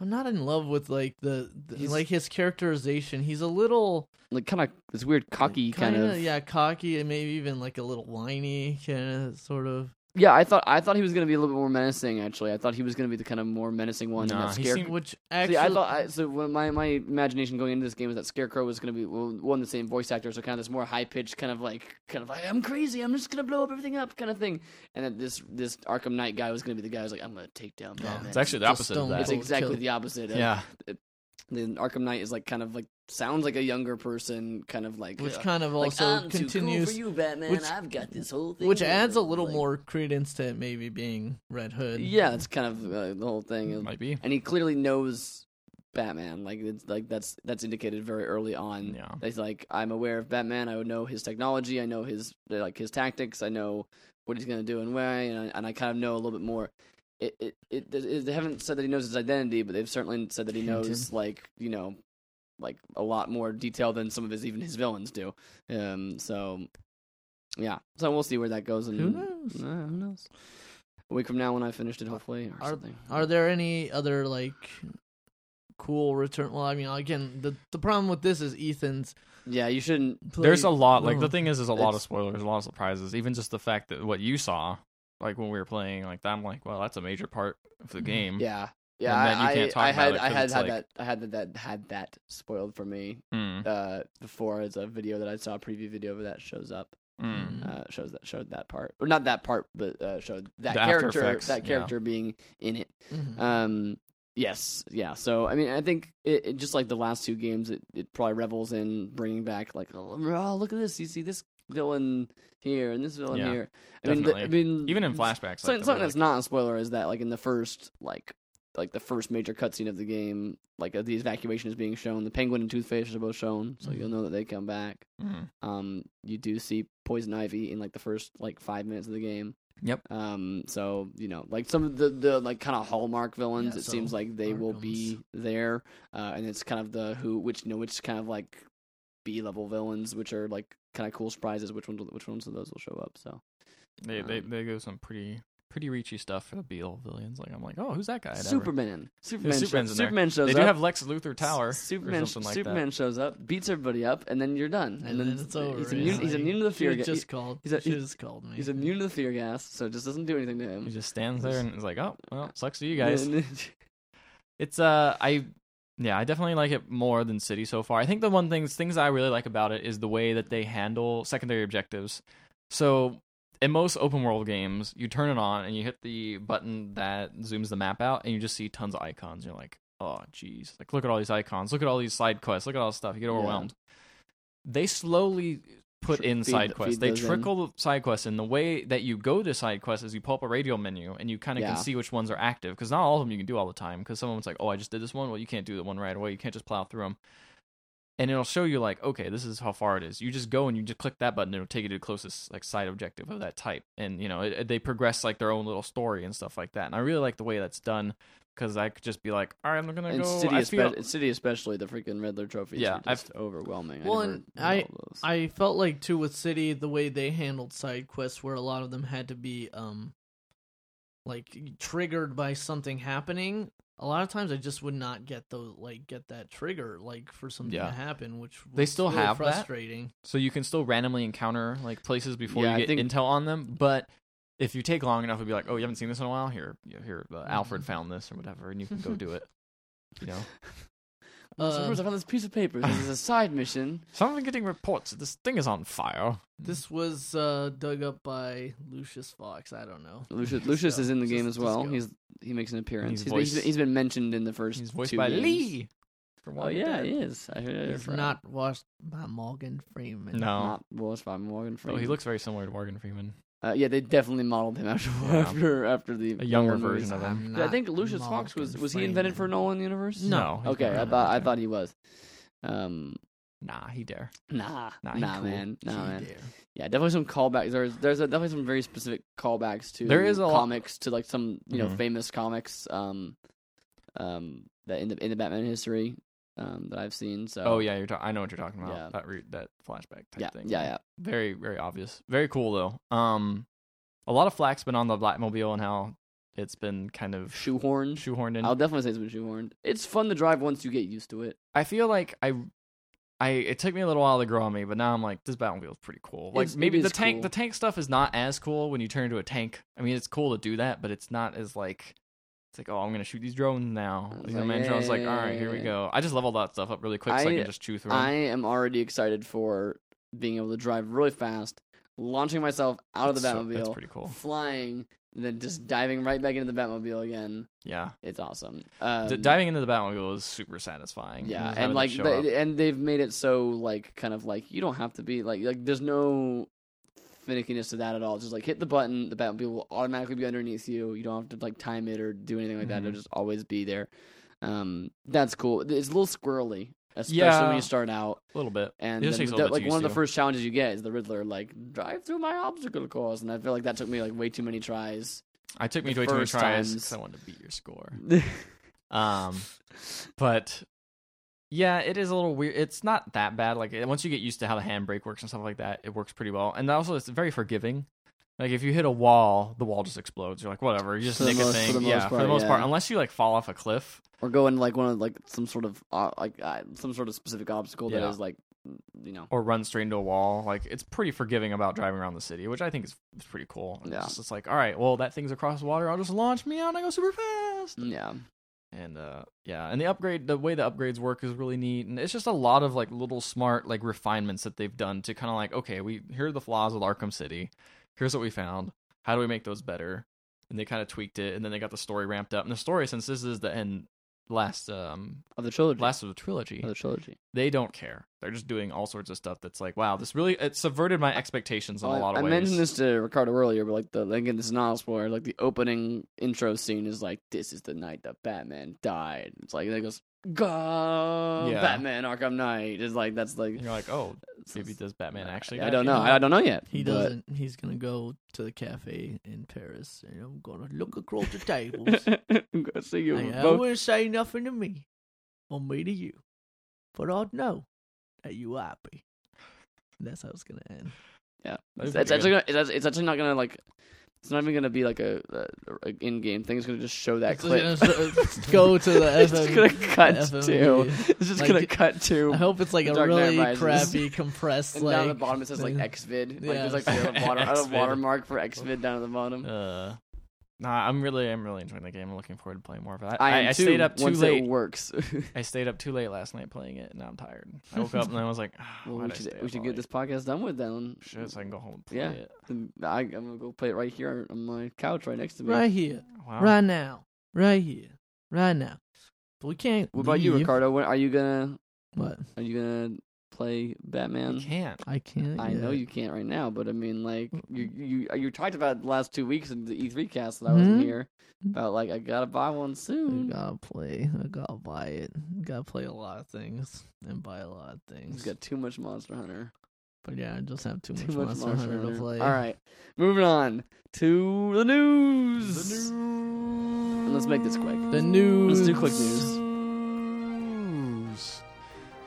Speaker 3: I'm not in love with like the, the-
Speaker 1: He's-
Speaker 3: like his characterization. He's a little
Speaker 1: like kind of this weird cocky kind
Speaker 3: kinda,
Speaker 1: of.
Speaker 3: yeah cocky and maybe even like a little whiny kind of sort of.
Speaker 1: Yeah, I thought I thought he was gonna be a little bit more menacing. Actually, I thought he was gonna be the kind of more menacing one. and
Speaker 2: Nah,
Speaker 1: that
Speaker 2: he
Speaker 1: scare-
Speaker 2: seemed-
Speaker 3: Which actually,
Speaker 1: See, I thought I, so. When my my imagination going into this game was that Scarecrow was going to be well, one the same voice actor, so kind of this more high pitched, kind of like, kind of like I'm crazy, I'm just going to blow up everything up, kind of thing. And that this this Arkham Knight guy was going to be the guy who's like, I'm going to take down
Speaker 3: Yeah,
Speaker 1: Batman.
Speaker 2: it's actually the
Speaker 3: Just
Speaker 2: opposite of
Speaker 3: don't
Speaker 2: that.
Speaker 1: It's
Speaker 3: cool,
Speaker 1: exactly
Speaker 3: chill.
Speaker 1: the opposite. Of,
Speaker 2: Yeah,
Speaker 1: The Arkham Knight is like kind of like sounds like a younger person, kind of like
Speaker 3: which
Speaker 1: uh,
Speaker 3: kind of
Speaker 1: like,
Speaker 3: also
Speaker 1: I'm too cool
Speaker 3: continues
Speaker 1: for you, Batman.
Speaker 3: which-
Speaker 1: I've got this whole thing,
Speaker 3: which adds a little
Speaker 1: like-
Speaker 3: more credence to it maybe being Red Hood.
Speaker 1: Yeah, it's kind of uh, the whole
Speaker 3: Mm,
Speaker 1: thing. is-
Speaker 2: might be.
Speaker 1: and he clearly knows Batman. Like it's like that's that's indicated very early on.
Speaker 2: Yeah.
Speaker 1: He's like, I'm aware of Batman. I would know his technology. I know his like his tactics. I know what he's gonna do and why. And I, and I kind of know a little bit more. It, it, it, it they haven't said that he knows his identity, but they've certainly said that he
Speaker 3: Hinted.
Speaker 1: knows like you know, like a lot more detail than some of his even his villains do. Um. So, yeah. So we'll see where that goes. And
Speaker 3: Who knows?
Speaker 1: Uh, who knows? A week from now, when I finished it, hopefully, or
Speaker 3: Are-
Speaker 1: something.
Speaker 3: Are there any other like cool return? Well, I mean, again, the the problem with this is Ethan's.
Speaker 1: Yeah, you shouldn't.
Speaker 3: Play-
Speaker 2: There's a lot. Like the
Speaker 3: Oh.
Speaker 2: thing is, is a lot of
Speaker 1: It's-
Speaker 2: spoilers, a lot of surprises. Even just the fact that what you saw, like when we were playing, like that, I'm like, well, that's a major part of the
Speaker 3: Mhm.
Speaker 2: game.
Speaker 1: Mm-hmm. Yeah, yeah.
Speaker 2: Mm-hmm. And then you
Speaker 1: I,
Speaker 2: can't
Speaker 1: I-
Speaker 2: talk
Speaker 1: I
Speaker 2: about
Speaker 1: had,
Speaker 2: it
Speaker 1: I
Speaker 2: 'cause
Speaker 1: had
Speaker 2: it's
Speaker 1: had
Speaker 2: like-
Speaker 1: that, I had that, that had that spoiled for me
Speaker 2: Mm,
Speaker 1: uh, before. It's a video that I saw, a preview video of that shows up,
Speaker 2: mm.
Speaker 1: uh, shows that showed that part, or not that part, but uh, showed that
Speaker 2: The After
Speaker 1: character,
Speaker 2: Effects,
Speaker 1: that
Speaker 2: yeah. Mm-hmm.
Speaker 1: character being in it.
Speaker 3: Mhm.
Speaker 1: Um, yes, yeah. So I mean, I think it, it just like the last two games, it, it probably revels in bringing back like, oh, oh, look at this. You see this villain here and this villain
Speaker 2: Yeah,
Speaker 1: here. I mean, the, I
Speaker 2: definitely.
Speaker 1: mean,
Speaker 2: Even in
Speaker 1: it's- Mm-hmm.
Speaker 2: flashbacks,
Speaker 1: Something,
Speaker 2: like,
Speaker 1: something
Speaker 2: they're
Speaker 1: that's not a spoiler is that like in the first like like the first major cutscene of the game, like uh, the evacuation is being shown. The Penguin and Toothface are both shown, so
Speaker 2: Mm-hmm.
Speaker 1: you'll know that they come back.
Speaker 2: like, mm.
Speaker 1: Um, you do see Poison Ivy in like the first like five minutes of the game.
Speaker 2: Yep.
Speaker 1: Um, so you know, like some of the the like kind of hallmark villains,
Speaker 3: Yeah,
Speaker 1: it seems
Speaker 3: so
Speaker 1: like they
Speaker 3: our
Speaker 1: will be there, uh, and it's kind of the who, which you know, which kind of like B level villains, which are like kind of cool surprises. Which ones? Which ones of those will show up? So
Speaker 2: They they
Speaker 1: Um,
Speaker 2: they go some pretty pretty reachy stuff for the Beale villains. Like I'm like, oh, who's that guy? I'd ever-
Speaker 1: Superman, Superman, shows,
Speaker 2: Superman's in there.
Speaker 1: Superman shows
Speaker 2: They
Speaker 1: up.
Speaker 2: do have Lex Luthor Tower.
Speaker 1: Superman,
Speaker 2: or something like
Speaker 1: Superman shows up, beats everybody up, and then you're done.
Speaker 3: and, then, it's over.
Speaker 1: He's
Speaker 3: right?
Speaker 1: immune, he's
Speaker 3: Like,
Speaker 1: immune to the fear
Speaker 3: should've
Speaker 1: gas.
Speaker 3: Just called.
Speaker 1: he's a-
Speaker 3: should've
Speaker 1: he's-
Speaker 3: just called me.
Speaker 1: He's immune to the fear gas, so it just doesn't do anything to
Speaker 2: that.
Speaker 1: him.
Speaker 2: He just stands there and is like, oh, well, sucks to you guys.
Speaker 1: And-
Speaker 2: It's uh, I yeah, I definitely like it more than City so far. I think the one things things I really like about it is the way that they handle secondary objectives. So in most open world games, you turn it on and you hit the button that zooms the map out, and you just see tons of icons. You're like, oh, jeez, like look at all these icons, look at all these side quests, look at all this stuff. You get
Speaker 1: Yeah.
Speaker 2: overwhelmed. They slowly put
Speaker 1: Tr-
Speaker 2: in
Speaker 1: feed-
Speaker 2: side quests.
Speaker 1: feed
Speaker 2: They
Speaker 1: those in.
Speaker 2: trickle side quests in the way that you go to side quests is you pull up a radial menu and you kind of
Speaker 1: Yeah.
Speaker 2: can see which ones are active because not all of them you can do all the time because someone's like, oh, I just did this one. Well, you can't do the one right away. You can't just plow through them. And it'll show you like, okay, this is how far it is. You just go and you just click that button. It'll take you to the closest like side objective of that type. And you know it, it- they progress like their own little story and stuff like that. And I really like the way that's done because I could just be like, all right, I'm gonna
Speaker 1: And
Speaker 2: go.
Speaker 1: City,
Speaker 2: I
Speaker 1: espe-
Speaker 2: feel-
Speaker 1: City especially, the freaking Riddler trophies
Speaker 2: Yeah,
Speaker 1: yeah, are just overwhelming.
Speaker 3: Well,
Speaker 1: I never
Speaker 3: and
Speaker 1: did
Speaker 3: I-
Speaker 1: all those.
Speaker 3: I felt like too with City the way they handled side quests where a lot of them had to be um like triggered by something happening. A lot of times I just would not get those like get that trigger like for something
Speaker 2: Yeah.
Speaker 3: to happen, which
Speaker 2: They
Speaker 3: was
Speaker 2: still
Speaker 3: really
Speaker 2: have that?
Speaker 3: frustrating.
Speaker 2: so you can still randomly encounter like places before
Speaker 1: Yeah, I
Speaker 2: you get
Speaker 1: think-
Speaker 2: intel on them but if you take long enough it'll be like oh you haven't seen this in a while here you know, here
Speaker 1: Mm-hmm.
Speaker 2: uh, alfred found this or whatever and you can go do it you know
Speaker 1: so
Speaker 3: Uh,
Speaker 1: first I found this piece of paper. This is a side mission.
Speaker 2: so i'm getting reports that this thing is on fire
Speaker 3: this was uh, dug up by Lucius Fox. I don't know.
Speaker 1: Lucius, Lucius
Speaker 3: go.
Speaker 1: is in the
Speaker 3: Just-
Speaker 1: game as
Speaker 3: just
Speaker 1: well.
Speaker 3: go.
Speaker 1: He's he makes an appearance. He's,
Speaker 2: He's
Speaker 1: been- he's
Speaker 2: voiced-
Speaker 1: been, he's been mentioned in the first.
Speaker 2: he's voiced
Speaker 1: two
Speaker 2: by
Speaker 1: games.
Speaker 2: lee from
Speaker 1: Oh
Speaker 2: Walking
Speaker 1: yeah,
Speaker 2: Dead.
Speaker 1: he is. I heard it
Speaker 3: It's
Speaker 1: from
Speaker 3: not watched by Morgan Freeman.
Speaker 2: no
Speaker 1: not voiced by Morgan
Speaker 2: oh
Speaker 1: Freeman.
Speaker 2: he looks very similar to morgan freeman
Speaker 1: Uh, yeah, they definitely modeled him after
Speaker 2: Yeah.
Speaker 1: after after the
Speaker 2: a younger
Speaker 1: Nolan movies.
Speaker 2: version of him
Speaker 1: Yeah, I think Lucius Fox was was he invented for Nolan universe?
Speaker 3: No.
Speaker 2: he's
Speaker 1: Okay,
Speaker 2: not.
Speaker 1: I thought I thought he was. Um,
Speaker 2: nah he dare
Speaker 1: nah,
Speaker 2: Nah,
Speaker 1: nah,
Speaker 2: he cool.
Speaker 1: man, nah, man. Yeah, definitely some callbacks. There's there's a, definitely some very specific callbacks to
Speaker 2: There is a lot-
Speaker 1: comics to like some you know
Speaker 2: Mhm.
Speaker 1: famous comics um um that in the in the Batman history um that I've seen. So
Speaker 2: oh yeah you're ta- i know what you're talking about
Speaker 1: Yeah.
Speaker 2: that re- that flashback type
Speaker 1: yeah,
Speaker 2: thing
Speaker 1: yeah, yeah.
Speaker 2: very very obvious very cool though um a lot of flack's been on the blackmobile and how it's been kind of
Speaker 1: Shoehorned.
Speaker 2: shoehorned in
Speaker 1: I'll definitely say it's been shoehorned. It's fun to drive once you get used to it.
Speaker 2: i feel like i i it took me a little while to grow on me but now i'm like this batmobile is pretty cool like
Speaker 1: It's- it
Speaker 2: maybe the
Speaker 1: is
Speaker 2: tank
Speaker 1: cool.
Speaker 2: the tank stuff is not as cool when you turn into a tank i mean it's cool to do that but it's not as like it's like oh i'm gonna shoot these drones now
Speaker 1: I was
Speaker 2: you know
Speaker 1: like,
Speaker 2: man
Speaker 1: yeah,
Speaker 2: drones
Speaker 1: yeah,
Speaker 2: like all
Speaker 1: yeah,
Speaker 2: right
Speaker 1: yeah,
Speaker 2: here we
Speaker 1: yeah.
Speaker 2: go i just level that stuff up really quick so i
Speaker 1: I-
Speaker 2: can just chew through 'em.
Speaker 1: I am already excited for being able to drive really fast, launching myself out of the
Speaker 2: So- that's
Speaker 1: Batmobile,
Speaker 2: pretty cool
Speaker 1: flying, and then just diving right back into the Batmobile again.
Speaker 2: yeah
Speaker 1: It's awesome. Um,
Speaker 2: D- diving into the batmobile is super satisfying
Speaker 1: Yeah,
Speaker 2: Just having
Speaker 1: and
Speaker 2: it
Speaker 1: like,
Speaker 2: show
Speaker 1: the-
Speaker 2: up.
Speaker 1: and they've made it so like kind of like you don't have to be like like there's no finickiness to that at all. Just like hit the button, the Batmobile will automatically be underneath you. You don't have to like time it or do anything like that. It'll
Speaker 2: Mhm.
Speaker 1: just always be there. Um, that's cool. It's a little squirrely, especially when
Speaker 2: Yeah.
Speaker 1: you start out.
Speaker 2: a little bit
Speaker 1: And
Speaker 2: It just
Speaker 1: then
Speaker 2: takes a
Speaker 1: the-
Speaker 2: little bit
Speaker 1: like
Speaker 2: to
Speaker 1: one of
Speaker 2: use
Speaker 1: the
Speaker 2: to.
Speaker 1: first challenges you get is the Riddler like drive through my obstacle course, and I feel like that took me like way too many tries.
Speaker 2: I took me
Speaker 1: the
Speaker 2: way too many
Speaker 1: first
Speaker 2: tries
Speaker 1: times.
Speaker 2: because I wanted to beat your score. Um, but yeah, it is a little weird. It's not that bad. Like eh, once you get used to how the handbrake works and stuff like that, it works pretty well. And also, it's very forgiving. Like if you hit a wall, the wall just explodes. You're like, whatever. You just
Speaker 1: For the
Speaker 2: nick a
Speaker 1: most- for
Speaker 2: thing.
Speaker 1: the most
Speaker 2: yeah, for the
Speaker 1: part,
Speaker 2: most
Speaker 1: yeah.
Speaker 2: part, unless you like fall off a cliff.
Speaker 1: or go into like one of like some sort of uh, like uh, some sort of specific obstacle that
Speaker 2: Yeah.
Speaker 1: is like you know
Speaker 2: or run straight into a wall. Like it's pretty forgiving about driving around the city, which I think is, is pretty cool. It's
Speaker 1: Yeah.
Speaker 2: just- it's like, all right, well that thing's across the water. I'll just launch me out and I go super fast.
Speaker 1: yeah
Speaker 2: and uh yeah and the upgrade the way the upgrades work is really neat and it's just a lot of like little smart like refinements that they've done to kind of like okay we here are the flaws with arkham city here's what we found how do we make those better and they kind of tweaked it and then they got the story ramped up and the story since this is the end last um
Speaker 1: of the trilogy
Speaker 2: last of the trilogy
Speaker 1: of the trilogy.
Speaker 2: they don't care they're just doing all sorts of stuff that's like wow this really it subverted my expectations in
Speaker 1: Well,
Speaker 2: a
Speaker 1: I-
Speaker 2: lot of
Speaker 1: Oh, I
Speaker 2: ways
Speaker 1: mentioned this to Ricardo earlier, but like the like, again, this is not a spoiler. Like the opening intro scene is like, "This is the night that Batman died." It's like it goes, "God,
Speaker 2: Yeah.
Speaker 1: Batman Arkham Knight." It's like that's like
Speaker 2: and you're like oh maybe does batman actually
Speaker 1: I
Speaker 2: die?
Speaker 1: don't know.
Speaker 2: Yeah.
Speaker 1: I don't know yet.
Speaker 3: He
Speaker 1: but-
Speaker 3: doesn't. He's gonna go to the cafe in Paris, and I'm gonna look across the tables.
Speaker 1: I'm gonna see you.
Speaker 3: I
Speaker 1: both-
Speaker 3: won't say nothing to me, or me to you, but I'd know that you happy. That's how it's gonna end.
Speaker 2: That'd
Speaker 1: It's,
Speaker 2: be
Speaker 1: it's
Speaker 2: pretty
Speaker 1: actually
Speaker 2: good.
Speaker 1: gonna, it's, actually- it's actually not gonna like. It's not even gonna be like a, a, a in-game thing. It's gonna just show that clip.
Speaker 3: go to the.
Speaker 1: it's just gonna cut to. It's just
Speaker 3: Like,
Speaker 1: gonna cut to.
Speaker 3: I hope it's like
Speaker 1: The
Speaker 3: a
Speaker 1: Dark Knight
Speaker 3: really
Speaker 1: Rises.
Speaker 3: crappy compressed
Speaker 1: and
Speaker 3: like.
Speaker 1: down at the bottom it says like
Speaker 3: thing.
Speaker 1: XVid. Like
Speaker 3: Yeah.
Speaker 1: there's like a water, a
Speaker 2: XVid.
Speaker 1: watermark for XVid down at the bottom.
Speaker 2: uh Nah, I'm really, I'm really enjoying the game. I'm looking forward to playing more of it. I,
Speaker 1: I, am
Speaker 2: I, I
Speaker 1: too,
Speaker 2: stayed up too
Speaker 1: once
Speaker 2: late.
Speaker 1: It works.
Speaker 2: I stayed up too late last night playing it, and now I'm tired. I woke up and I was like, "Ah,
Speaker 1: well,
Speaker 2: why'd
Speaker 1: we
Speaker 2: I
Speaker 1: should
Speaker 2: stay
Speaker 1: we
Speaker 2: up
Speaker 1: should
Speaker 2: all
Speaker 1: get
Speaker 2: night?
Speaker 1: this podcast done with then.
Speaker 2: shit so I can go home and play
Speaker 1: Yeah.
Speaker 2: it.
Speaker 1: I, I'm gonna go play it right here on my couch right next to me.
Speaker 3: Right here,
Speaker 2: Wow.
Speaker 3: right now, right here, right now. But we can't.
Speaker 1: What about you,
Speaker 3: leave.
Speaker 1: Ricardo? When, are you gonna
Speaker 3: What?
Speaker 1: are you gonna play Batman?
Speaker 2: You can't.
Speaker 3: I can't.
Speaker 1: I know
Speaker 3: yet.
Speaker 1: you can't right now, but I mean, like you you uh, you talked about the last two weeks in the E3 cast that I was
Speaker 3: Hmm?
Speaker 1: in here about like I gotta buy one
Speaker 3: I
Speaker 1: soon.
Speaker 3: gotta play. I gotta buy it. Gotta play a lot of things and buy a lot of
Speaker 1: He's
Speaker 3: things.
Speaker 1: got too much Monster Hunter.
Speaker 3: But yeah, I just have too,
Speaker 1: Too
Speaker 3: much,
Speaker 1: much
Speaker 3: Monster Hunter to play.
Speaker 1: All right, moving on to the news.
Speaker 2: news.
Speaker 1: And let's make this quick.
Speaker 3: The news.
Speaker 1: Let's do quick news.
Speaker 2: news.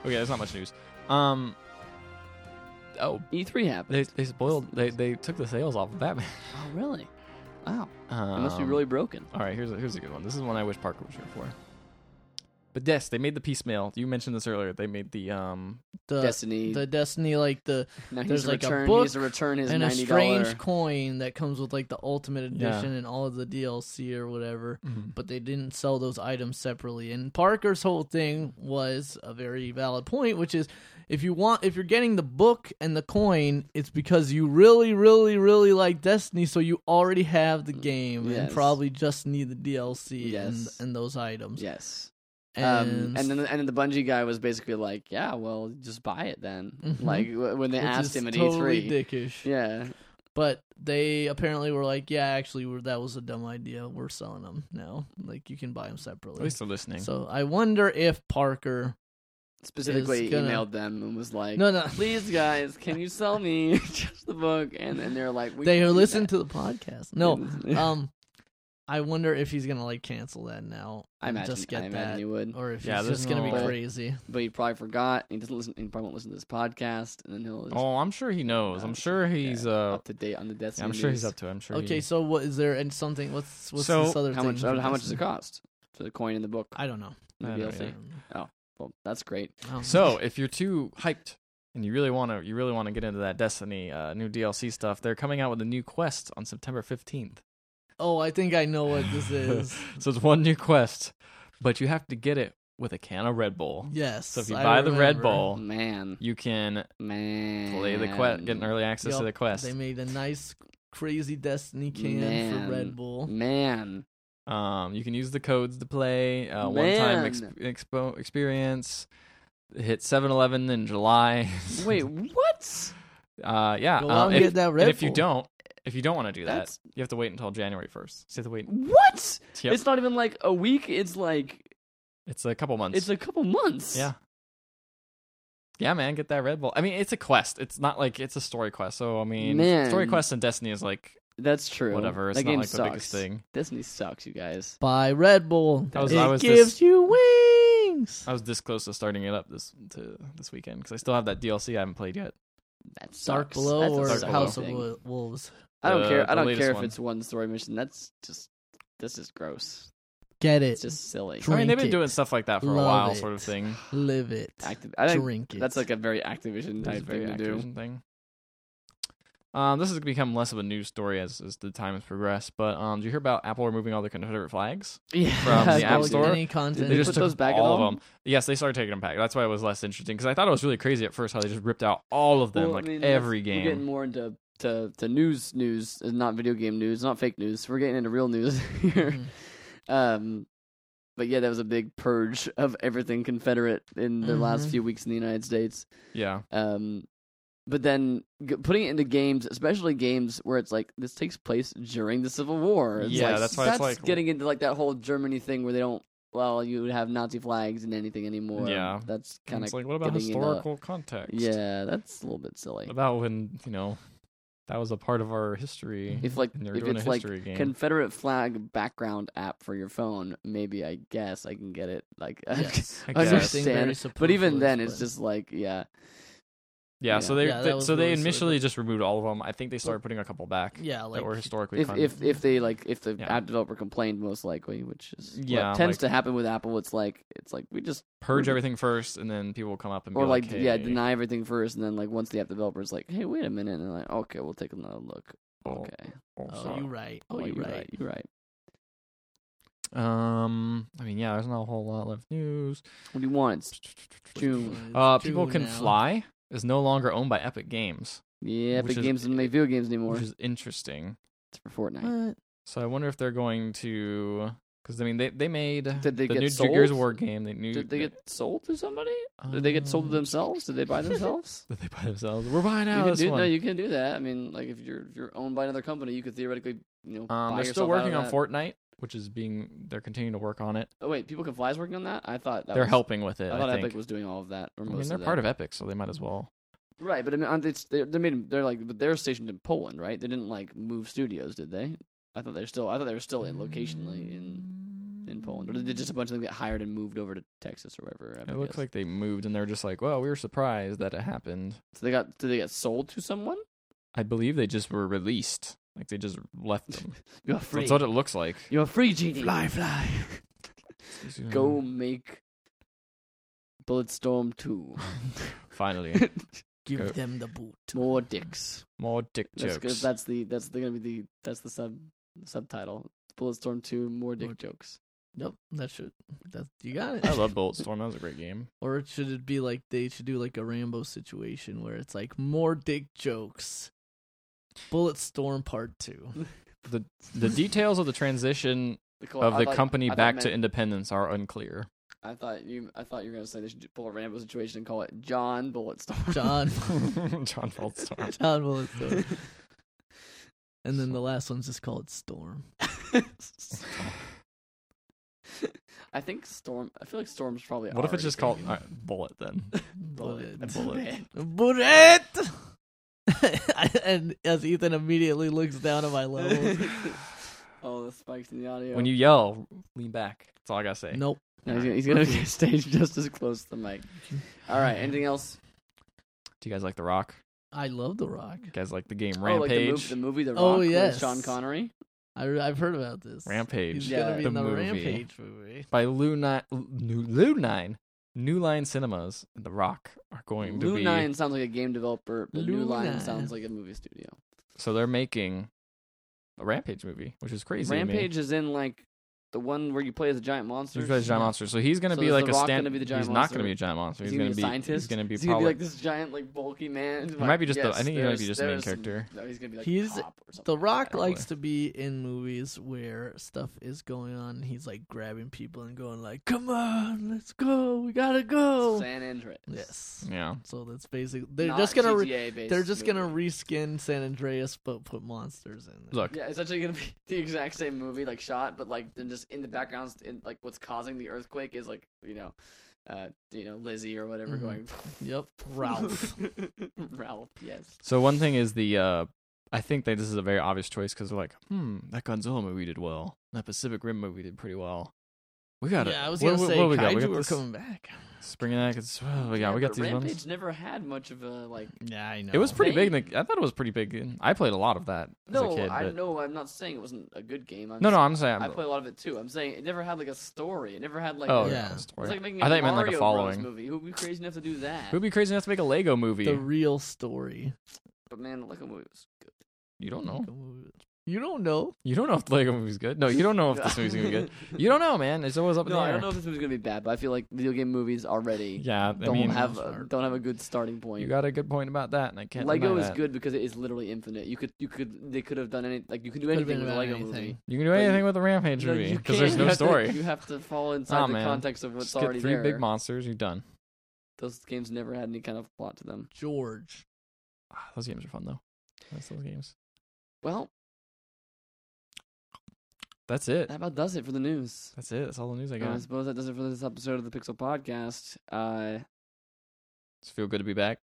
Speaker 2: Okay, there's not much news. Um. Oh,
Speaker 1: E3 E happened.
Speaker 2: they they spoiled. They they took the sales off of Batman.
Speaker 1: Oh really? Wow. It
Speaker 2: Um,
Speaker 1: must be really broken.
Speaker 2: All right, here's a, here's a good one. This is one I wish Parker was here for. But yes, they made the piecemeal. You mentioned this earlier. They made the um.
Speaker 3: The
Speaker 1: Destiny.
Speaker 3: the Destiny like the
Speaker 1: now he's
Speaker 3: there's like a
Speaker 1: return. he has to
Speaker 3: book
Speaker 1: return his
Speaker 3: and a
Speaker 1: ninety
Speaker 3: strange
Speaker 1: dollars.
Speaker 3: coin that comes with like the ultimate
Speaker 2: Yeah.
Speaker 3: edition and all of the DLC or whatever. But they didn't sell those items separately. And Parker's whole thing was a very valid point, which is if you want if you're getting the book and the coin, it's because you really, really, really like Destiny, so you already have the game and
Speaker 1: Yes.
Speaker 3: probably just need the DLC
Speaker 1: Yes.
Speaker 3: and, and those items.
Speaker 1: Yes. um,
Speaker 3: And,
Speaker 1: and then and then the Bungie guy was basically like, "Yeah, well, just buy it then."
Speaker 3: Mhm.
Speaker 1: Like w- when they
Speaker 3: which
Speaker 1: asked
Speaker 3: is
Speaker 1: him at
Speaker 3: totally
Speaker 1: E3,
Speaker 3: dickish.
Speaker 1: yeah,
Speaker 3: But they apparently were like, yeah, actually, we're, that was a dumb idea. We're selling them now. Like, you can buy them
Speaker 2: At
Speaker 3: separately.
Speaker 2: least they're listening.
Speaker 3: So I wonder if Parker.
Speaker 1: specifically
Speaker 3: gonna-
Speaker 1: emailed them and was like,
Speaker 3: No, no.
Speaker 1: "Please, guys, can you sell me just the book?" And and they're like, we
Speaker 3: They
Speaker 1: can't do
Speaker 3: listen
Speaker 1: that."
Speaker 3: to the podcast. No.
Speaker 1: Yeah.
Speaker 3: Um, I wonder if he's going to, like, cancel that now.
Speaker 1: I
Speaker 3: and
Speaker 1: imagine,
Speaker 3: just get
Speaker 1: I imagine
Speaker 3: that. Oh.
Speaker 1: he would,
Speaker 3: Or if
Speaker 2: Yeah,
Speaker 3: he's
Speaker 2: there's
Speaker 3: just going to
Speaker 1: no-
Speaker 3: be crazy.
Speaker 1: but he probably forgot. He doesn't listen. He probably won't listen to this podcast, and then he'll just
Speaker 2: oh, I'm sure he knows. I'm sure he's uh.
Speaker 1: up to date on the Destiny.
Speaker 2: yeah, I'm sure he's
Speaker 1: news.
Speaker 2: up to. It. I'm sure.
Speaker 3: Okay,
Speaker 2: he-
Speaker 3: so what is there and something? What's what's
Speaker 2: So,
Speaker 3: this other
Speaker 1: How
Speaker 3: thing?
Speaker 1: much?
Speaker 3: for
Speaker 1: How much does it
Speaker 3: Destiny?
Speaker 1: cost for the coin in the book?
Speaker 3: I don't know.
Speaker 1: The
Speaker 2: I don't
Speaker 1: DLC.
Speaker 2: either.
Speaker 1: Well, that's great.
Speaker 3: I don't know.
Speaker 2: So if you're too hyped and you really want to, you really want to get into that Destiny uh, new DLC stuff, they're coming out with a new quest on September 15th.
Speaker 3: Oh, I think I know what this is.
Speaker 2: So it's one new quest, but you have to get it with a can of Red Bull.
Speaker 3: yes.
Speaker 2: So if you
Speaker 3: I
Speaker 2: buy the Red
Speaker 3: remember.
Speaker 2: Bull,
Speaker 1: Man,
Speaker 2: you can
Speaker 1: man,
Speaker 2: play the quest, get an early access
Speaker 3: Yup,
Speaker 2: to the quest.
Speaker 3: They made a nice crazy Destiny can
Speaker 1: Man.
Speaker 3: for Red Bull.
Speaker 1: Man,
Speaker 2: Um, you can use the codes to play uh, one-time ex-
Speaker 1: Man.
Speaker 2: expo- experience. Hit 7-Eleven in July.
Speaker 1: wait, what?
Speaker 2: uh, yeah.
Speaker 3: Go
Speaker 2: uh,
Speaker 3: out and
Speaker 2: if-
Speaker 3: get that Red
Speaker 2: and if you
Speaker 3: Bull.
Speaker 2: don't, if you don't want to do that,
Speaker 1: That's-
Speaker 2: you have to wait until January 1st. So you have to wait.
Speaker 1: What?
Speaker 2: Yep.
Speaker 1: It's not even like a week. It's like
Speaker 2: It's a couple months.
Speaker 1: it's a couple months.
Speaker 2: yeah. Yeah, man, get that Red Bull. I mean, it's a quest. It's not like it's a story quest. So I mean, story
Speaker 1: Man.
Speaker 2: quest and Destiny is like
Speaker 1: that's true.
Speaker 2: whatever. It's
Speaker 1: that
Speaker 2: not
Speaker 1: game
Speaker 2: like
Speaker 1: sucks.
Speaker 2: the biggest thing.
Speaker 1: Destiny sucks, you guys.
Speaker 3: Buy Red Bull.
Speaker 2: That was-
Speaker 3: it
Speaker 2: I was
Speaker 3: gives
Speaker 2: this-
Speaker 3: you wings.
Speaker 2: I was this close to starting it up this to this weekend because I still have that DLC I haven't played yet.
Speaker 1: That sucks.
Speaker 3: Dark Below or
Speaker 1: that's a
Speaker 2: Dark
Speaker 3: House of
Speaker 1: thing.
Speaker 3: Wo- Wolves.
Speaker 1: I don't
Speaker 2: The-
Speaker 1: care.
Speaker 2: the
Speaker 1: I don't
Speaker 2: latest
Speaker 1: care if
Speaker 2: one.
Speaker 1: it's one story mission. That's just this is gross.
Speaker 3: Get it.
Speaker 1: It's just silly.
Speaker 2: I mean, they've been
Speaker 3: Drink it.
Speaker 2: doing stuff like that for a
Speaker 3: Love
Speaker 2: while,
Speaker 3: it.
Speaker 2: sort of thing.
Speaker 3: Live it.
Speaker 1: Activ- I think
Speaker 3: Drink it.
Speaker 1: that's like a very Activision
Speaker 2: That's
Speaker 1: type
Speaker 2: very
Speaker 1: thing to do.
Speaker 2: Activision thing. Um, this has become less of a news story as, as the time has progressed. But um, did you hear about Apple removing all the Confederate flags?
Speaker 1: Yeah,
Speaker 2: From the
Speaker 1: that's
Speaker 2: App
Speaker 1: probably-
Speaker 2: Store?
Speaker 3: Any content.
Speaker 1: They just put those back at
Speaker 2: all
Speaker 1: all?
Speaker 2: of them. Yes, they started taking them back. That's why it was less interesting because I thought it was really crazy at first how they just ripped out all of them,
Speaker 1: Well, I
Speaker 2: like
Speaker 1: mean, that's-
Speaker 2: every game.
Speaker 1: We're getting more into to, to news, news, uh, not video game news, not fake news. We're getting into real news here.
Speaker 3: Mhm.
Speaker 1: Um, but yeah, that was a big purge of everything Confederate in the last
Speaker 2: Mm-hmm.
Speaker 3: Mhm.
Speaker 1: few weeks in the United States.
Speaker 2: Yeah,
Speaker 1: Um, but then g- putting it into games, especially games where it's like this takes place during the Civil War. It's
Speaker 2: Yeah,
Speaker 1: like,
Speaker 2: that's why it's like-
Speaker 1: getting into like that whole Germany thing where they don't. Well, you would have Nazi flags and anything anymore.
Speaker 2: Yeah.
Speaker 1: that's kind
Speaker 2: kind
Speaker 1: of
Speaker 2: of like what about
Speaker 1: getting into-
Speaker 2: historical context?
Speaker 1: yeah, that's a little bit silly.
Speaker 2: about when you know that was a part of our history.
Speaker 1: If like
Speaker 2: and they're
Speaker 1: if
Speaker 2: doing
Speaker 1: it's
Speaker 2: a
Speaker 1: like
Speaker 2: history game.
Speaker 1: Confederate flag background app for your phone, maybe I guess I can get it. Like,
Speaker 3: Yes.
Speaker 2: I
Speaker 1: I
Speaker 2: guess.
Speaker 1: understand,
Speaker 3: Something very
Speaker 1: but even
Speaker 3: superfluous,
Speaker 1: then, it's
Speaker 3: but-
Speaker 1: just like, yeah,
Speaker 2: yeah, so
Speaker 1: yeah.
Speaker 2: they,
Speaker 3: Yeah, that
Speaker 2: they-
Speaker 3: was
Speaker 2: so they
Speaker 3: really silly,
Speaker 2: initially
Speaker 3: but-
Speaker 2: just removed all of them. I think they started putting a couple back
Speaker 3: Yeah, like
Speaker 2: that were historically.
Speaker 1: if
Speaker 2: con-
Speaker 1: if if they like if the
Speaker 2: Yeah.
Speaker 1: app developer complained, most likely, which is what
Speaker 2: Yeah,
Speaker 1: tends
Speaker 2: like-
Speaker 1: to happen with Apple. It's like it's like we just
Speaker 2: purge everything first, and then people will come up and
Speaker 1: or
Speaker 2: be like,
Speaker 1: like yeah
Speaker 2: hey,
Speaker 1: deny everything first, and then like once the app developer's like, hey, wait a minute, and they're like, okay, we'll take another look.
Speaker 2: oh,
Speaker 1: Okay,
Speaker 2: oh,
Speaker 3: Oh,
Speaker 2: sorry.
Speaker 3: you right.
Speaker 1: Oh,
Speaker 3: Oh, you
Speaker 1: you're
Speaker 3: right.
Speaker 1: You're right.
Speaker 2: Um, I mean, yeah, there's not a whole lot left news.
Speaker 1: What do you want? It's June.
Speaker 3: It's
Speaker 2: Uh,
Speaker 3: June
Speaker 2: People Can
Speaker 3: now.
Speaker 2: Fly is no longer owned by Epic Games,
Speaker 1: Yeah,
Speaker 2: Which
Speaker 1: Epic
Speaker 2: is-
Speaker 1: Games doesn't make video games anymore.
Speaker 2: which is interesting.
Speaker 1: it's for Fortnite.
Speaker 3: What?
Speaker 2: So I wonder if they're going to, because I mean, they they made
Speaker 1: Did they
Speaker 2: the
Speaker 1: get
Speaker 2: new
Speaker 1: sold?
Speaker 2: Gears of War game. They knew
Speaker 1: Did they get sold to somebody? Did they get sold to
Speaker 2: Um,
Speaker 1: themselves? Did they buy themselves?
Speaker 2: Did they buy themselves? We're buying
Speaker 1: you
Speaker 2: out
Speaker 1: can
Speaker 2: this
Speaker 1: do,
Speaker 2: one.
Speaker 1: No, you can do that. I mean, like if you're if you're owned by another company, you could theoretically, you know,
Speaker 2: um,
Speaker 1: buy
Speaker 2: they're still
Speaker 1: yourself out of
Speaker 2: working on
Speaker 1: that.
Speaker 2: Fortnite, which is being they're continuing to work on it.
Speaker 1: Oh wait, people can fly's working on that. I thought that
Speaker 2: they're
Speaker 1: was,
Speaker 2: helping with it.
Speaker 1: I
Speaker 2: I,
Speaker 1: thought
Speaker 2: think.
Speaker 1: Epic was doing all of that. Or
Speaker 2: I
Speaker 1: most
Speaker 2: mean, they're
Speaker 1: of
Speaker 2: part of Epic, so they might as well.
Speaker 1: that. right, but I mean, aren't they- it's, they're they're, made, they're like but they're stationed in Poland, right? They didn't like move studios, did they? I thought they're still. I thought they were still in locationally in in Poland, or did just a bunch of them get hired and moved over to Texas or wherever? Epic
Speaker 2: It looks
Speaker 1: is?
Speaker 2: like they moved, and they're just like, "Well, we were surprised that it happened."
Speaker 1: so they got did they get sold to someone?
Speaker 2: I believe they just were released. Like they just left them.
Speaker 1: You're free.
Speaker 2: That's what it looks like.
Speaker 1: You're free, genie.
Speaker 2: fly. Mm.
Speaker 1: Go make Bulletstorm two.
Speaker 2: Finally,
Speaker 3: Give
Speaker 2: Go.
Speaker 3: them the boot.
Speaker 1: More dicks.
Speaker 2: more dick
Speaker 1: That's,
Speaker 2: jokes.
Speaker 1: that's the that's the, gonna be the that's the sub subtitle. Bulletstorm two. More dick
Speaker 3: More-
Speaker 1: jokes.
Speaker 3: Nope, that should. That you got it.
Speaker 1: Oh.
Speaker 2: I love Bulletstorm. That was a great game.
Speaker 3: Or it should it be like they should do like a Rambo situation where it's like more dick jokes. Bullet Storm Part Two.
Speaker 2: The details of the transition
Speaker 1: The co-
Speaker 2: of
Speaker 1: I
Speaker 2: the
Speaker 1: thought-
Speaker 2: company
Speaker 1: I thought
Speaker 2: back
Speaker 1: meant-
Speaker 2: to independence are unclear.
Speaker 1: I thought you I thought you were gonna say they should pull a Rambo situation and call it John Bulletstorm.
Speaker 3: John.
Speaker 2: John Bulletstorm.
Speaker 3: John Bullet Storm. and then the last one's just called Storm.
Speaker 1: I think Storm. I feel like Storm's probably.
Speaker 2: What if
Speaker 1: already
Speaker 2: it's just called
Speaker 1: big.
Speaker 2: all right, Bullet then?
Speaker 3: Bullet.
Speaker 1: Bullet.
Speaker 2: Bullet.
Speaker 3: Bullet. and as Ethan immediately looks down at my level.
Speaker 1: oh, the spikes in the audio.
Speaker 2: When you yell, lean back. That's all I gotta say.
Speaker 3: nope.
Speaker 1: No, he's gonna, he's gonna get staged just as close to the mic. All right. Anything else?
Speaker 2: Do you guys like The Rock?
Speaker 3: I love The Rock.
Speaker 2: You guys like the game
Speaker 1: Oh, like the,
Speaker 2: Rampage?
Speaker 1: mov- the movie The Rock
Speaker 3: Oh,
Speaker 1: with
Speaker 3: yes.
Speaker 1: Sean Connery.
Speaker 3: I, I've heard about this. He's
Speaker 2: Rampage
Speaker 1: Yeah.
Speaker 3: gonna be
Speaker 2: The
Speaker 3: in the
Speaker 2: movie.
Speaker 3: Rampage movie.
Speaker 2: by Lou Nine, New, Lou Nine, New Line Cinemas, and The Rock are going to
Speaker 1: Blue
Speaker 2: be.
Speaker 1: Nine sounds like a game developer, but New
Speaker 3: Blue
Speaker 1: Line
Speaker 3: Nine.
Speaker 1: sounds like a movie studio.
Speaker 2: So they're making a Rampage movie, which is crazy. to me.
Speaker 1: Rampage is in like the one where you play as a giant monster.
Speaker 2: He's a giant monster. So he's gonna
Speaker 1: So
Speaker 2: be
Speaker 1: is
Speaker 2: like
Speaker 1: The
Speaker 2: a
Speaker 1: Rock
Speaker 2: stand.
Speaker 1: gonna be the giant
Speaker 2: he's not
Speaker 1: monster?
Speaker 2: gonna be a giant monster.
Speaker 1: Is
Speaker 2: He's
Speaker 1: he gonna
Speaker 2: gonna
Speaker 1: be
Speaker 2: be.
Speaker 1: a scientist?
Speaker 2: He's gonna be
Speaker 1: Is he
Speaker 2: probably.
Speaker 1: gonna be like this giant, like bulky man?
Speaker 2: might be just the-
Speaker 1: yes,
Speaker 2: I think he might
Speaker 1: there's-
Speaker 2: be just the main
Speaker 1: there's-
Speaker 2: character.
Speaker 1: No, he's gonna be like
Speaker 3: He's-
Speaker 1: a cop or something.
Speaker 3: The Rock
Speaker 2: probably.
Speaker 3: likes to be in movies where stuff is going on. and He's like grabbing people and going like, "Come on, let's go. We gotta
Speaker 2: oh,
Speaker 3: go."
Speaker 1: San Andreas.
Speaker 3: Yes.
Speaker 2: yeah.
Speaker 3: So that's basically they're
Speaker 1: Not
Speaker 3: just gonna re-
Speaker 1: GTA -based
Speaker 3: they're just gonna
Speaker 1: movie.
Speaker 3: reskin San Andreas but put monsters in. There.
Speaker 2: Look,
Speaker 1: Yeah, it's actually gonna be the exact same movie, like shot, but like then just in the background, in like what's causing the earthquake is like you know, uh, you know Lizzie or whatever
Speaker 2: Mm-hmm.
Speaker 1: going.
Speaker 3: Mhm. Yep, Ralph.
Speaker 1: Ralph, yes.
Speaker 2: So one thing is the uh I think that this is a very obvious choice because they're like, hmm, that Godzilla movie did well, that Pacific Rim movie did pretty well. We got it.
Speaker 3: yeah, I was gonna
Speaker 2: what,
Speaker 3: say
Speaker 2: what, we got? We
Speaker 3: kaiju
Speaker 2: got
Speaker 3: are
Speaker 2: this
Speaker 3: coming back.
Speaker 2: Spring and Atkins. Well, Oh, we got we got
Speaker 1: but
Speaker 2: these
Speaker 1: Rampage
Speaker 2: ones.
Speaker 1: never had much of a like.
Speaker 3: Yeah, I know.
Speaker 2: It was pretty
Speaker 1: They-
Speaker 2: big. in the- I thought it was pretty big. in- I played a lot of that as
Speaker 1: No,
Speaker 2: a kid.
Speaker 1: I
Speaker 2: but-
Speaker 1: know. I'm not saying it wasn't a good game. I'm
Speaker 2: No, no,
Speaker 1: just-
Speaker 2: I'm saying.
Speaker 1: I play a lot of it too. I'm saying it never had like a story. It never had like.
Speaker 2: oh,
Speaker 1: a,
Speaker 2: yeah.
Speaker 3: Yeah.
Speaker 2: the story.
Speaker 1: It's like making a
Speaker 2: I thought you
Speaker 1: Mario
Speaker 2: meant like a
Speaker 1: Bros.
Speaker 2: following.
Speaker 1: movie. Who'd be crazy enough to do that?
Speaker 2: It would be crazy enough to make a Lego movie.
Speaker 3: the real story.
Speaker 1: But man, the Lego movie was good.
Speaker 2: You don't know.
Speaker 3: You don't know.
Speaker 2: You don't know if the Lego movie's good. No, you don't know if this movie's gonna be good. You don't know, man. It's always up in
Speaker 1: No,
Speaker 2: the air.
Speaker 1: I don't know if this movie's gonna be bad, but I feel like video game movies already
Speaker 2: Yeah, I
Speaker 1: don't
Speaker 2: mean,
Speaker 1: have
Speaker 3: that's
Speaker 1: a,
Speaker 3: hard.
Speaker 1: don't have a good starting
Speaker 2: you
Speaker 1: point.
Speaker 2: got a good point about that, and I can't.
Speaker 1: Lego
Speaker 2: deny
Speaker 1: is
Speaker 2: that.
Speaker 1: good because it is literally infinite. You could you could they could have done any like you can do
Speaker 3: Could've been
Speaker 1: anything with a
Speaker 3: about
Speaker 1: Lego movie.
Speaker 3: anything.
Speaker 2: You can do
Speaker 1: But you-
Speaker 2: anything with a rampage
Speaker 1: No,
Speaker 2: movie
Speaker 1: you
Speaker 2: because there's
Speaker 1: can't.
Speaker 2: no
Speaker 1: You have to-
Speaker 2: story.
Speaker 1: you have to fall inside
Speaker 2: Nah,
Speaker 1: the
Speaker 2: man.
Speaker 1: context of what's
Speaker 2: Just
Speaker 1: already
Speaker 2: get three
Speaker 1: there.
Speaker 2: big monsters, you're done.
Speaker 1: Those games never had any kind of plot to them.
Speaker 3: George.
Speaker 2: Ah, those games are fun though. That's those games.
Speaker 1: Well,
Speaker 2: That's it.
Speaker 1: that about does it for the news.
Speaker 2: That's it. That's all the news I
Speaker 1: And I
Speaker 2: got.
Speaker 1: suppose that does it for this episode of the Pixel Podcast. Uh,
Speaker 2: Just feel good to be back.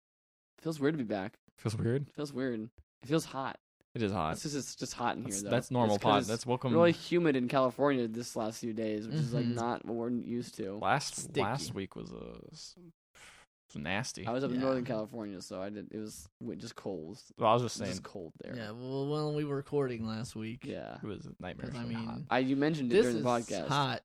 Speaker 1: feels weird to be back.
Speaker 2: Feels weird.
Speaker 1: feels weird. It feels hot.
Speaker 2: It is hot.
Speaker 1: It's just it's just hot in
Speaker 2: Uh, That's,
Speaker 1: here though.
Speaker 2: that's normal
Speaker 1: It's 'cause
Speaker 2: pod.
Speaker 1: it's
Speaker 2: That's welcome. Mm-hmm.
Speaker 1: really humid in California this last few days, which is like
Speaker 3: Mhm.
Speaker 1: not what we're used to.
Speaker 2: last
Speaker 3: Sticky.
Speaker 2: last week was a s- was nasty.
Speaker 1: I was up in
Speaker 3: Yeah.
Speaker 1: Northern California, so I did. It was w- just cold. It
Speaker 2: Well, I was just
Speaker 1: was
Speaker 2: saying
Speaker 1: just cold there.
Speaker 3: Yeah. Well, when we were recording last week.
Speaker 1: Yeah.
Speaker 2: it was a nightmare.
Speaker 3: 'Cause I
Speaker 2: It was
Speaker 3: mean,
Speaker 2: hot.
Speaker 1: I you mentioned it
Speaker 3: this
Speaker 1: during
Speaker 3: is
Speaker 1: the podcast.
Speaker 3: hot,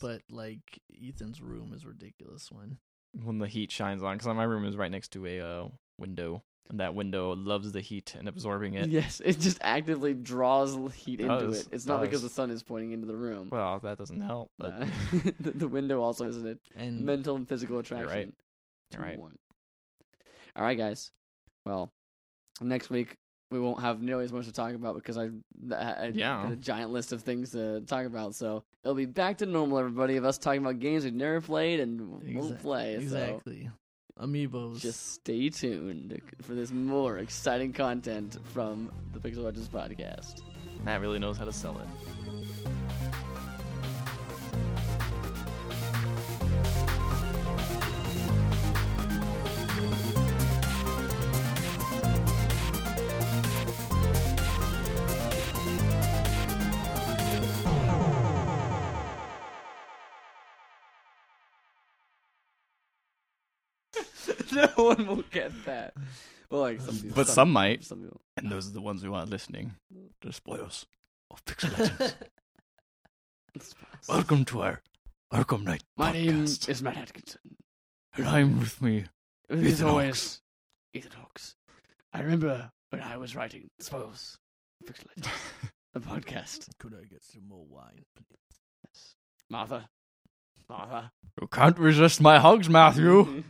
Speaker 3: but like Ethan's room is ridiculous. One.
Speaker 2: when the heat shines on, because my room is right next to a uh, window. And that window loves the heat and absorbing it.
Speaker 1: Yes, it just actively draws heat into
Speaker 2: Does,
Speaker 1: it. It's not because the
Speaker 2: does.
Speaker 1: sun is pointing into the room.
Speaker 2: Well, that doesn't help. But Mm.
Speaker 1: Uh, the, the window also is an
Speaker 3: And
Speaker 1: mental and physical attraction.
Speaker 2: You're
Speaker 1: Two
Speaker 2: right.
Speaker 1: to one. All right, guys. Well, next week we won't have nearly as much to talk about because I, I, I
Speaker 2: Yeah.
Speaker 1: got a giant list of things to talk about. So it'll be back to normal, everybody, of us talking about games we've never played and won't
Speaker 3: Exac-
Speaker 1: play. So
Speaker 3: exactly. Amiibos.
Speaker 1: just stay tuned for this more exciting content from the Pixel Legends podcast.
Speaker 2: Matt really knows how to sell it.
Speaker 1: no one will get that. Well, like some people,
Speaker 2: But some might.
Speaker 1: some people.
Speaker 2: And those are the ones who aren't listening. Despoils of Welcome to our Arkham Knight
Speaker 1: My name
Speaker 2: podcast.
Speaker 1: is Matt Atkinson.
Speaker 2: and I'm with me.
Speaker 1: It
Speaker 2: Ethan
Speaker 1: is
Speaker 2: Hawke.
Speaker 1: always Ethan Hawks. I remember when I was writing Spoils, Fiction Legends, the podcast.
Speaker 3: Could I get some more wine?
Speaker 1: Martha, Martha.
Speaker 2: You can't resist my hugs, Matthew.